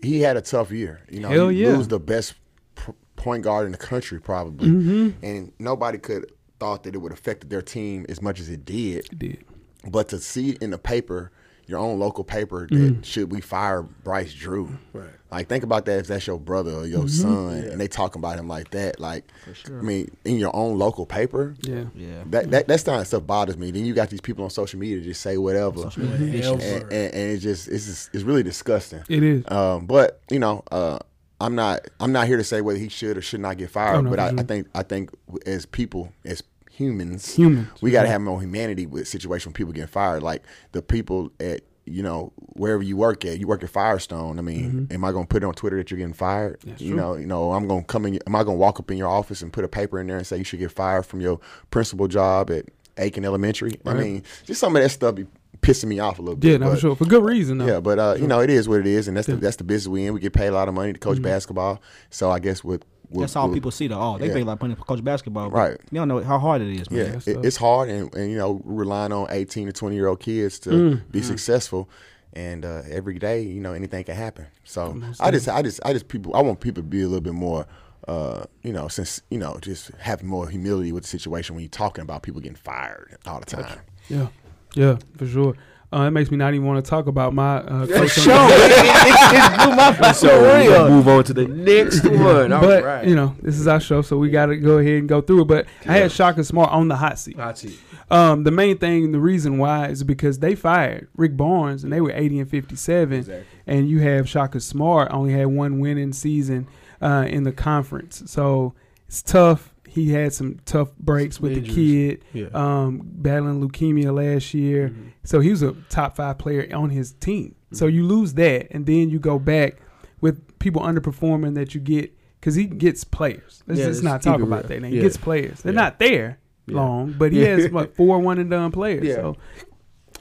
[SPEAKER 8] he had a tough year. You know,
[SPEAKER 3] Hell
[SPEAKER 8] you
[SPEAKER 3] yeah.
[SPEAKER 8] lose the best p- point guard in the country probably,
[SPEAKER 3] Mm-hmm.
[SPEAKER 8] and nobody could thought that it would affect their team as much as it did.
[SPEAKER 3] did.
[SPEAKER 8] But to see it in the paper, your own local paper, that
[SPEAKER 3] Mm.
[SPEAKER 8] should we fire Bryce Drew?
[SPEAKER 4] Right.
[SPEAKER 8] Like think about that if that's your brother or
[SPEAKER 3] Mm-hmm.
[SPEAKER 8] your son, and they talking about him like that. Like, I mean, in your own local paper.
[SPEAKER 3] Yeah.
[SPEAKER 5] Yeah.
[SPEAKER 8] That, that that's the kind of stuff bothers me. Then you got these people on social media just say whatever, and,
[SPEAKER 4] Hell
[SPEAKER 8] and, and it just it's just, it's really disgusting.
[SPEAKER 3] It is.
[SPEAKER 8] Um, but you know, uh, I'm not I'm not here to say whether he should or should not get fired.
[SPEAKER 3] Oh, no,
[SPEAKER 8] but
[SPEAKER 3] for
[SPEAKER 8] I,
[SPEAKER 3] sure.
[SPEAKER 8] I think I think as people as humans,
[SPEAKER 3] Humans,
[SPEAKER 8] we got to have more humanity with situation when people get fired. Like the people at you know, wherever you work at, you work at Firestone. I mean,
[SPEAKER 3] Mm-hmm.
[SPEAKER 8] am I going to put it on Twitter that you're getting fired? you know, you know, I'm going to come in. Am I going to walk up in your office and put a paper in there and say you should get fired from your principal job at Aiken Elementary? I mean, just some of that stuff be pissing me off a little bit.
[SPEAKER 3] Yeah, no, for
[SPEAKER 8] but-
[SPEAKER 3] sure. For good reason, though.
[SPEAKER 8] yeah, but uh, you know, it is what it is, and that's the, that's the business we in. We get paid a lot of money to coach
[SPEAKER 3] Mm-hmm.
[SPEAKER 8] basketball, so I guess with, with
[SPEAKER 5] That's all
[SPEAKER 8] with-
[SPEAKER 5] people see though. Oh, they
[SPEAKER 8] yeah.
[SPEAKER 5] think like playing coach basketball. but
[SPEAKER 8] Right.
[SPEAKER 5] They don't know how hard it is, [laughs] man.
[SPEAKER 8] Yeah, it, it's hard, and, and you know, we're relying on eighteen to twenty year old kids to be successful, and uh, every day, you know, anything can happen. So I just, I just, I just people, I want people to be a little bit more. Uh, you know, since you know, just have more humility with the situation when you're talking about people getting fired all the time.
[SPEAKER 3] Yeah, yeah, for sure. Uh, it makes me not even want to talk about my uh, coach.
[SPEAKER 6] Show. it, it, it blew my fucking
[SPEAKER 4] So we
[SPEAKER 6] real.
[SPEAKER 4] gonna move on to the next [laughs] one. All
[SPEAKER 3] but
[SPEAKER 4] right.
[SPEAKER 3] you know, this is our show, so we got to go ahead and go through it. But I had Shock and Smart on the hot seat.
[SPEAKER 4] Hot seat.
[SPEAKER 3] Um, the main thing, the reason why is because they fired Rick Barnes and they were 80 and 57, and you have Shaka Smart only had one winning season uh, in the conference, so it's tough. He had some tough breaks with
[SPEAKER 4] Injuries.
[SPEAKER 3] the kid,
[SPEAKER 4] Yeah. Mm-hmm.
[SPEAKER 3] um, battling leukemia last year, so he was a top five player on his team. So you lose that, and then you go back with people underperforming that you get because he gets players. Let's
[SPEAKER 4] Yeah,
[SPEAKER 3] just
[SPEAKER 4] let's
[SPEAKER 3] not
[SPEAKER 4] keep
[SPEAKER 3] talk
[SPEAKER 4] it
[SPEAKER 3] about
[SPEAKER 4] real.
[SPEAKER 3] that. name. He
[SPEAKER 4] Yeah.
[SPEAKER 3] gets players. They're
[SPEAKER 4] Yeah.
[SPEAKER 3] not there
[SPEAKER 4] Yeah.
[SPEAKER 3] long, but
[SPEAKER 4] [laughs]
[SPEAKER 3] he
[SPEAKER 4] Yeah.
[SPEAKER 3] has what four one and done players.
[SPEAKER 4] Yeah.
[SPEAKER 3] So,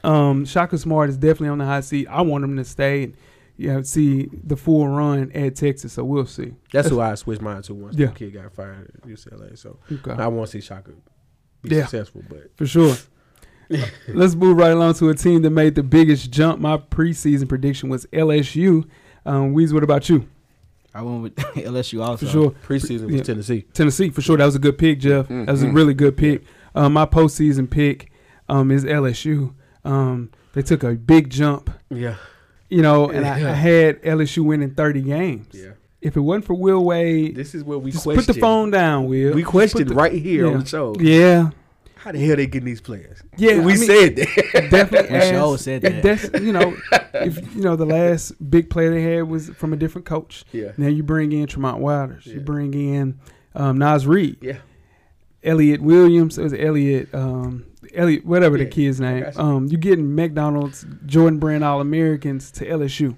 [SPEAKER 3] um, Shaka Smart is definitely on the hot seat. I want him to stay and you know see the full run at Texas. So we'll see.
[SPEAKER 4] That's who I switched mine to once
[SPEAKER 3] Yeah.
[SPEAKER 4] the kid got fired at UCLA. So
[SPEAKER 3] Okay.
[SPEAKER 4] I want to see Shaka be
[SPEAKER 3] Yeah.
[SPEAKER 4] successful, but
[SPEAKER 3] for sure. [laughs] Let's move right along to a team that made the biggest jump. My preseason prediction was LSU. Um, Weez, what about you?
[SPEAKER 5] I went with [laughs] LSU also.
[SPEAKER 3] For sure.
[SPEAKER 4] preseason
[SPEAKER 3] Yeah.
[SPEAKER 4] was Mm-hmm. Tennessee.
[SPEAKER 3] Tennessee for sure. That was a good pick, Jeff. That was a really good pick. Um, my postseason pick um, is LSU. Um, they took a big jump,
[SPEAKER 4] Yeah.
[SPEAKER 3] you know, and I, I had LSU winning 30 games.
[SPEAKER 4] Yeah.
[SPEAKER 3] If it wasn't for Will Wade,
[SPEAKER 4] This is where we
[SPEAKER 3] just
[SPEAKER 4] question.
[SPEAKER 3] put the phone down, Will.
[SPEAKER 4] We
[SPEAKER 3] Just put
[SPEAKER 4] questioned
[SPEAKER 3] the-
[SPEAKER 4] right here on
[SPEAKER 3] yeah.
[SPEAKER 4] the show.
[SPEAKER 3] Yeah,
[SPEAKER 4] How the hell they getting these players?
[SPEAKER 3] Yeah,
[SPEAKER 4] we
[SPEAKER 3] I mean-
[SPEAKER 4] said [laughs] that.
[SPEAKER 5] [laughs]
[SPEAKER 3] definitely.
[SPEAKER 5] We
[SPEAKER 3] asked-
[SPEAKER 5] sure said that.
[SPEAKER 3] That's, you know, if you know the last big player they had was from a different coach.
[SPEAKER 4] Yeah.
[SPEAKER 3] Now you bring in Tremont Wilders. You
[SPEAKER 4] Yeah.
[SPEAKER 3] bring in um, Nas Reed.
[SPEAKER 4] yeah.
[SPEAKER 3] Elliot Williams. It was Elliot, um, Elliot, whatever the
[SPEAKER 4] Yeah,
[SPEAKER 3] kid's
[SPEAKER 4] I
[SPEAKER 3] name.
[SPEAKER 4] got you.
[SPEAKER 3] Um, you're getting McDonald's, Jordan Brand All Americans to LSU.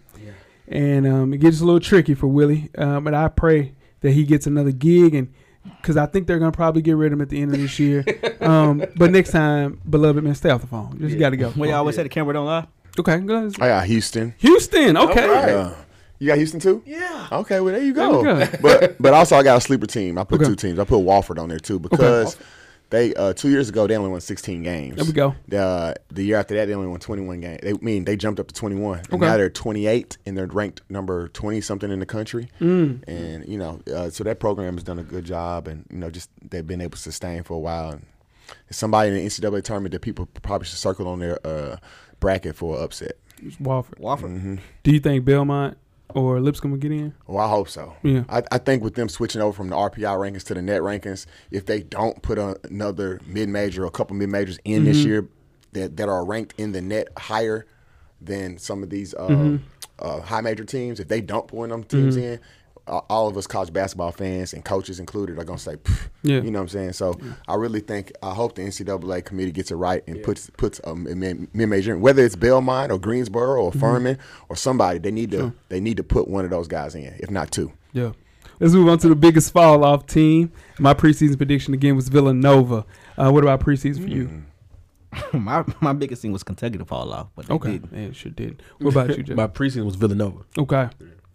[SPEAKER 3] And um, it gets a little tricky for Willie. Uh, but I pray that he gets another gig and because I think they're going to probably get rid of him at the end of this year.
[SPEAKER 4] [laughs]
[SPEAKER 3] um, but next time, beloved man, stay off the phone. You just got to go.
[SPEAKER 5] Well, you always say the camera don't lie.
[SPEAKER 3] Okay, go ahead.
[SPEAKER 8] I got Oh, Houston.
[SPEAKER 3] Houston. Okay.
[SPEAKER 8] Yeah. you got Houston too? Yeah. Okay, well there you go.
[SPEAKER 3] There we
[SPEAKER 8] but but also I got a sleeper team. I put
[SPEAKER 3] Okay.
[SPEAKER 8] two teams. I put Walford on there too because they uh, two years ago they only won 16 games.
[SPEAKER 3] There we go.
[SPEAKER 8] The, uh, the year after that they only won 21 games. They I mean they jumped up to 21. And
[SPEAKER 3] Okay.
[SPEAKER 8] Now they're 28 and they're ranked number 20 something in the country.
[SPEAKER 3] Mm.
[SPEAKER 8] And you know uh, so that program has done a good job and you know just they've been able to sustain for a while. And it's somebody in the NCAA tournament that people probably should circle on their uh, bracket for upset.
[SPEAKER 3] It's Walford.
[SPEAKER 5] Wofford.
[SPEAKER 3] Do you think Belmont or Lipscomb will get in?
[SPEAKER 8] Well, Oh, I hope so.
[SPEAKER 3] Yeah.
[SPEAKER 8] I, I think with them switching over from the RPI rankings to the net rankings, if they don't put a, another mid major or a couple mid majors in this year that, that are ranked in the net higher than some of these uh, uh, high major teams, if they don't put one of them teams in, uh, all of us college basketball fans and coaches included are going to say, "Pff,"
[SPEAKER 3] Yeah.
[SPEAKER 8] you know what I'm saying? So I really think, I hope the NCAA committee gets it right and puts puts a mid major in, whether it's Belmont or Greensboro or Furman or somebody, they need to they need to put one of those guys in, if not two.
[SPEAKER 3] Yeah. Let's move on to the biggest fall off team. My preseason prediction again was Villanova. Uh, what about preseason for you?
[SPEAKER 4] Mm-hmm.
[SPEAKER 5] [laughs] my my biggest thing was Kentucky to fall off, but they
[SPEAKER 3] Okay.
[SPEAKER 5] didn't.
[SPEAKER 3] Man, sure did. What [laughs] about you, Jeff?
[SPEAKER 4] My preseason was Villanova.
[SPEAKER 3] okay.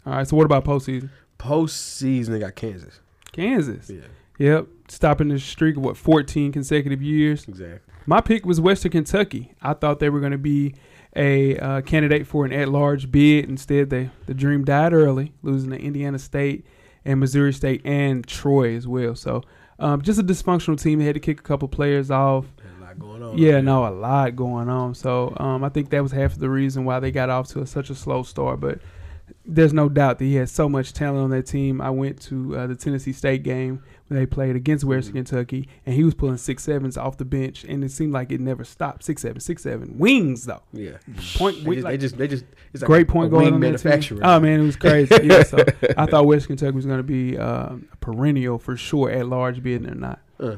[SPEAKER 3] All right. So what about postseason?
[SPEAKER 4] Postseason they got Kansas.
[SPEAKER 3] Kansas.
[SPEAKER 4] Yeah,
[SPEAKER 3] Yep. Stopping the streak of what 14 consecutive years.
[SPEAKER 4] exactly.
[SPEAKER 3] My pick was Western Kentucky. I thought they were going to be a uh, candidate for an at-large bid. Instead, they the dream died early, losing to Indiana State and Missouri State and Troy as well. So, um, just a dysfunctional team. They had to kick a couple players off.
[SPEAKER 4] A lot going on.
[SPEAKER 3] Yeah, no, a lot going on. So um, I think that was half of the reason why they got off to such a slow start. But there's no doubt that he has so much talent on that team. I went to uh, the Tennessee State game when they played against Western Kentucky, and he was pulling six sevens off the bench, and it seemed like it never stopped. Six seven, six seven wings though.
[SPEAKER 4] Yeah.
[SPEAKER 3] Point.
[SPEAKER 4] They
[SPEAKER 3] wing,
[SPEAKER 4] just, they
[SPEAKER 3] like-
[SPEAKER 4] just, they just, it's like
[SPEAKER 3] great
[SPEAKER 4] a-
[SPEAKER 3] point
[SPEAKER 4] a
[SPEAKER 3] guard
[SPEAKER 4] wing
[SPEAKER 3] on that team.
[SPEAKER 4] manufacturer.
[SPEAKER 3] Oh man, it was [laughs] crazy. yeah, so I thought West Kentucky was going to be um, a perennial for sure at large, being or not.
[SPEAKER 4] Uh.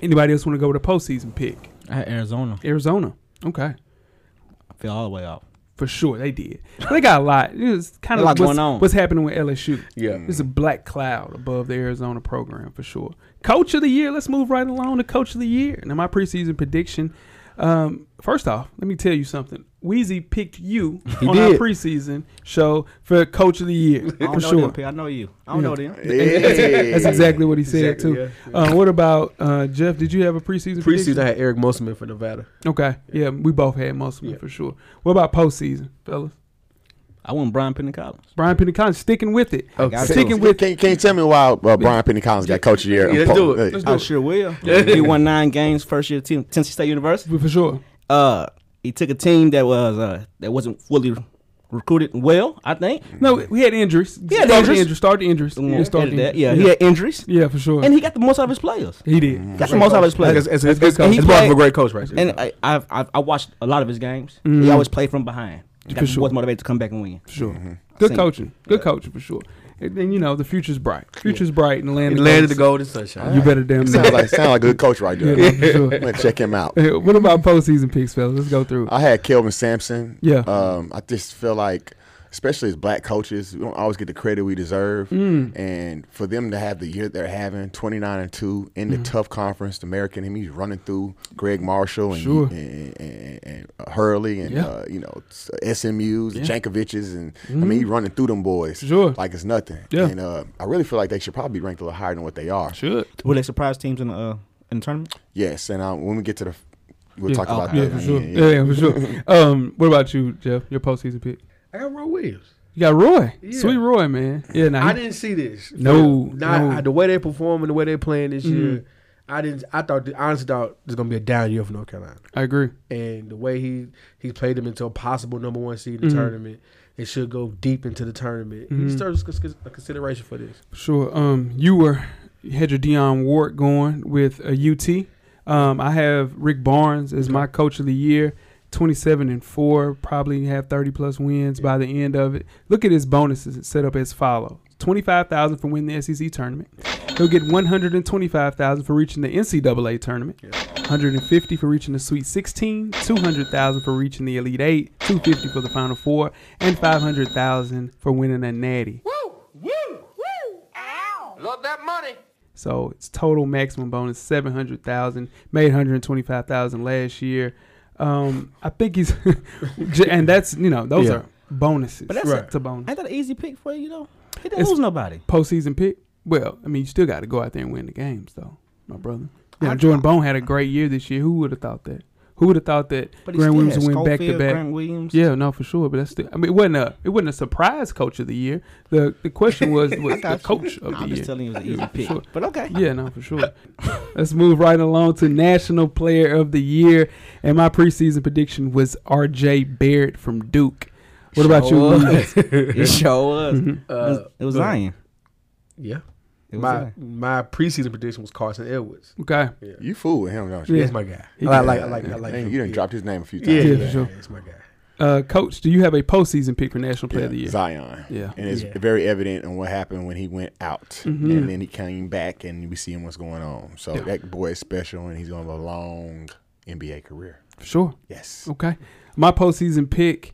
[SPEAKER 3] Anybody else want to go with a postseason pick?
[SPEAKER 5] I had Arizona.
[SPEAKER 3] Arizona. Okay.
[SPEAKER 5] I fell all the way off.
[SPEAKER 3] for sure. They did. They got a lot. It's kind of
[SPEAKER 5] A lot
[SPEAKER 3] like what's,
[SPEAKER 5] going on.
[SPEAKER 3] what's happening with LSU.
[SPEAKER 4] Yeah.
[SPEAKER 3] it's a black cloud above the Arizona program for sure. Coach of the year. Let's move right along to coach of the year. Now my preseason prediction. Um, first off, let me tell you something. Weezy picked you on our
[SPEAKER 4] did.
[SPEAKER 3] preseason show for coach of the year
[SPEAKER 5] [laughs] I don't
[SPEAKER 3] for
[SPEAKER 5] know
[SPEAKER 3] sure.
[SPEAKER 5] them, P. I know you. I don't
[SPEAKER 3] Yeah.
[SPEAKER 5] know them.
[SPEAKER 8] Hey.
[SPEAKER 3] [laughs] That's exactly what he said
[SPEAKER 4] Exactly,
[SPEAKER 3] too.
[SPEAKER 4] yeah.
[SPEAKER 3] Uh, what about uh, Jeff? Did you have a preseason? prediction?
[SPEAKER 4] Preseason, I had Eric Musselman for Nevada.
[SPEAKER 3] Okay, yeah, we both had Musselman
[SPEAKER 4] Yeah.
[SPEAKER 3] for sure. What about postseason, fellas?
[SPEAKER 5] I want Brian Penny Collins.
[SPEAKER 3] Brian Pentagon sticking with it.
[SPEAKER 4] Okay.
[SPEAKER 5] Got it.
[SPEAKER 3] Sticking with
[SPEAKER 8] Can, can you tell me why uh, Brian Penny Collins got coach of the year?
[SPEAKER 4] Yeah, let's do it. Let's
[SPEAKER 5] I sure will. he won nine games first year team Tennessee State University.
[SPEAKER 3] for sure.
[SPEAKER 5] Uh, he took a team that was uh that wasn't fully recruited well. I think.
[SPEAKER 3] No, we had injuries.
[SPEAKER 5] He had
[SPEAKER 3] Started
[SPEAKER 5] injuries.
[SPEAKER 3] injuries. Started injuries.
[SPEAKER 5] Yeah,
[SPEAKER 3] Yeah, started
[SPEAKER 5] he had,
[SPEAKER 3] injuries.
[SPEAKER 5] yeah, he had injuries,
[SPEAKER 3] yeah, for sure.
[SPEAKER 5] and he Mm-hmm. got the most out of his players.
[SPEAKER 3] he did.
[SPEAKER 5] Got the most out of his players.
[SPEAKER 4] It's, it's, it's,
[SPEAKER 3] That's
[SPEAKER 4] it's,
[SPEAKER 3] good coach.
[SPEAKER 4] it's more of a great coach right there.
[SPEAKER 5] And I, I've, I've I watched a lot of his games. He always played from behind. Got
[SPEAKER 3] Mm-hmm. For
[SPEAKER 5] the
[SPEAKER 3] sure.
[SPEAKER 5] boys motivated to come back and win.
[SPEAKER 3] For sure. Good
[SPEAKER 5] Same.
[SPEAKER 3] coaching. Good coaching for sure. And then you know the future's bright. Future's bright in the land.
[SPEAKER 4] He
[SPEAKER 3] of
[SPEAKER 4] landed the
[SPEAKER 3] goats.
[SPEAKER 4] golden sunshine.
[SPEAKER 3] You better damn
[SPEAKER 8] Sounds
[SPEAKER 3] know.
[SPEAKER 8] like, sound like a good coach right there.
[SPEAKER 3] Yeah, for
[SPEAKER 8] I'm
[SPEAKER 3] sure.
[SPEAKER 8] gonna check him out.
[SPEAKER 3] Hey, [laughs] What about postseason picks, fellas? Let's go through. it.
[SPEAKER 8] I had Kelvin Sampson.
[SPEAKER 3] Yeah.
[SPEAKER 8] Um, I just feel like, especially as black coaches, we don't always get the credit we deserve.
[SPEAKER 3] Mm.
[SPEAKER 8] And for them to have the year they're having, 29 and 2 in
[SPEAKER 3] Mm.
[SPEAKER 8] the tough conference, the American, him, he's running through Greg Marshall and,
[SPEAKER 3] Sure.
[SPEAKER 8] and, and, and Hurley and,
[SPEAKER 3] Yeah.
[SPEAKER 8] uh, you know, SMUs, Jankoviches. And I mean, he's running through them boys
[SPEAKER 3] Mm. Sure.
[SPEAKER 8] like it's nothing.
[SPEAKER 3] Yeah.
[SPEAKER 8] And uh, I really feel like they should probably be ranked a little higher than what they are.
[SPEAKER 3] Should.
[SPEAKER 5] Were they surprise teams in the uh, in the tournament?
[SPEAKER 8] Yes. And um, when we get to the, we'll talk about
[SPEAKER 3] Yeah,
[SPEAKER 8] that.
[SPEAKER 3] for sure. Yeah, yeah, for sure. Um, what about you, Jeff? Your postseason pick?
[SPEAKER 4] I got Roy Williams.
[SPEAKER 3] You got Roy.
[SPEAKER 4] Yeah.
[SPEAKER 3] Sweet Roy, man. Yeah, now
[SPEAKER 4] I
[SPEAKER 3] he-
[SPEAKER 4] didn't see this.
[SPEAKER 3] No,
[SPEAKER 4] not,
[SPEAKER 3] no. Mm-hmm.
[SPEAKER 4] I- the way they perform and the way they playing this year. I didn't. I thought. I honestly thought there's gonna be a down year for North Carolina,
[SPEAKER 3] I agree.
[SPEAKER 4] and the way he he played them into a possible number one seed in
[SPEAKER 3] Mm-hmm.
[SPEAKER 4] the tournament, it should go deep into the tournament. He's still just cons- a consideration for this.
[SPEAKER 3] Sure. Um, you were you had your Dion Ward going with a UT. Um, I have Rick Barnes as my coach of the year. Twenty-seven and four, probably have thirty plus wins by the end of it. Look at his bonuses. It's set up as follow: twenty-five thousand for winning the SEC tournament. He'll get one hundred and twenty-five thousand for reaching the NCAA tournament. One hundred and fifty for reaching the Sweet Sixteen. Two hundred thousand for reaching the Elite Eight. Two fifty for the Final Four, and five hundred thousand for winning a Natty. So its total maximum bonus seven hundred thousand, made hundred twenty five thousand last year. Um, I think he's, [laughs] j- and that's you know those
[SPEAKER 4] Yeah.
[SPEAKER 3] are bonuses. But
[SPEAKER 5] that's a-
[SPEAKER 3] a bonus.
[SPEAKER 5] Ain't that an easy pick for you though? He didn't
[SPEAKER 3] It's-
[SPEAKER 5] lose nobody.
[SPEAKER 3] Postseason pick. Well, I mean, you still got to go out there and win the games, though, my brother. You know, Jordan Bone had a great year this year. Who would have thought that? Who would have thought that
[SPEAKER 5] But he
[SPEAKER 3] Grant
[SPEAKER 5] still
[SPEAKER 3] Williams
[SPEAKER 5] had
[SPEAKER 3] would win back to
[SPEAKER 5] Schofield,
[SPEAKER 3] back?
[SPEAKER 5] Grant Williams.
[SPEAKER 3] Yeah, no, for sure. But that's still. I mean, it wasn't a. It wasn't a surprise coach of the year. The the question
[SPEAKER 5] [laughs]
[SPEAKER 3] was was the coach of the
[SPEAKER 5] I'm
[SPEAKER 3] year.
[SPEAKER 5] just telling you it was an easy
[SPEAKER 3] Yeah, for
[SPEAKER 5] pick.
[SPEAKER 3] sure.
[SPEAKER 5] But okay.
[SPEAKER 3] Yeah, no, for sure. Let's move right along to National Player of the Year. And my preseason prediction was RJ Barrett from Duke. What about you?
[SPEAKER 5] Sure.
[SPEAKER 3] [laughs]
[SPEAKER 8] Oh.
[SPEAKER 3] Weez?
[SPEAKER 5] It sure was.
[SPEAKER 3] Mm-hmm.
[SPEAKER 5] It was-
[SPEAKER 4] Uh,
[SPEAKER 5] it was
[SPEAKER 3] [laughs]
[SPEAKER 4] look,
[SPEAKER 5] Zion.
[SPEAKER 4] Yeah.
[SPEAKER 5] It was
[SPEAKER 4] my
[SPEAKER 5] Zion.
[SPEAKER 4] my preseason prediction was Carson Edwards.
[SPEAKER 3] Okay.
[SPEAKER 8] You fool with him, don't you?
[SPEAKER 3] Yeah.
[SPEAKER 4] That's my guy.
[SPEAKER 3] He-
[SPEAKER 4] I like I like I like.
[SPEAKER 8] Dang,
[SPEAKER 4] him.
[SPEAKER 8] you done
[SPEAKER 4] Yeah.
[SPEAKER 8] dropped his name a few times.
[SPEAKER 4] Yeah, yeah,
[SPEAKER 3] for sure.
[SPEAKER 4] That's my guy.
[SPEAKER 3] Uh, Coach, do you have a postseason pick for National Player of the Year?
[SPEAKER 8] Zion.
[SPEAKER 3] Yeah. Mm-hmm.
[SPEAKER 8] And it's
[SPEAKER 4] Yeah.
[SPEAKER 8] very evident in what happened when he went out. And then he came back and we see him what's going on. So that boy is special and he's gonna have a long NBA career.
[SPEAKER 3] For sure.
[SPEAKER 8] Yes.
[SPEAKER 3] Okay. My postseason pick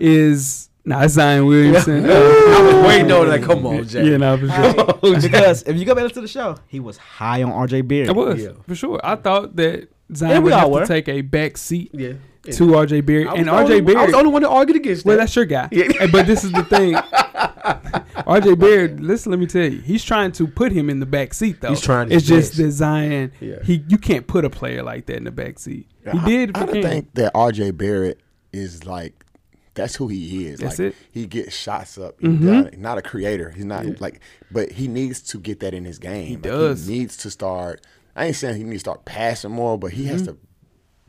[SPEAKER 3] is nah, it's Zion
[SPEAKER 4] [laughs]
[SPEAKER 3] Williamson. Uh,
[SPEAKER 4] Wait, no, like come on, Jay.
[SPEAKER 3] yeah, no, for sure.
[SPEAKER 5] [laughs] because if you go back to the show, he was high on RJ Beard.
[SPEAKER 3] I was
[SPEAKER 4] Yeah.
[SPEAKER 3] for sure. I thought that Zion
[SPEAKER 5] And we
[SPEAKER 3] would
[SPEAKER 5] all
[SPEAKER 3] have
[SPEAKER 5] were.
[SPEAKER 3] to take a back seat
[SPEAKER 4] Yeah.
[SPEAKER 3] to RJ Barrett,
[SPEAKER 4] I was
[SPEAKER 3] and
[SPEAKER 4] the only-
[SPEAKER 3] RJ Barrett.
[SPEAKER 4] I was the only one that argued against
[SPEAKER 3] Well,
[SPEAKER 4] that.
[SPEAKER 3] that's your guy. Hey, but this is the
[SPEAKER 8] [laughs]
[SPEAKER 3] thing. RJ Barrett, listen, let me tell you, he's trying to put him in the back seat though.
[SPEAKER 4] He's trying his
[SPEAKER 3] It's just
[SPEAKER 4] best.
[SPEAKER 3] that Zion,
[SPEAKER 4] Yeah.
[SPEAKER 3] he you can't put a player like that in the back seat. He
[SPEAKER 8] I-
[SPEAKER 3] did.
[SPEAKER 8] I,
[SPEAKER 3] for
[SPEAKER 8] don't
[SPEAKER 3] Cam.
[SPEAKER 8] think that RJ Barrett is like that's who he is.
[SPEAKER 3] That's
[SPEAKER 8] like
[SPEAKER 3] it. Mm-hmm.
[SPEAKER 8] he gets shots up. He's done it. not a creator. He's not like but he needs to get that in his game. He
[SPEAKER 3] does.
[SPEAKER 8] he needs to start I ain't saying he needs to start passing more, but he has
[SPEAKER 3] Mm-hmm.
[SPEAKER 8] to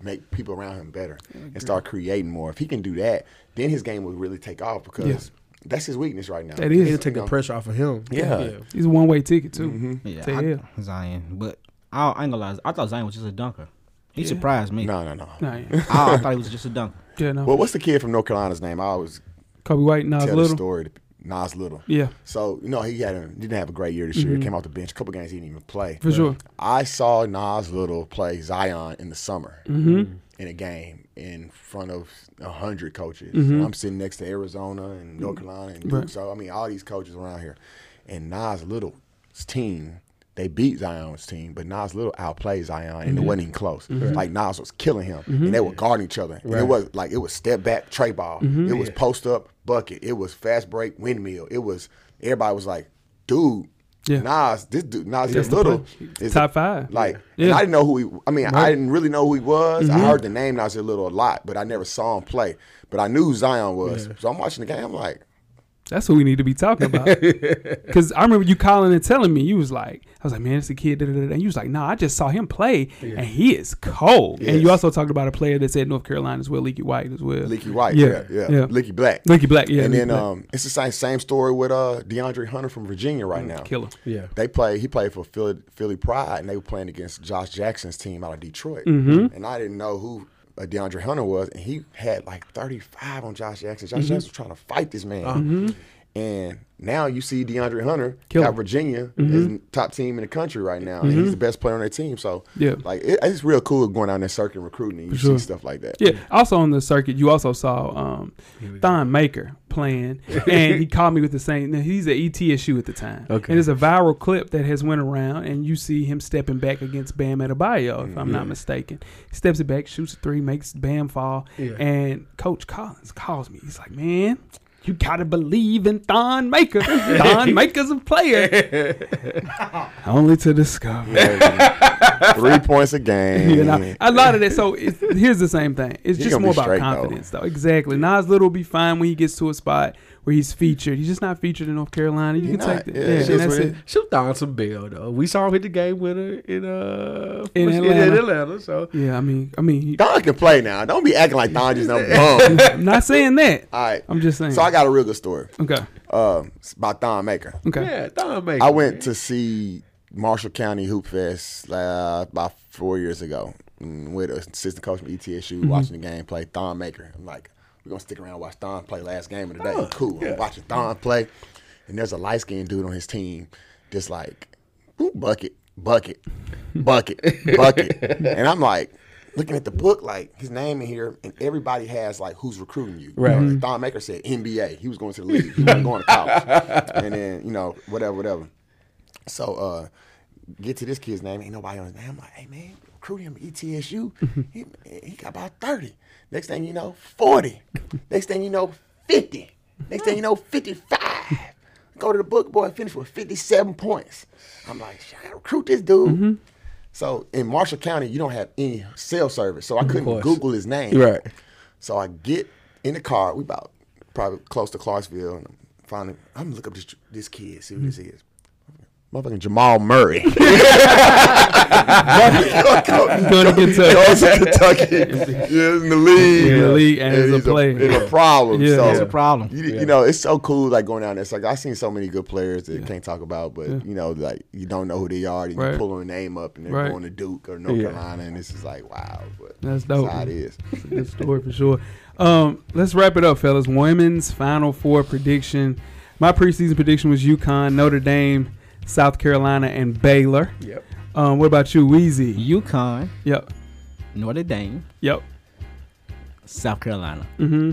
[SPEAKER 8] make people around him better and start creating more. If he can do that, then his game will really take off because
[SPEAKER 3] Yes.
[SPEAKER 8] that's his weakness right now.
[SPEAKER 3] That is.
[SPEAKER 4] It'll take the pressure off of him.
[SPEAKER 8] Yeah.
[SPEAKER 3] He's a one way ticket too.
[SPEAKER 8] Mm-hmm.
[SPEAKER 5] Yeah,
[SPEAKER 3] To
[SPEAKER 5] I-
[SPEAKER 3] hell.
[SPEAKER 5] Zion. But I, I ain't gonna lie, I thought Zion was just a dunker. He surprised me.
[SPEAKER 8] No, no, no.
[SPEAKER 3] Nah, yeah.
[SPEAKER 5] I, I thought he was just a dunker.
[SPEAKER 3] yeah, no.
[SPEAKER 8] Well, what's the kid from North Carolina's name? I always
[SPEAKER 3] Kobe White, Nas
[SPEAKER 8] tell the
[SPEAKER 3] Little.
[SPEAKER 8] story. to p- Nas Little.
[SPEAKER 3] Yeah. Mm-hmm.
[SPEAKER 8] So you know he had a, didn't have a great year this year. Came off the bench. A couple games he didn't even play.
[SPEAKER 3] For sure. Mm-hmm.
[SPEAKER 8] I saw Nas Little play Zion in the summer, in a game in front of a hundred coaches.
[SPEAKER 3] Mm-hmm.
[SPEAKER 8] I'm sitting next to Arizona and North Carolina and Duke. So I mean, all these coaches around here, and Nas Little's team. They beat Zion's team, but Nas Little outplayed Zion, and it
[SPEAKER 3] Mm-hmm.
[SPEAKER 8] wasn't even close. Like Nas was killing him, and they were guarding each other. And it was like it was step back, tray ball.
[SPEAKER 3] Mm-hmm.
[SPEAKER 8] It was post up, bucket. It was fast break, windmill. It was everybody was like, dude,
[SPEAKER 3] Yeah.
[SPEAKER 8] Nas, this dude, Nas
[SPEAKER 3] That's the
[SPEAKER 8] Little,
[SPEAKER 3] play.
[SPEAKER 8] is
[SPEAKER 3] Top five.
[SPEAKER 8] Like,
[SPEAKER 3] Yeah. Mm-hmm.
[SPEAKER 8] and I didn't know who he. I mean, I didn't really know who he was. I heard the name Nasir Little a lot, but I never saw him play. But I knew who Zion was, so I'm watching the game. I'm like,
[SPEAKER 3] That's what we need to be talking
[SPEAKER 8] [laughs]
[SPEAKER 3] about. Because I remember you calling and telling me, you was like, I was like, man, it's a kid. Da, da, da. da." And you was like, nah, I just saw him play, and he is cold. And you
[SPEAKER 8] Yes.
[SPEAKER 3] also talked about a player that's at North Carolina as well, Leaky White as well.
[SPEAKER 8] Leaky White, yeah, yeah,
[SPEAKER 3] yeah.
[SPEAKER 8] Leaky Black,
[SPEAKER 3] Leaky Black, yeah.
[SPEAKER 8] and
[SPEAKER 3] Leaky
[SPEAKER 8] then
[SPEAKER 3] Black.
[SPEAKER 8] um, it's the same same story with uh DeAndre Hunter from Virginia right now.
[SPEAKER 3] Mm, killer.
[SPEAKER 4] Yeah.
[SPEAKER 8] They play. He played for Philly, Philly Pride, and they were playing against Josh Jackson's team out of Detroit.
[SPEAKER 3] Mm-hmm.
[SPEAKER 8] And I didn't know who uh, DeAndre Hunter was, and he had like 35 on Josh Jackson.
[SPEAKER 3] Mm-hmm.
[SPEAKER 8] Josh Jackson was trying to fight this man.
[SPEAKER 3] Uh-huh.
[SPEAKER 8] And now you see DeAndre Hunter
[SPEAKER 3] Killer. Mm-hmm.
[SPEAKER 8] got Virginia as the top team in the country right now, and he's the best player on their team. So
[SPEAKER 3] Yeah.
[SPEAKER 8] like it, it's real cool going out in that circuit and recruiting, and you
[SPEAKER 3] sure.
[SPEAKER 8] see stuff like that. [laughs]
[SPEAKER 3] Yeah. Also on the circuit, you also saw um, Thon Maker playing, and he called me with the same. Now he's E at ETSU at the time,
[SPEAKER 4] Okay.
[SPEAKER 3] and it's a viral clip that has went around, and you see him stepping back against Bam Adebayo, if I'm not mistaken. He steps it back, shoots a three, makes Bam fall, and Coach Collins calls me. He's like, "Man." You gotta believe in Thon Maker. Thon Maker's a player. Only to discover.
[SPEAKER 8] um, Three points a game.
[SPEAKER 3] [laughs] You know, a lot of that. So it's, here's the same thing. It's
[SPEAKER 8] Mm-hmm. He
[SPEAKER 3] just
[SPEAKER 8] gonna
[SPEAKER 3] more
[SPEAKER 8] be
[SPEAKER 3] about
[SPEAKER 8] straight, though.
[SPEAKER 3] confidence, though. Exactly. Nas Little will be fine when he gets to a spot where he's featured. He's just not featured in North Carolina. You
[SPEAKER 8] He
[SPEAKER 3] can
[SPEAKER 8] not.
[SPEAKER 3] take that.
[SPEAKER 8] Yeah,
[SPEAKER 3] Yeah,
[SPEAKER 8] it's
[SPEAKER 3] and
[SPEAKER 8] just
[SPEAKER 3] that's
[SPEAKER 8] what it-
[SPEAKER 3] it.
[SPEAKER 4] Shoot down some bill though. We saw him hit the game winner in uh
[SPEAKER 3] In
[SPEAKER 4] in
[SPEAKER 3] Atlanta.
[SPEAKER 4] Atlanta, so
[SPEAKER 3] Yeah, I mean, I mean,
[SPEAKER 8] [laughs]
[SPEAKER 3] he-
[SPEAKER 8] Don can play now. Don't be acting like Don just no
[SPEAKER 3] [laughs]
[SPEAKER 8] bum.
[SPEAKER 3] I'm not saying that.
[SPEAKER 8] All right.
[SPEAKER 3] I'm just saying.
[SPEAKER 8] So I got a real good story
[SPEAKER 3] okay,
[SPEAKER 8] um, it's about Don Maker.
[SPEAKER 3] okay.
[SPEAKER 4] yeah, Don Maker.
[SPEAKER 8] I went to see Marshall County Hoop Fest uh, about four years ago mm, with an assistant coach from E ETSU watching the game play Thon Maker. I'm like, we're going to stick around and watch Thon play last game of the day. cool. I'm watching Thon play. And there's a light skinned dude on his team just like, "Ooh, bucket, bucket, bucket, bucket. and I'm like, looking at the book, like his name in here, and everybody has like who's recruiting you. Right. Like, Thon Maker said NBA. He was going to the league. He was going to college. and then, you know, whatever, whatever. So uh get to this kid's name, ain't nobody on his name. I'm like, hey man, recruit him E to ETSU. he, he got about 30. Next thing you know, 40. Next thing you know, 50. Next thing you know, 55. Go to the book boy and finish with 57 points. I'm like, shit, I gotta recruit this dude. So in Marshall County, you don't have any cell service. So I couldn't
[SPEAKER 4] course.
[SPEAKER 8] Google his name.
[SPEAKER 4] Right.
[SPEAKER 8] So I get in the car. We about probably close to Clarksville, and I'm finally I'm gonna look up this this kid, see who this is. Motherfucking
[SPEAKER 4] [laughs]
[SPEAKER 8] Jamal Murray. [laughs]
[SPEAKER 3] Going to
[SPEAKER 8] [laughs]
[SPEAKER 3] get to [laughs]
[SPEAKER 8] Goes to Kentucky. He's in the league.
[SPEAKER 3] In the league and is a
[SPEAKER 8] he's
[SPEAKER 3] player.
[SPEAKER 8] It's a problem.
[SPEAKER 3] Yeah.
[SPEAKER 8] So
[SPEAKER 3] It's
[SPEAKER 5] a problem.
[SPEAKER 8] You, you know, it's so cool like going down there. It's like I've seen so many good players that can't talk about, but you know, like you don't know who they are. You
[SPEAKER 3] Right.
[SPEAKER 8] pull their name up and they're
[SPEAKER 3] Right.
[SPEAKER 8] going to Duke or North
[SPEAKER 4] Yeah.
[SPEAKER 8] Carolina, and it's just like wow. But
[SPEAKER 3] That's dope.
[SPEAKER 8] How it is.
[SPEAKER 3] It's a good story for sure. Um, let's wrap it up, fellas. Women's Final Four prediction. My preseason prediction was UConn, Notre Dame, South Carolina, and Baylor.
[SPEAKER 4] Yep.
[SPEAKER 3] Um, what about you, Wheezy?
[SPEAKER 5] UConn,
[SPEAKER 3] Yep.
[SPEAKER 5] Notre Dame,
[SPEAKER 3] Yep.
[SPEAKER 5] South Carolina.
[SPEAKER 3] Mm-hmm.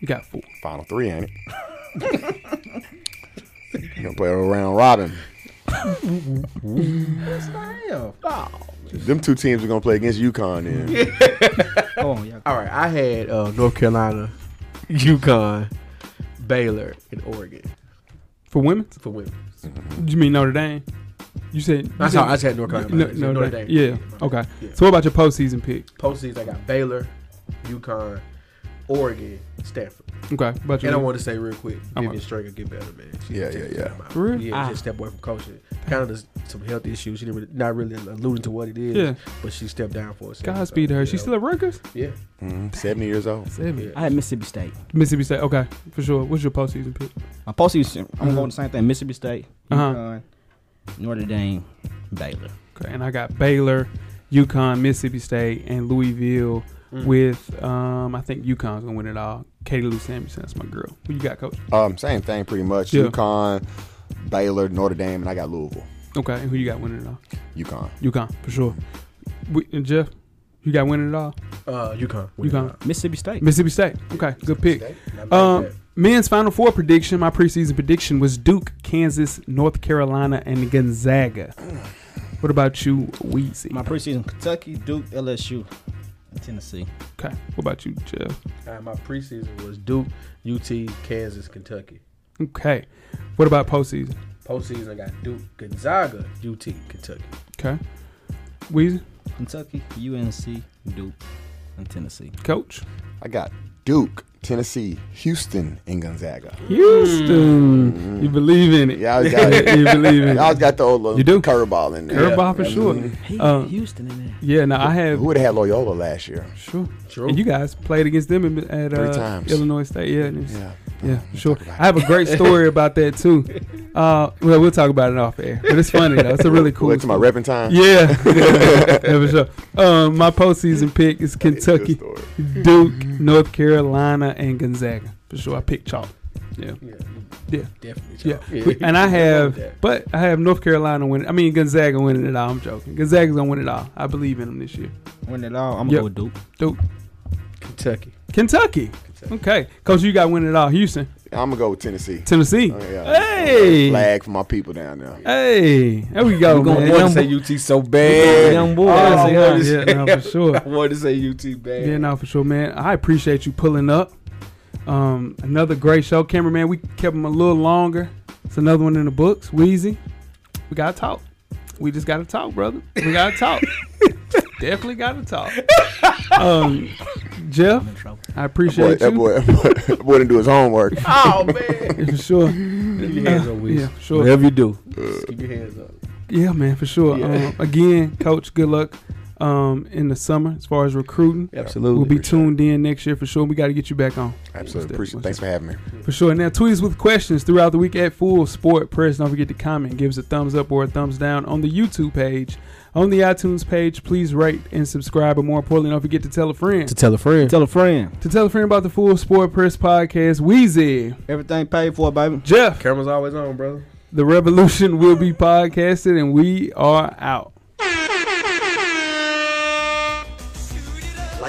[SPEAKER 3] You got four.
[SPEAKER 8] Final three, ain't it? you [laughs] gonna play a round robin.
[SPEAKER 4] Damn.
[SPEAKER 8] Them two teams are gonna play against UConn then.
[SPEAKER 5] Come on, y'all.
[SPEAKER 4] All right, I had uh, North Carolina, Yukon, Baylor, and Oregon
[SPEAKER 3] For women?
[SPEAKER 4] for women.
[SPEAKER 3] You mean Notre Dame? You said. You
[SPEAKER 4] I
[SPEAKER 3] said,
[SPEAKER 4] saw I just had North Carolina.
[SPEAKER 3] No,
[SPEAKER 4] I said
[SPEAKER 3] Notre,
[SPEAKER 4] Notre
[SPEAKER 3] Dame.
[SPEAKER 4] Dame.
[SPEAKER 3] Yeah. Okay.
[SPEAKER 4] Yeah.
[SPEAKER 3] So what about your postseason pick?
[SPEAKER 4] Postseason, I got Baylor, Yukon, Oregon, Stanford.
[SPEAKER 3] Okay. What About
[SPEAKER 4] And I
[SPEAKER 3] your
[SPEAKER 4] want to say real quick, Vivian Stringer get better, man. She
[SPEAKER 8] Yeah,
[SPEAKER 4] take
[SPEAKER 8] yeah, yeah.
[SPEAKER 4] time out.
[SPEAKER 3] For real? Ah.
[SPEAKER 4] Yeah, just step away from coaching. Kind of just some health issues. She didn't really, not really alluding to what it is.
[SPEAKER 3] Yeah.
[SPEAKER 4] But she stepped down for us.
[SPEAKER 3] Godspeed to her. She's still at Rutgers.
[SPEAKER 4] Yeah.
[SPEAKER 8] Mhm. Seventy years old.
[SPEAKER 3] Seven.
[SPEAKER 5] I had Mississippi State.
[SPEAKER 3] Mississippi State. Okay, for sure. What's your postseason pick?
[SPEAKER 5] My postseason, I'm going the same thing. Mississippi State,
[SPEAKER 3] Uh-huh.
[SPEAKER 5] UConn, Notre Dame, Baylor.
[SPEAKER 3] Okay, and I got Baylor, UConn, Mississippi State, and Louisville.
[SPEAKER 4] Mm.
[SPEAKER 3] With um, I think UConn's gonna win it all. Katie Lou Samuelson, that's my girl. Who you got, coach?
[SPEAKER 8] Um, same thing pretty much.
[SPEAKER 3] Yeah.
[SPEAKER 8] UConn, Baylor, Notre Dame, and I got Louisville.
[SPEAKER 3] Okay, and who you got winning it all?
[SPEAKER 8] UConn.
[SPEAKER 3] UConn for sure. We, and Jeff, You got winning it all?
[SPEAKER 4] Uh, UConn.
[SPEAKER 3] UConn.
[SPEAKER 5] Mississippi State.
[SPEAKER 3] Mississippi State. Okay, good pick.
[SPEAKER 4] State? Not bad,
[SPEAKER 3] Um,
[SPEAKER 4] bad.
[SPEAKER 3] men's Final Four prediction. My preseason prediction was Duke, Kansas, North Carolina, and Gonzaga. What about you, Weezy?
[SPEAKER 5] My preseason: Kentucky, Duke, LSU, and Tennessee.
[SPEAKER 3] okay. What about you, Jeff?
[SPEAKER 4] All right, Uh, my preseason was Duke, UT, Kansas, Kentucky.
[SPEAKER 3] Okay. What about postseason?
[SPEAKER 4] Postseason, I got Duke, Gonzaga, UT, Kentucky.
[SPEAKER 3] Okay. Weezy,
[SPEAKER 5] Kentucky, UNC, Duke, and Tennessee.
[SPEAKER 3] coach.
[SPEAKER 8] I got Duke, Tennessee, Houston, and Gonzaga.
[SPEAKER 3] Houston. You believe in it.
[SPEAKER 8] Mm.
[SPEAKER 3] [laughs]
[SPEAKER 8] Y'all got it.
[SPEAKER 3] you believe in
[SPEAKER 8] Y'all
[SPEAKER 3] it.
[SPEAKER 8] got the old little
[SPEAKER 3] You do.
[SPEAKER 8] curveball in there.
[SPEAKER 3] Curveball for sure.
[SPEAKER 5] Hey,
[SPEAKER 3] Um,
[SPEAKER 5] Houston in there.
[SPEAKER 3] Yeah, no, I have
[SPEAKER 8] Who would have had Loyola last year?
[SPEAKER 3] Sure.
[SPEAKER 4] True.
[SPEAKER 3] And you guys played against them in- at
[SPEAKER 8] Three
[SPEAKER 3] uh,
[SPEAKER 8] times.
[SPEAKER 3] Illinois State. Yeah. and it's-
[SPEAKER 8] Yeah.
[SPEAKER 3] Yeah,
[SPEAKER 8] we'll
[SPEAKER 3] sure.
[SPEAKER 8] talk about
[SPEAKER 3] I have a great story about that
[SPEAKER 8] [laughs]
[SPEAKER 3] too. Uh, well, we'll talk about it off air, but it's funny though. It's a really cool.
[SPEAKER 8] Went to my
[SPEAKER 3] story.
[SPEAKER 8] repping time.
[SPEAKER 3] Yeah, yeah,
[SPEAKER 8] [laughs]
[SPEAKER 3] for sure. Um, my postseason pick is
[SPEAKER 8] It's a good
[SPEAKER 3] Kentucky,
[SPEAKER 8] story.
[SPEAKER 3] Duke, North Carolina, and Gonzaga for sure. I picked chalk. Yeah,
[SPEAKER 4] Yeah,
[SPEAKER 3] yeah,
[SPEAKER 4] definitely.
[SPEAKER 3] yeah. And I have, but I have North Carolina winning. I mean Gonzaga winning it all. I'm joking. Gonzaga's gonna win it all. I believe in them this year.
[SPEAKER 5] Win it all. I'm gonna
[SPEAKER 3] Yep.
[SPEAKER 5] go with Duke.
[SPEAKER 3] Duke,
[SPEAKER 4] Kentucky.
[SPEAKER 3] Kentucky. Okay, coach, you got winning it all. Houston,
[SPEAKER 8] I'm gonna go with Tennessee.
[SPEAKER 3] Tennessee.
[SPEAKER 8] Oh, yeah.
[SPEAKER 3] Hey.
[SPEAKER 8] Flag for my people down there.
[SPEAKER 3] Hey, there we go,
[SPEAKER 4] I'm going
[SPEAKER 3] man.
[SPEAKER 4] to
[SPEAKER 3] Young
[SPEAKER 4] say UT so bad.
[SPEAKER 5] Young boy.
[SPEAKER 4] Oh, I
[SPEAKER 3] yeah,
[SPEAKER 4] wanted to
[SPEAKER 3] yeah,
[SPEAKER 4] say-
[SPEAKER 3] no, for sure.
[SPEAKER 4] I [laughs] wanted to say UT bad.
[SPEAKER 3] Yeah, no, for sure, man. I appreciate you pulling up. Um, another great show, cameraman. We kept him a little longer. It's another one in the books. Wheezy, we gotta talk. We just gotta talk, brother. We gotta talk. Definitely gotta talk. Um, Jeff, I
[SPEAKER 8] Boy,
[SPEAKER 3] appreciate
[SPEAKER 8] that
[SPEAKER 3] you
[SPEAKER 8] boy, [laughs] that boy, boy didn't do his homework.
[SPEAKER 4] Oh, man.
[SPEAKER 3] for sure.
[SPEAKER 4] Keep your hands up, Wiz.
[SPEAKER 3] Yeah, for sure.
[SPEAKER 4] Whatever you do, just keep your hands up.
[SPEAKER 3] Yeah, man, for sure. Um, again, coach, good luck um, in the summer as far as recruiting.
[SPEAKER 4] Absolutely.
[SPEAKER 3] We'll be tuned in next year for sure. We got to get you back on.
[SPEAKER 8] Absolutely.
[SPEAKER 3] What's that?
[SPEAKER 8] Appreciate.
[SPEAKER 3] What's
[SPEAKER 8] Thanks for having me.
[SPEAKER 3] For sure. Now, tweet us with questions throughout the week at Full Sport Press. Don't forget to comment, give us a thumbs up or a thumbs down on the YouTube page. On the iTunes page, please rate and subscribe. But more importantly, don't forget to tell a friend.
[SPEAKER 4] To tell a friend.
[SPEAKER 5] Tell a friend.
[SPEAKER 3] To tell a friend about the Full Sport Press podcast, Wheezy,
[SPEAKER 5] Everything paid for, baby.
[SPEAKER 3] Jeff,
[SPEAKER 4] Camera's always on, brother.
[SPEAKER 3] the revolution will be podcasted, and we are out.